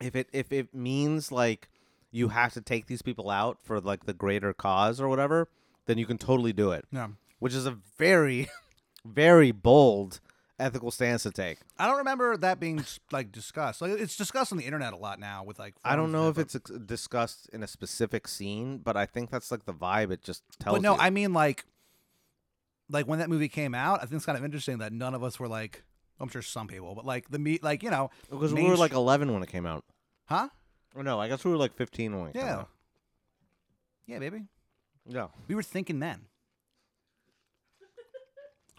[SPEAKER 3] if it if it means like you have to take these people out for like the greater cause or whatever, then you can totally do it
[SPEAKER 1] Yeah.
[SPEAKER 3] which is a very, (laughs) very bold ethical stance to take.
[SPEAKER 1] I don't remember that being like discussed. Like it's discussed on the internet a lot now with like.
[SPEAKER 3] I don't
[SPEAKER 1] forums and that,
[SPEAKER 3] know if
[SPEAKER 1] but-
[SPEAKER 3] it's ex- discussed in a specific scene, but I think that's like the vibe it just tells.
[SPEAKER 1] But no,
[SPEAKER 3] you.
[SPEAKER 1] I mean like, like when that movie came out, I think it's kind of interesting that none of us were like. I'm sure some people, but like the meat, like you know,
[SPEAKER 3] because we were like eleven when it came out.
[SPEAKER 1] huh?
[SPEAKER 3] Or no, I guess we were like fifteen when it came
[SPEAKER 1] Yeah,
[SPEAKER 3] out.
[SPEAKER 1] yeah, baby.
[SPEAKER 3] Yeah,
[SPEAKER 1] We were thinking then.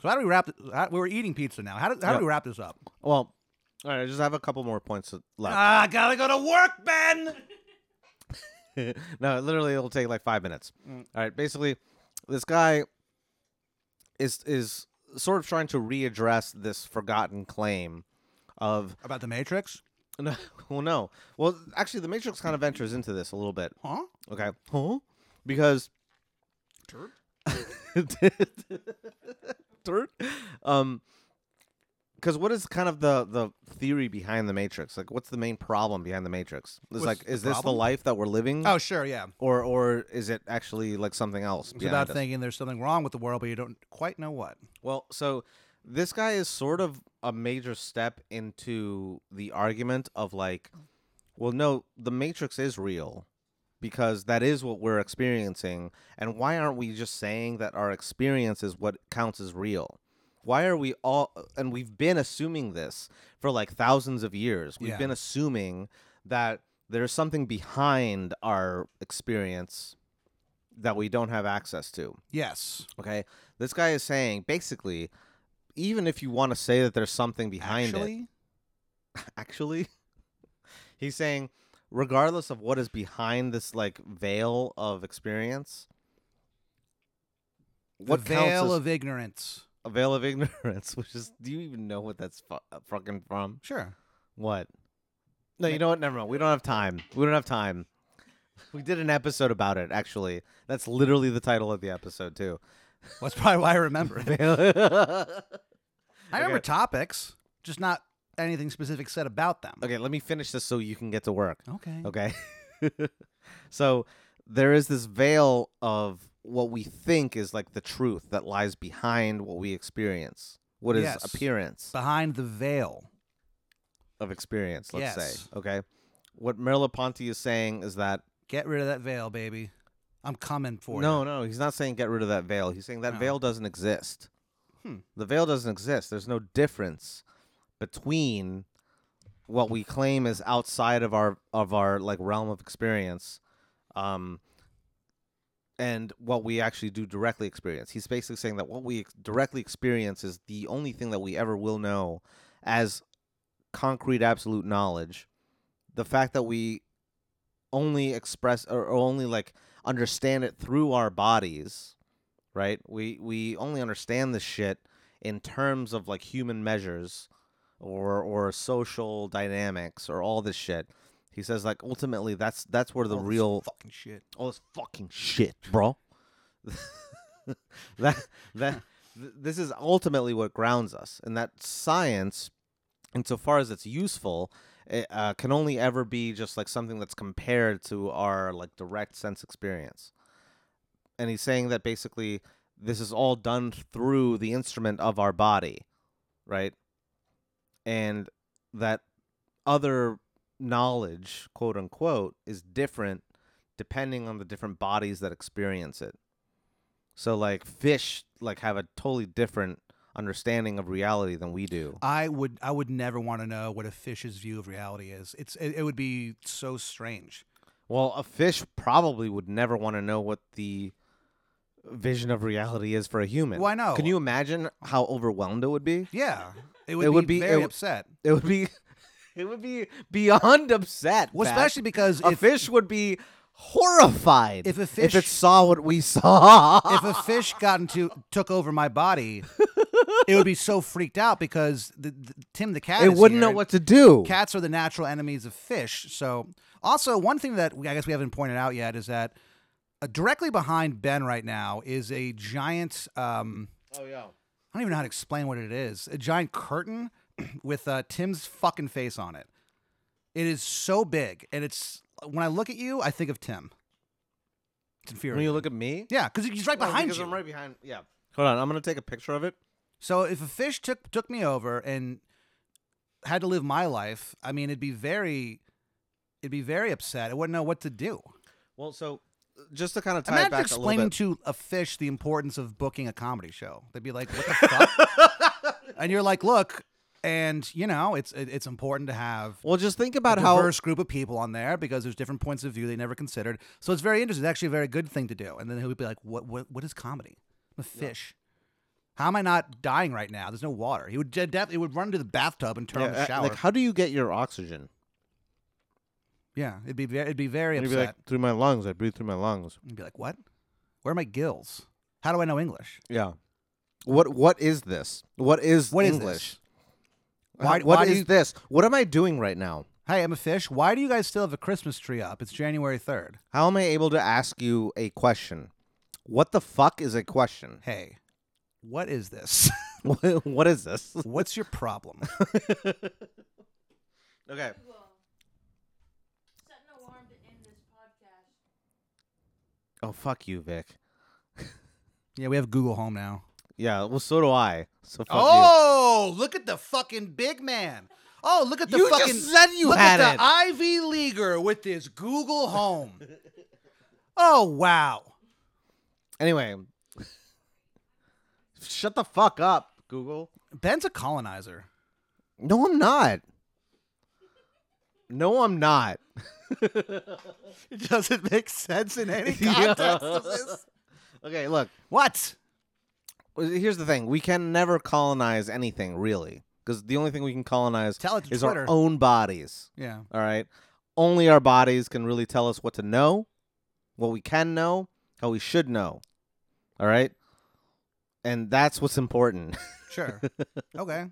[SPEAKER 1] So how do we wrap? Th- how, we were eating pizza now. How do, how
[SPEAKER 3] Yeah.
[SPEAKER 1] do we wrap this up?
[SPEAKER 3] Well, all right. I just have a couple more points (laughs) left.
[SPEAKER 1] Ah, I gotta go to work, Ben. Mm.
[SPEAKER 3] no, literally, it'll take like five minutes. All right. Basically, this guy is is sort of trying to readdress this forgotten claim of
[SPEAKER 1] About the Matrix?
[SPEAKER 3] no, (laughs) well, no, well, actually, the Matrix kind of ventures into this a little bit.
[SPEAKER 1] Huh?
[SPEAKER 3] Okay, huh? Because (laughs)
[SPEAKER 1] Turd?
[SPEAKER 3] dirt. Um, because what is kind of the the theory behind the Matrix? Like, what's the main problem behind the Matrix? It's
[SPEAKER 1] What's
[SPEAKER 3] like,
[SPEAKER 1] the
[SPEAKER 3] is this
[SPEAKER 1] problem?
[SPEAKER 3] the life that we're living?
[SPEAKER 1] Oh, sure, yeah.
[SPEAKER 3] or or is it actually like something else?
[SPEAKER 1] It's
[SPEAKER 3] behind
[SPEAKER 1] about
[SPEAKER 3] us?
[SPEAKER 1] thinking there's something wrong with the world, but you don't quite know what.
[SPEAKER 3] Well, so this guy is sort of a major step into the argument of like, well, no, the Matrix is real because that is what we're experiencing. And why aren't we just saying that our experience is what counts as real? Why are we all, and we've been assuming this for like thousands of years. We've
[SPEAKER 1] Yeah.
[SPEAKER 3] been assuming that there's something behind our experience that we don't have access to.
[SPEAKER 1] Yes.
[SPEAKER 3] Okay. This guy is saying basically, even if you want to say that there's something behind
[SPEAKER 1] Actually,
[SPEAKER 3] it, actually, (laughs) he's saying, regardless of what is behind this like veil of experience, what
[SPEAKER 1] the
[SPEAKER 3] counts
[SPEAKER 1] veil
[SPEAKER 3] as
[SPEAKER 1] of ignorance.
[SPEAKER 3] a veil of ignorance, (laughs) which is, do you even know what that's fu- uh, fucking from?
[SPEAKER 1] Sure.
[SPEAKER 3] What? No, you know what? Never mind. We don't have time. We don't have time. We did an episode about it, actually. That's literally the title of the
[SPEAKER 1] (laughs)
[SPEAKER 3] episode, too. (laughs)
[SPEAKER 1] That's probably why I remember it. I remember
[SPEAKER 3] Okay.
[SPEAKER 1] topics, just not anything specific said about them.
[SPEAKER 3] Okay, let me finish this so you can get to work.
[SPEAKER 1] Okay.
[SPEAKER 3] Okay. (laughs) so there is this veil of what we think is like the truth that lies behind what we experience. What is
[SPEAKER 1] Yes.
[SPEAKER 3] appearance
[SPEAKER 1] Behind the veil.
[SPEAKER 3] of experience, let's
[SPEAKER 1] Yes.
[SPEAKER 3] say. Okay. What Merleau-Ponty is saying is that
[SPEAKER 1] Get rid of that veil, baby. I'm coming for
[SPEAKER 3] no,
[SPEAKER 1] you.
[SPEAKER 3] no, he's not saying get rid of that veil. He's saying that
[SPEAKER 1] No.
[SPEAKER 3] veil doesn't exist.
[SPEAKER 1] Hmm.
[SPEAKER 3] The veil doesn't exist. There's no difference between what we claim is outside of our of our like realm of experience, um, and what we actually do directly experience. He's basically saying that what we ex- directly experience is the only thing that we ever will know as concrete absolute knowledge. The fact that we only express or or only like understand it through our bodies, right? We we only understand this shit in terms of like human measures or or social dynamics or all this shit. He says like ultimately that's that's where the
[SPEAKER 1] All this
[SPEAKER 3] real
[SPEAKER 1] fucking shit.
[SPEAKER 3] all this fucking shit, (laughs) bro. that that th- this is ultimately what grounds us, and that science, insofar as it's useful, it, uh, can only ever be just like something that's compared to our like direct sense experience. And he's saying that basically this is all done through the instrument of our body, right? And that other knowledge, quote unquote, is different depending on the different bodies that experience it. So like fish like have a totally different understanding of reality than we do.
[SPEAKER 1] I would I would never want to know what a fish's view of reality is. It's it, it would be so strange.
[SPEAKER 3] Well, a fish probably would never want to know what the vision of reality is for a human.
[SPEAKER 1] Well, I know.
[SPEAKER 3] Can you imagine how overwhelmed it would be?
[SPEAKER 1] Yeah. It would,
[SPEAKER 3] It
[SPEAKER 1] be,
[SPEAKER 3] would be- it
[SPEAKER 1] very
[SPEAKER 3] w-
[SPEAKER 1] upset.
[SPEAKER 3] It would be (laughs) it would be beyond upset.
[SPEAKER 1] Well,
[SPEAKER 3] Pat.
[SPEAKER 1] especially because
[SPEAKER 3] a
[SPEAKER 1] if,
[SPEAKER 3] fish would be horrified
[SPEAKER 1] If a
[SPEAKER 3] if it
[SPEAKER 1] fish-
[SPEAKER 3] saw what we saw.
[SPEAKER 1] if
[SPEAKER 3] (laughs)
[SPEAKER 1] a fish got into took over my body, it would be so freaked out because the, the, Tim the cat
[SPEAKER 3] it
[SPEAKER 1] is
[SPEAKER 3] wouldn't
[SPEAKER 1] here,
[SPEAKER 3] know
[SPEAKER 1] and-
[SPEAKER 3] what to do.
[SPEAKER 1] cats are the natural enemies of fish. So, also one thing that we, I guess we haven't pointed out yet is that uh, directly behind Ben right now is a giant. Um,
[SPEAKER 3] oh yeah.
[SPEAKER 1] I don't even know how to explain what it is. A giant curtain (clears throat) with uh, Tim's fucking face on it. It is so big, and it's when I look at you, I think of Tim. It's
[SPEAKER 3] When you
[SPEAKER 1] infuriating.
[SPEAKER 3] look at me,
[SPEAKER 1] Yeah, because he's right
[SPEAKER 3] Oh,
[SPEAKER 1] behind
[SPEAKER 3] because
[SPEAKER 1] you.
[SPEAKER 3] I'm right behind. Yeah. Hold on. I'm gonna take a picture of it.
[SPEAKER 1] So if a fish took took me over and had to live my life, I mean, it'd be very, it'd be very upset. I wouldn't know what to do.
[SPEAKER 3] Well, so just to kind of tie it
[SPEAKER 1] Imagine
[SPEAKER 3] back a little
[SPEAKER 1] explaining
[SPEAKER 3] bit.
[SPEAKER 1] to a fish the importance of booking a comedy show. They'd be like, "What the fuck?"
[SPEAKER 3] (laughs)
[SPEAKER 1] and you're like, "Look." And you know it's it, it's important to have
[SPEAKER 3] Well, just think
[SPEAKER 1] a
[SPEAKER 3] about how.
[SPEAKER 1] diverse group of people on there because there's different points of view they never considered. So it's very interesting. It's actually a very good thing to do. And then he'll be like, "What? What? What is comedy? I'm a fish. How am I not dying right now? There's no water." He would de- def- he would run to the bathtub and turn on
[SPEAKER 3] uh,
[SPEAKER 1] the shower.
[SPEAKER 3] Like, how do you get your oxygen?
[SPEAKER 1] yeah, it'd be very, it'd be very
[SPEAKER 3] You'd be
[SPEAKER 1] upset.
[SPEAKER 3] like through my lungs. I breathe through my lungs.
[SPEAKER 1] He'd be like, "What? Where are my gills? How do I know English?"
[SPEAKER 3] Yeah. What what is this? What is
[SPEAKER 1] What is
[SPEAKER 3] English?
[SPEAKER 1] this? Why-
[SPEAKER 3] Uh,
[SPEAKER 1] why
[SPEAKER 3] what
[SPEAKER 1] do
[SPEAKER 3] is
[SPEAKER 1] you-
[SPEAKER 3] this? What am I doing right now?
[SPEAKER 1] Hey, I'm a fish. Why do you guys still have a Christmas tree up? It's January 3rd.
[SPEAKER 3] How am I able to ask you a question? What the fuck is a question? (laughs)
[SPEAKER 1] Hey, what is this? (laughs)
[SPEAKER 3] What- what is this?
[SPEAKER 1] What's your problem? (laughs)
[SPEAKER 3] Okay.
[SPEAKER 2] Google. Set an alarm to end this podcast.
[SPEAKER 3] Oh fuck you, Vic.
[SPEAKER 1] yeah, we have Google Home now.
[SPEAKER 3] Yeah, well so do I. So fuck
[SPEAKER 1] oh, look at the fucking big man. Oh, look at
[SPEAKER 3] you.
[SPEAKER 1] the
[SPEAKER 3] You
[SPEAKER 1] fucking
[SPEAKER 3] just said you
[SPEAKER 1] look
[SPEAKER 3] had
[SPEAKER 1] at
[SPEAKER 3] it.
[SPEAKER 1] the Ivy Leaguer with his Google Home. oh wow.
[SPEAKER 3] anyway. (laughs) Shut the fuck up, Google.
[SPEAKER 1] Ben's a colonizer. (laughs)
[SPEAKER 3] No, I'm not. No, I'm not.
[SPEAKER 1] It doesn't make sense in
[SPEAKER 3] (laughs)
[SPEAKER 1] any
[SPEAKER 3] okay, look.
[SPEAKER 1] What?
[SPEAKER 3] Here's the thing: we can never colonize anything, really, because the only thing we can colonize
[SPEAKER 1] Tell it to
[SPEAKER 3] is
[SPEAKER 1] Twitter.
[SPEAKER 3] our own bodies.
[SPEAKER 1] yeah.
[SPEAKER 3] All right, only our bodies can really tell us what to know, what we can know, how we should know. All right, and that's what's important. (laughs)
[SPEAKER 1] Sure. okay.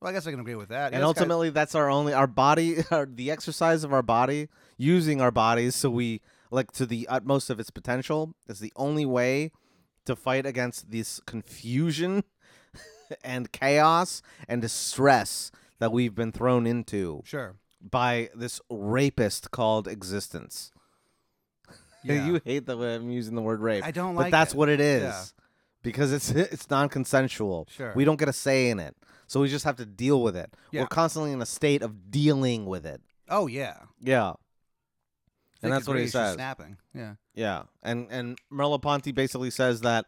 [SPEAKER 1] Well, I guess I can agree with that. Yeah, this
[SPEAKER 3] and
[SPEAKER 1] guy-
[SPEAKER 3] ultimately, that's our only our body, (laughs) our, the exercise of our body, using our bodies so we like to the utmost of its potential is the only way to fight against this confusion (laughs) and chaos and distress that we've been thrown into
[SPEAKER 1] sure.
[SPEAKER 3] by this rapist called existence. (laughs)
[SPEAKER 1] Yeah.
[SPEAKER 3] You hate that I'm using the word rape,
[SPEAKER 1] I don't
[SPEAKER 3] but
[SPEAKER 1] like
[SPEAKER 3] that's
[SPEAKER 1] it.
[SPEAKER 3] what it is
[SPEAKER 1] Yeah.
[SPEAKER 3] because it's (laughs) it's non-consensual.
[SPEAKER 1] Sure.
[SPEAKER 3] We don't get a say in it. So we just have to deal with it.
[SPEAKER 1] Yeah.
[SPEAKER 3] We're constantly in a state of dealing with it.
[SPEAKER 1] oh yeah.
[SPEAKER 3] Yeah.
[SPEAKER 1] Vic
[SPEAKER 3] And that's what he
[SPEAKER 1] agrees, she's
[SPEAKER 3] says.
[SPEAKER 1] Snapping. Yeah.
[SPEAKER 3] Yeah. And and Merleau-Ponty basically says that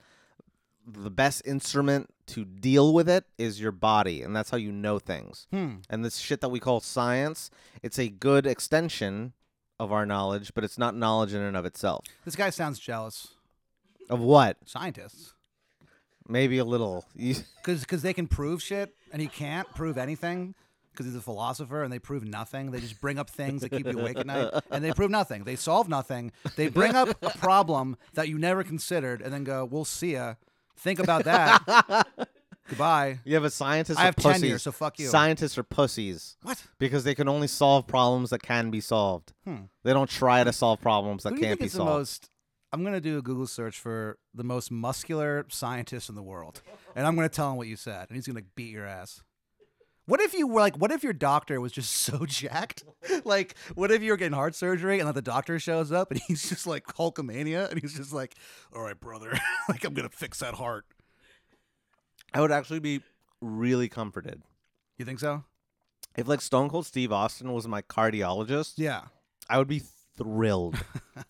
[SPEAKER 3] the best instrument to deal with it is your body, and that's how you know things.
[SPEAKER 1] Hmm.
[SPEAKER 3] And this shit that we call science, it's a good extension of our knowledge, but it's not knowledge in and of itself.
[SPEAKER 1] This guy sounds jealous.
[SPEAKER 3] Of what?
[SPEAKER 1] Scientists.
[SPEAKER 3] Maybe a little. (laughs) You-
[SPEAKER 1] Cause, Cause they can prove shit and he can't prove anything because he's a philosopher and they prove nothing. They just bring up things that keep you awake at night and they prove nothing. They solve nothing. They bring up a problem that you never considered and then go, we'll see ya. Think about that. Goodbye.
[SPEAKER 3] You have a scientist.
[SPEAKER 1] I
[SPEAKER 3] or
[SPEAKER 1] have
[SPEAKER 3] pussies.
[SPEAKER 1] tenure, so fuck you.
[SPEAKER 3] Scientists are pussies
[SPEAKER 1] What?
[SPEAKER 3] because they can only solve problems that can be solved. They don't try to solve problems that
[SPEAKER 1] Hmm. Who do you think
[SPEAKER 3] can't be
[SPEAKER 1] is the
[SPEAKER 3] solved.
[SPEAKER 1] most? I'm gonna do a Google search for the most muscular scientist in the world, and I'm gonna tell him what you said, and he's gonna beat your ass. What if you were like? What if your doctor was just so (laughs) jacked? Like, what if you were getting heart surgery and like the doctor shows up and (laughs) he's just like Hulkamania and he's just like, "All right, brother, (laughs) like I'm gonna fix that heart."
[SPEAKER 3] I would actually be really comforted
[SPEAKER 1] You think so?
[SPEAKER 3] if, like, Stone Cold Steve Austin was my cardiologist.
[SPEAKER 1] Yeah.
[SPEAKER 3] I would be
[SPEAKER 1] (laughs)
[SPEAKER 3] thrilled.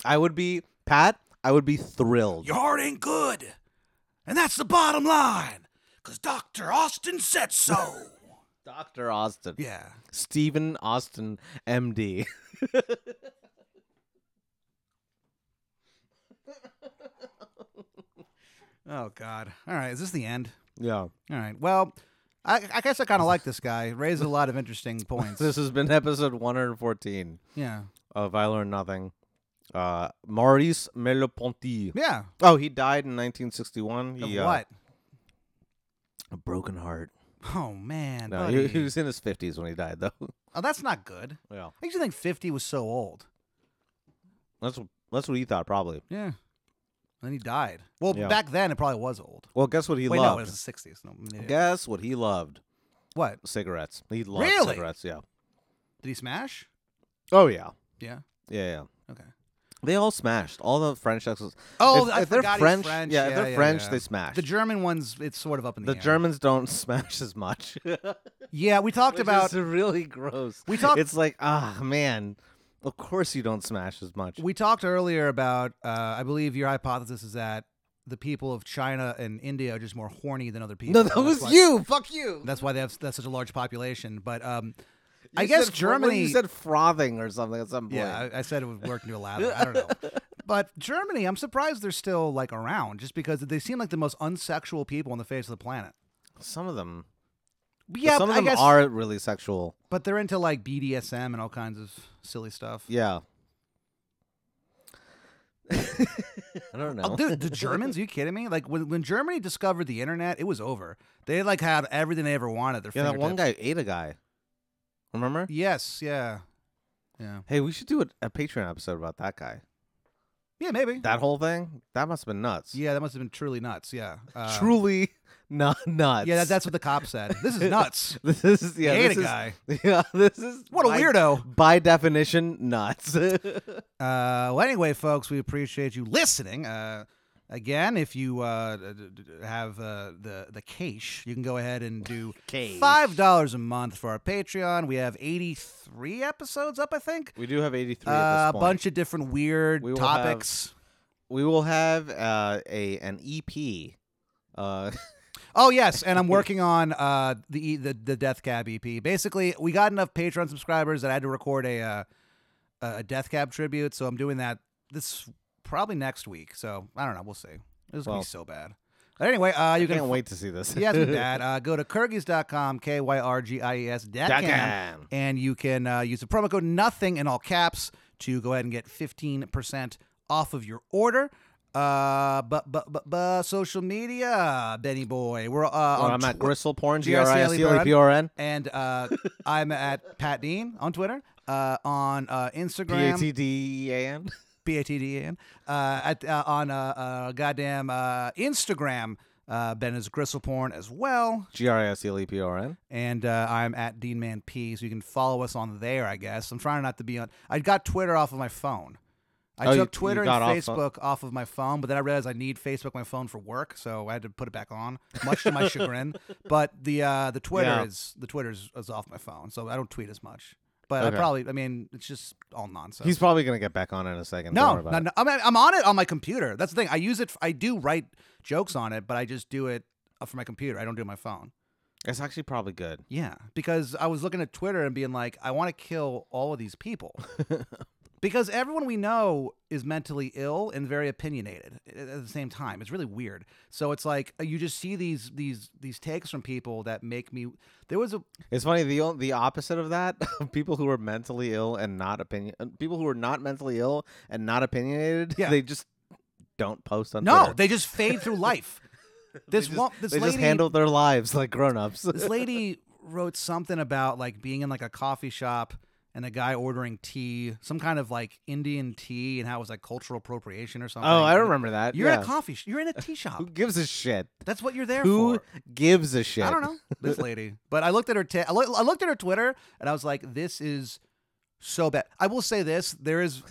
[SPEAKER 3] I would be Pat. I would be thrilled.
[SPEAKER 1] Your heart ain't good, and that's the bottom line, cause Doctor Austin said
[SPEAKER 3] (laughs)
[SPEAKER 1] so.
[SPEAKER 3] Doctor Austin,
[SPEAKER 1] yeah.
[SPEAKER 3] Stephen Austin, M.D.
[SPEAKER 1] Oh God. All right. Is this the end?
[SPEAKER 3] (laughs) yeah.
[SPEAKER 1] All right. Well, I, I guess I kind of like this guy. Raised a lot of
[SPEAKER 3] (laughs)
[SPEAKER 1] interesting points.
[SPEAKER 3] This has been episode 114
[SPEAKER 1] yeah.
[SPEAKER 3] of I Learned Nothing. Uh, Maurice Merleau-Ponty.
[SPEAKER 1] Yeah.
[SPEAKER 3] Oh, he died in 1961.
[SPEAKER 1] Of
[SPEAKER 3] He, uh,
[SPEAKER 1] What?
[SPEAKER 3] A broken heart.
[SPEAKER 1] Oh man.
[SPEAKER 3] No,
[SPEAKER 1] buddy.
[SPEAKER 3] he, he was in his 50s when he died, though. (laughs)
[SPEAKER 1] Oh, that's not good.
[SPEAKER 3] Yeah,
[SPEAKER 1] I used to think fifty was so old.
[SPEAKER 3] that's wh- that's what he thought probably.
[SPEAKER 1] Yeah. And then he died. Well,
[SPEAKER 3] Yeah.
[SPEAKER 1] back then it probably was old.
[SPEAKER 3] Well, guess what he
[SPEAKER 1] Wait, no, it
[SPEAKER 3] loved?
[SPEAKER 1] was the sixties. No, I'm an idiot.
[SPEAKER 3] guess what he loved?
[SPEAKER 1] What?
[SPEAKER 3] Cigarettes. He loved
[SPEAKER 1] Really?
[SPEAKER 3] cigarettes. Yeah.
[SPEAKER 1] Did he smash?
[SPEAKER 3] Oh yeah.
[SPEAKER 1] Yeah.
[SPEAKER 3] Yeah yeah.
[SPEAKER 1] Okay.
[SPEAKER 3] They all smashed. All the French exes.
[SPEAKER 1] Oh,
[SPEAKER 3] if,
[SPEAKER 1] I
[SPEAKER 3] if they're
[SPEAKER 1] forgot he's
[SPEAKER 3] French,
[SPEAKER 1] French.
[SPEAKER 3] Yeah,
[SPEAKER 1] Yeah,
[SPEAKER 3] if they're
[SPEAKER 1] yeah,
[SPEAKER 3] French,
[SPEAKER 1] yeah.
[SPEAKER 3] they smash.
[SPEAKER 1] The German ones, it's sort of up in the,
[SPEAKER 3] The
[SPEAKER 1] air.
[SPEAKER 3] Germans don't (laughs) smash as much.
[SPEAKER 1] Yeah, we talked
[SPEAKER 3] Which
[SPEAKER 1] about
[SPEAKER 3] is really gross.
[SPEAKER 1] We talked-
[SPEAKER 3] It's like ah man, of course you don't smash as much.
[SPEAKER 1] We talked earlier about, uh, I believe your hypothesis is that the people of China and India are just more horny than other (laughs) people.
[SPEAKER 3] no,
[SPEAKER 1] That's
[SPEAKER 3] that was
[SPEAKER 1] why-
[SPEAKER 3] you. Fuck you.
[SPEAKER 1] That's why they have that's such a large population. But um, I
[SPEAKER 3] You
[SPEAKER 1] guess
[SPEAKER 3] said fro- what
[SPEAKER 1] Germany.
[SPEAKER 3] You said frothing or something at some point.
[SPEAKER 1] yeah, I, I said it would work into a lather. I don't
[SPEAKER 3] (laughs)
[SPEAKER 1] know. But Germany, I'm surprised they're still like around, just because they seem like the most unsexual people on the face of the planet.
[SPEAKER 3] Some of them.
[SPEAKER 1] But
[SPEAKER 3] But
[SPEAKER 1] yeah,
[SPEAKER 3] some of
[SPEAKER 1] I
[SPEAKER 3] them
[SPEAKER 1] guess-
[SPEAKER 3] are really sexual.
[SPEAKER 1] But they're into like BDSM and all kinds of silly stuff.
[SPEAKER 3] Yeah. I don't know.
[SPEAKER 1] Oh,
[SPEAKER 3] (laughs)
[SPEAKER 1] dude, the Germans? Are you kidding me? Like when, when Germany discovered the internet, it was over. They like had everything they ever wanted. at Their
[SPEAKER 3] yeah, that one
[SPEAKER 1] fingertips.
[SPEAKER 3] guy ate a guy. Remember?
[SPEAKER 1] Yes, yeah, yeah,
[SPEAKER 3] Hey, we should do a, a Patreon episode about that guy.
[SPEAKER 1] yeah. Maybe.
[SPEAKER 3] That whole thing? That must have been nuts.
[SPEAKER 1] yeah, that must have been truly nuts. Yeah, Uh,
[SPEAKER 3] Truly (laughs) not nuts.
[SPEAKER 1] Yeah, that, that's what the cop said. This is nuts.
[SPEAKER 3] (laughs) This is yeah.
[SPEAKER 1] He ate
[SPEAKER 3] this
[SPEAKER 1] a
[SPEAKER 3] is-
[SPEAKER 1] guy.
[SPEAKER 3] (laughs) Yeah, this is
[SPEAKER 1] What a
[SPEAKER 3] by-
[SPEAKER 1] weirdo.
[SPEAKER 3] By definition, nuts. (laughs)
[SPEAKER 1] Uh, well, anyway, folks, we appreciate you listening. Uh, again, if you uh, d- d- d- have uh, the the cash, you can go ahead and do
[SPEAKER 3] Cash.
[SPEAKER 1] five dollars a month for our Patreon. We have eighty three episodes up, I think.
[SPEAKER 3] we do have eighty three.
[SPEAKER 1] Uh, a bunch of different weird
[SPEAKER 3] We will have-
[SPEAKER 1] topics.
[SPEAKER 3] We will have uh, a an EP. Uh,
[SPEAKER 1] Oh yes,
[SPEAKER 3] (laughs)
[SPEAKER 1] and I'm working on uh, the, the the Death Cab EP. Basically, we got enough Patreon subscribers that I had to record a uh, a Death Cab tribute, so I'm doing that this probably next week. So I don't know, we'll see. It's gonna
[SPEAKER 3] Well.
[SPEAKER 1] be so bad. But anyway, uh, you
[SPEAKER 3] (laughs) I can't
[SPEAKER 1] can
[SPEAKER 3] wait to
[SPEAKER 1] (laughs)
[SPEAKER 3] see this.
[SPEAKER 1] yeah, it's gonna be bad.
[SPEAKER 3] (laughs)
[SPEAKER 1] Uh, go to Kyrgyz.com, k y r g i e s dot
[SPEAKER 3] Dot
[SPEAKER 1] com,
[SPEAKER 3] com.
[SPEAKER 1] and you can uh, use the promo code nothing in all caps to go ahead and get 15% off of your order. Uh, but, but, but, but social media, Benny boy, we're uh,
[SPEAKER 3] Well,
[SPEAKER 1] on
[SPEAKER 3] I'm at
[SPEAKER 1] Twi-
[SPEAKER 3] Gristle Porn, G R I S T L E P R N,
[SPEAKER 1] G-R-I-S-T-L-E-P-R-N. and uh, I'm at Pat Dean on Twitter, uh, on uh,
[SPEAKER 3] P
[SPEAKER 1] Instagram,
[SPEAKER 3] A T D E A N.
[SPEAKER 1] P A T D E N, uh, at uh, on uh, uh, goddamn uh, Instagram, uh, Ben is Gristle Porn as well.
[SPEAKER 3] G R I S T L E P R N.
[SPEAKER 1] and uh, I'm at Dean Man P. So you can follow us on there. I guess I'm trying not to be on. I got Twitter off of my phone. I
[SPEAKER 3] Oh, you-
[SPEAKER 1] took
[SPEAKER 3] you
[SPEAKER 1] Twitter and
[SPEAKER 3] got off of-
[SPEAKER 1] Facebook off of my phone, but then I realized I need Facebook on my phone for work, so I had to put it back on, much to
[SPEAKER 3] (laughs)
[SPEAKER 1] my chagrin. But the uh, the Twitter
[SPEAKER 3] Yeah.
[SPEAKER 1] is the Twitter is, is off my phone, so I don't tweet as much. But
[SPEAKER 3] Okay.
[SPEAKER 1] I probably, I mean, it's just all nonsense.
[SPEAKER 3] He's probably gonna get back on in a second. Don't
[SPEAKER 1] no,
[SPEAKER 3] worry about
[SPEAKER 1] no,
[SPEAKER 3] it.
[SPEAKER 1] no, I mean, I'm on it on my computer. That's the thing. I use it. f- I do write jokes on it, but I just do it uh, for my computer. I don't do it on my phone.
[SPEAKER 3] It's actually probably good.
[SPEAKER 1] Yeah, because I was looking at Twitter and being like, I want to kill all of these
[SPEAKER 3] (laughs)
[SPEAKER 1] people. because everyone we know is mentally ill and very opinionated at at the same time. It's really weird. So it's like uh, you just see these these these takes from people that make me There was a
[SPEAKER 3] It's funny the o- the opposite of that (laughs) people who are mentally ill and not opinion uh, people who are not mentally ill and not opinionated
[SPEAKER 1] Yeah.
[SPEAKER 3] they just don't post on
[SPEAKER 1] No,
[SPEAKER 3] Twitter.
[SPEAKER 1] they just fade through life. This
[SPEAKER 3] just,
[SPEAKER 1] one this
[SPEAKER 3] (laughs) they
[SPEAKER 1] lady
[SPEAKER 3] just handle their lives like grown-ups.
[SPEAKER 1] this lady wrote something about like being in like a coffee shop and a guy ordering tea, some kind of like Indian tea and how it was like cultural appropriation or something.
[SPEAKER 3] (laughs) oh, I
[SPEAKER 1] And
[SPEAKER 3] remember that.
[SPEAKER 1] You're in
[SPEAKER 3] yeah.
[SPEAKER 1] a coffee. Sh- you're in a tea
[SPEAKER 3] (laughs) Who
[SPEAKER 1] shop.
[SPEAKER 3] gives a shit?
[SPEAKER 1] That's what you're there
[SPEAKER 3] Who
[SPEAKER 1] for.
[SPEAKER 3] gives a shit?
[SPEAKER 1] I don't know
[SPEAKER 3] (laughs)
[SPEAKER 1] this lady, but I looked at her. T- I, loo- I looked at her Twitter, and I was like, "This is so bad." I will say this: there is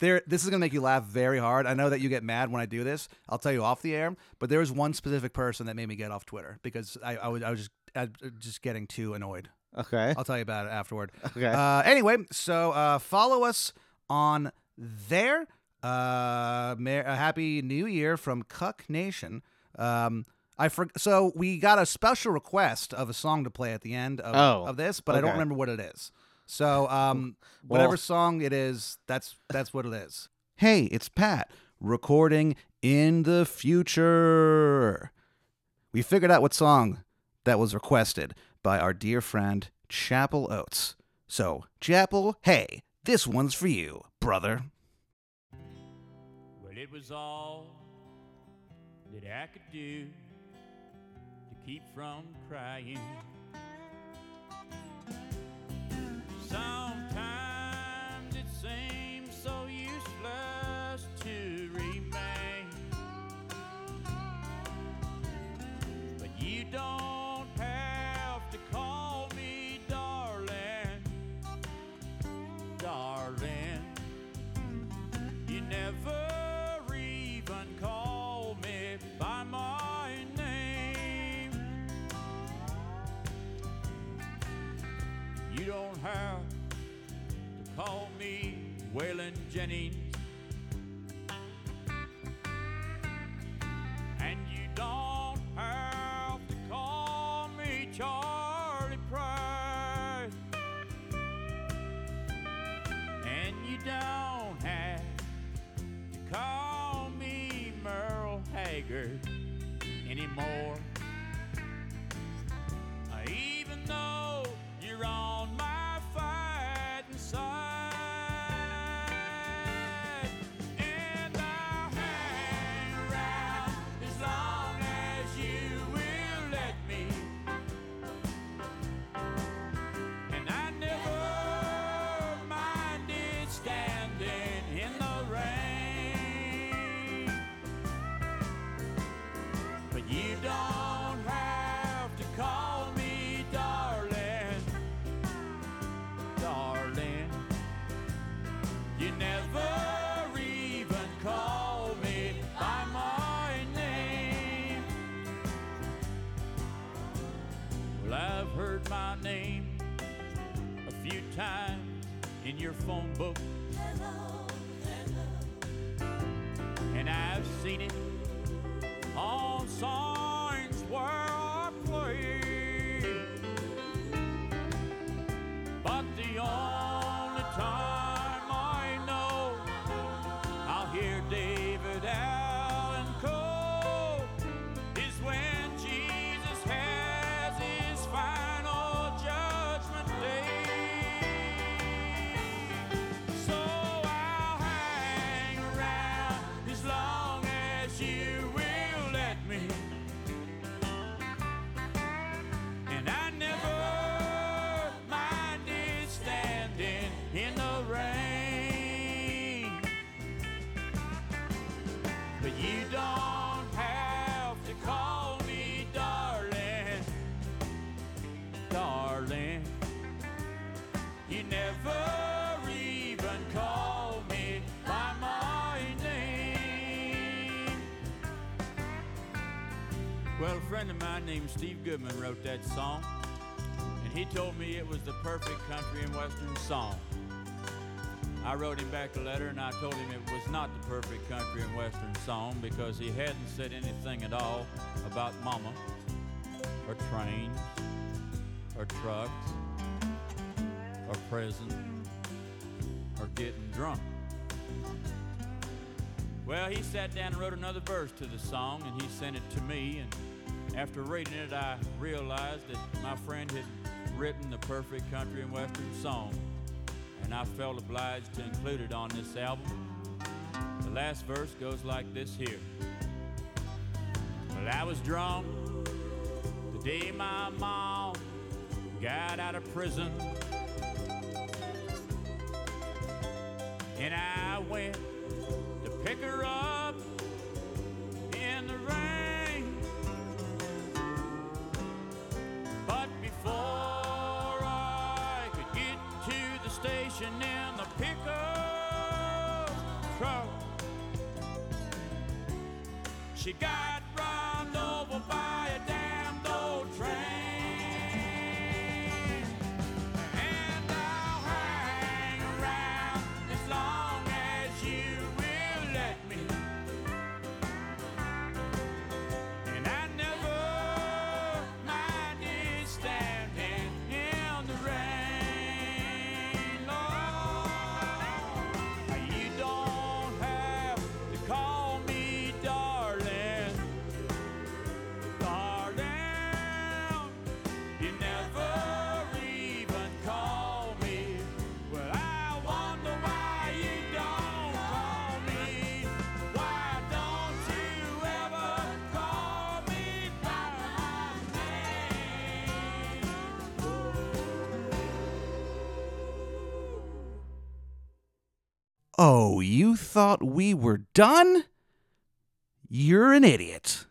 [SPEAKER 1] there. This is gonna make you laugh very hard. I know that you get mad when I do this. I'll tell you off the air, but there was one specific person that made me get off Twitter because I, I was I was just I, was just getting too annoyed.
[SPEAKER 3] Okay.
[SPEAKER 1] I'll tell you about it afterward.
[SPEAKER 3] Okay.
[SPEAKER 1] Uh, anyway, so uh, follow us on there. Uh, mer- a happy New Year from Cuck Nation. Um, I for- so we got a special request of a song to play at the end of,
[SPEAKER 3] Oh,
[SPEAKER 1] of this, but I don't
[SPEAKER 3] okay.
[SPEAKER 1] remember what it is. So um,
[SPEAKER 3] Well-
[SPEAKER 1] whatever song it is, that's that's what it is. Hey, it's Pat recording in the future. We figured out what song that was requested by our dear friend Chapel Oates. So, Chapel, hey, this one's for you, brother.
[SPEAKER 4] Well, it was all that I could do to keep from crying. Sometimes it seems so useless to remain, but you don't have to call me darling, darling. You never even call me by my name. You don't have to call me Waylon Jennings. And you don't have to call me Charlie Price. And you don't have to call me Merle Haggard anymore. Uh, Even though you're on my fighting side, and I time in your phone book. And I've seen it on signs where I played. But the only time I know I'll hear David Allen Cole is when Jesus has his final judgment day. So I'll hang around as long as you will let me. And I never minded standing in the rain. But you don't have to call me darling, darling. You never even call me by my name. Well, a friend of mine named Steve Goodman wrote that song, and he told me it was the perfect country and western song. I wrote him back a letter and I told him it was not the perfect country and western song because he hadn't said anything at all about mama, or trains, or trucks, or prison, or getting drunk. Well, he sat down and wrote another verse to the song, and he sent it to me. And after reading it, I realized that my friend had written the perfect country and western song, and I felt obliged to include it on this album. The last verse goes like this here. Well, I was drunk the day my mom got out of prison, and I went to pick her up in the rain. But before I could get to the station in the pickup truck, she got run over by a damned old train. And I'll hang around as long as you will let me. And I never minded standing in the rain. Lord, you don't have to call me darling, darling. You never even call me. Well, I wonder why you don't call me. Why don't you ever call me by my name?
[SPEAKER 1] Oh, you thought we were done? You're an idiot.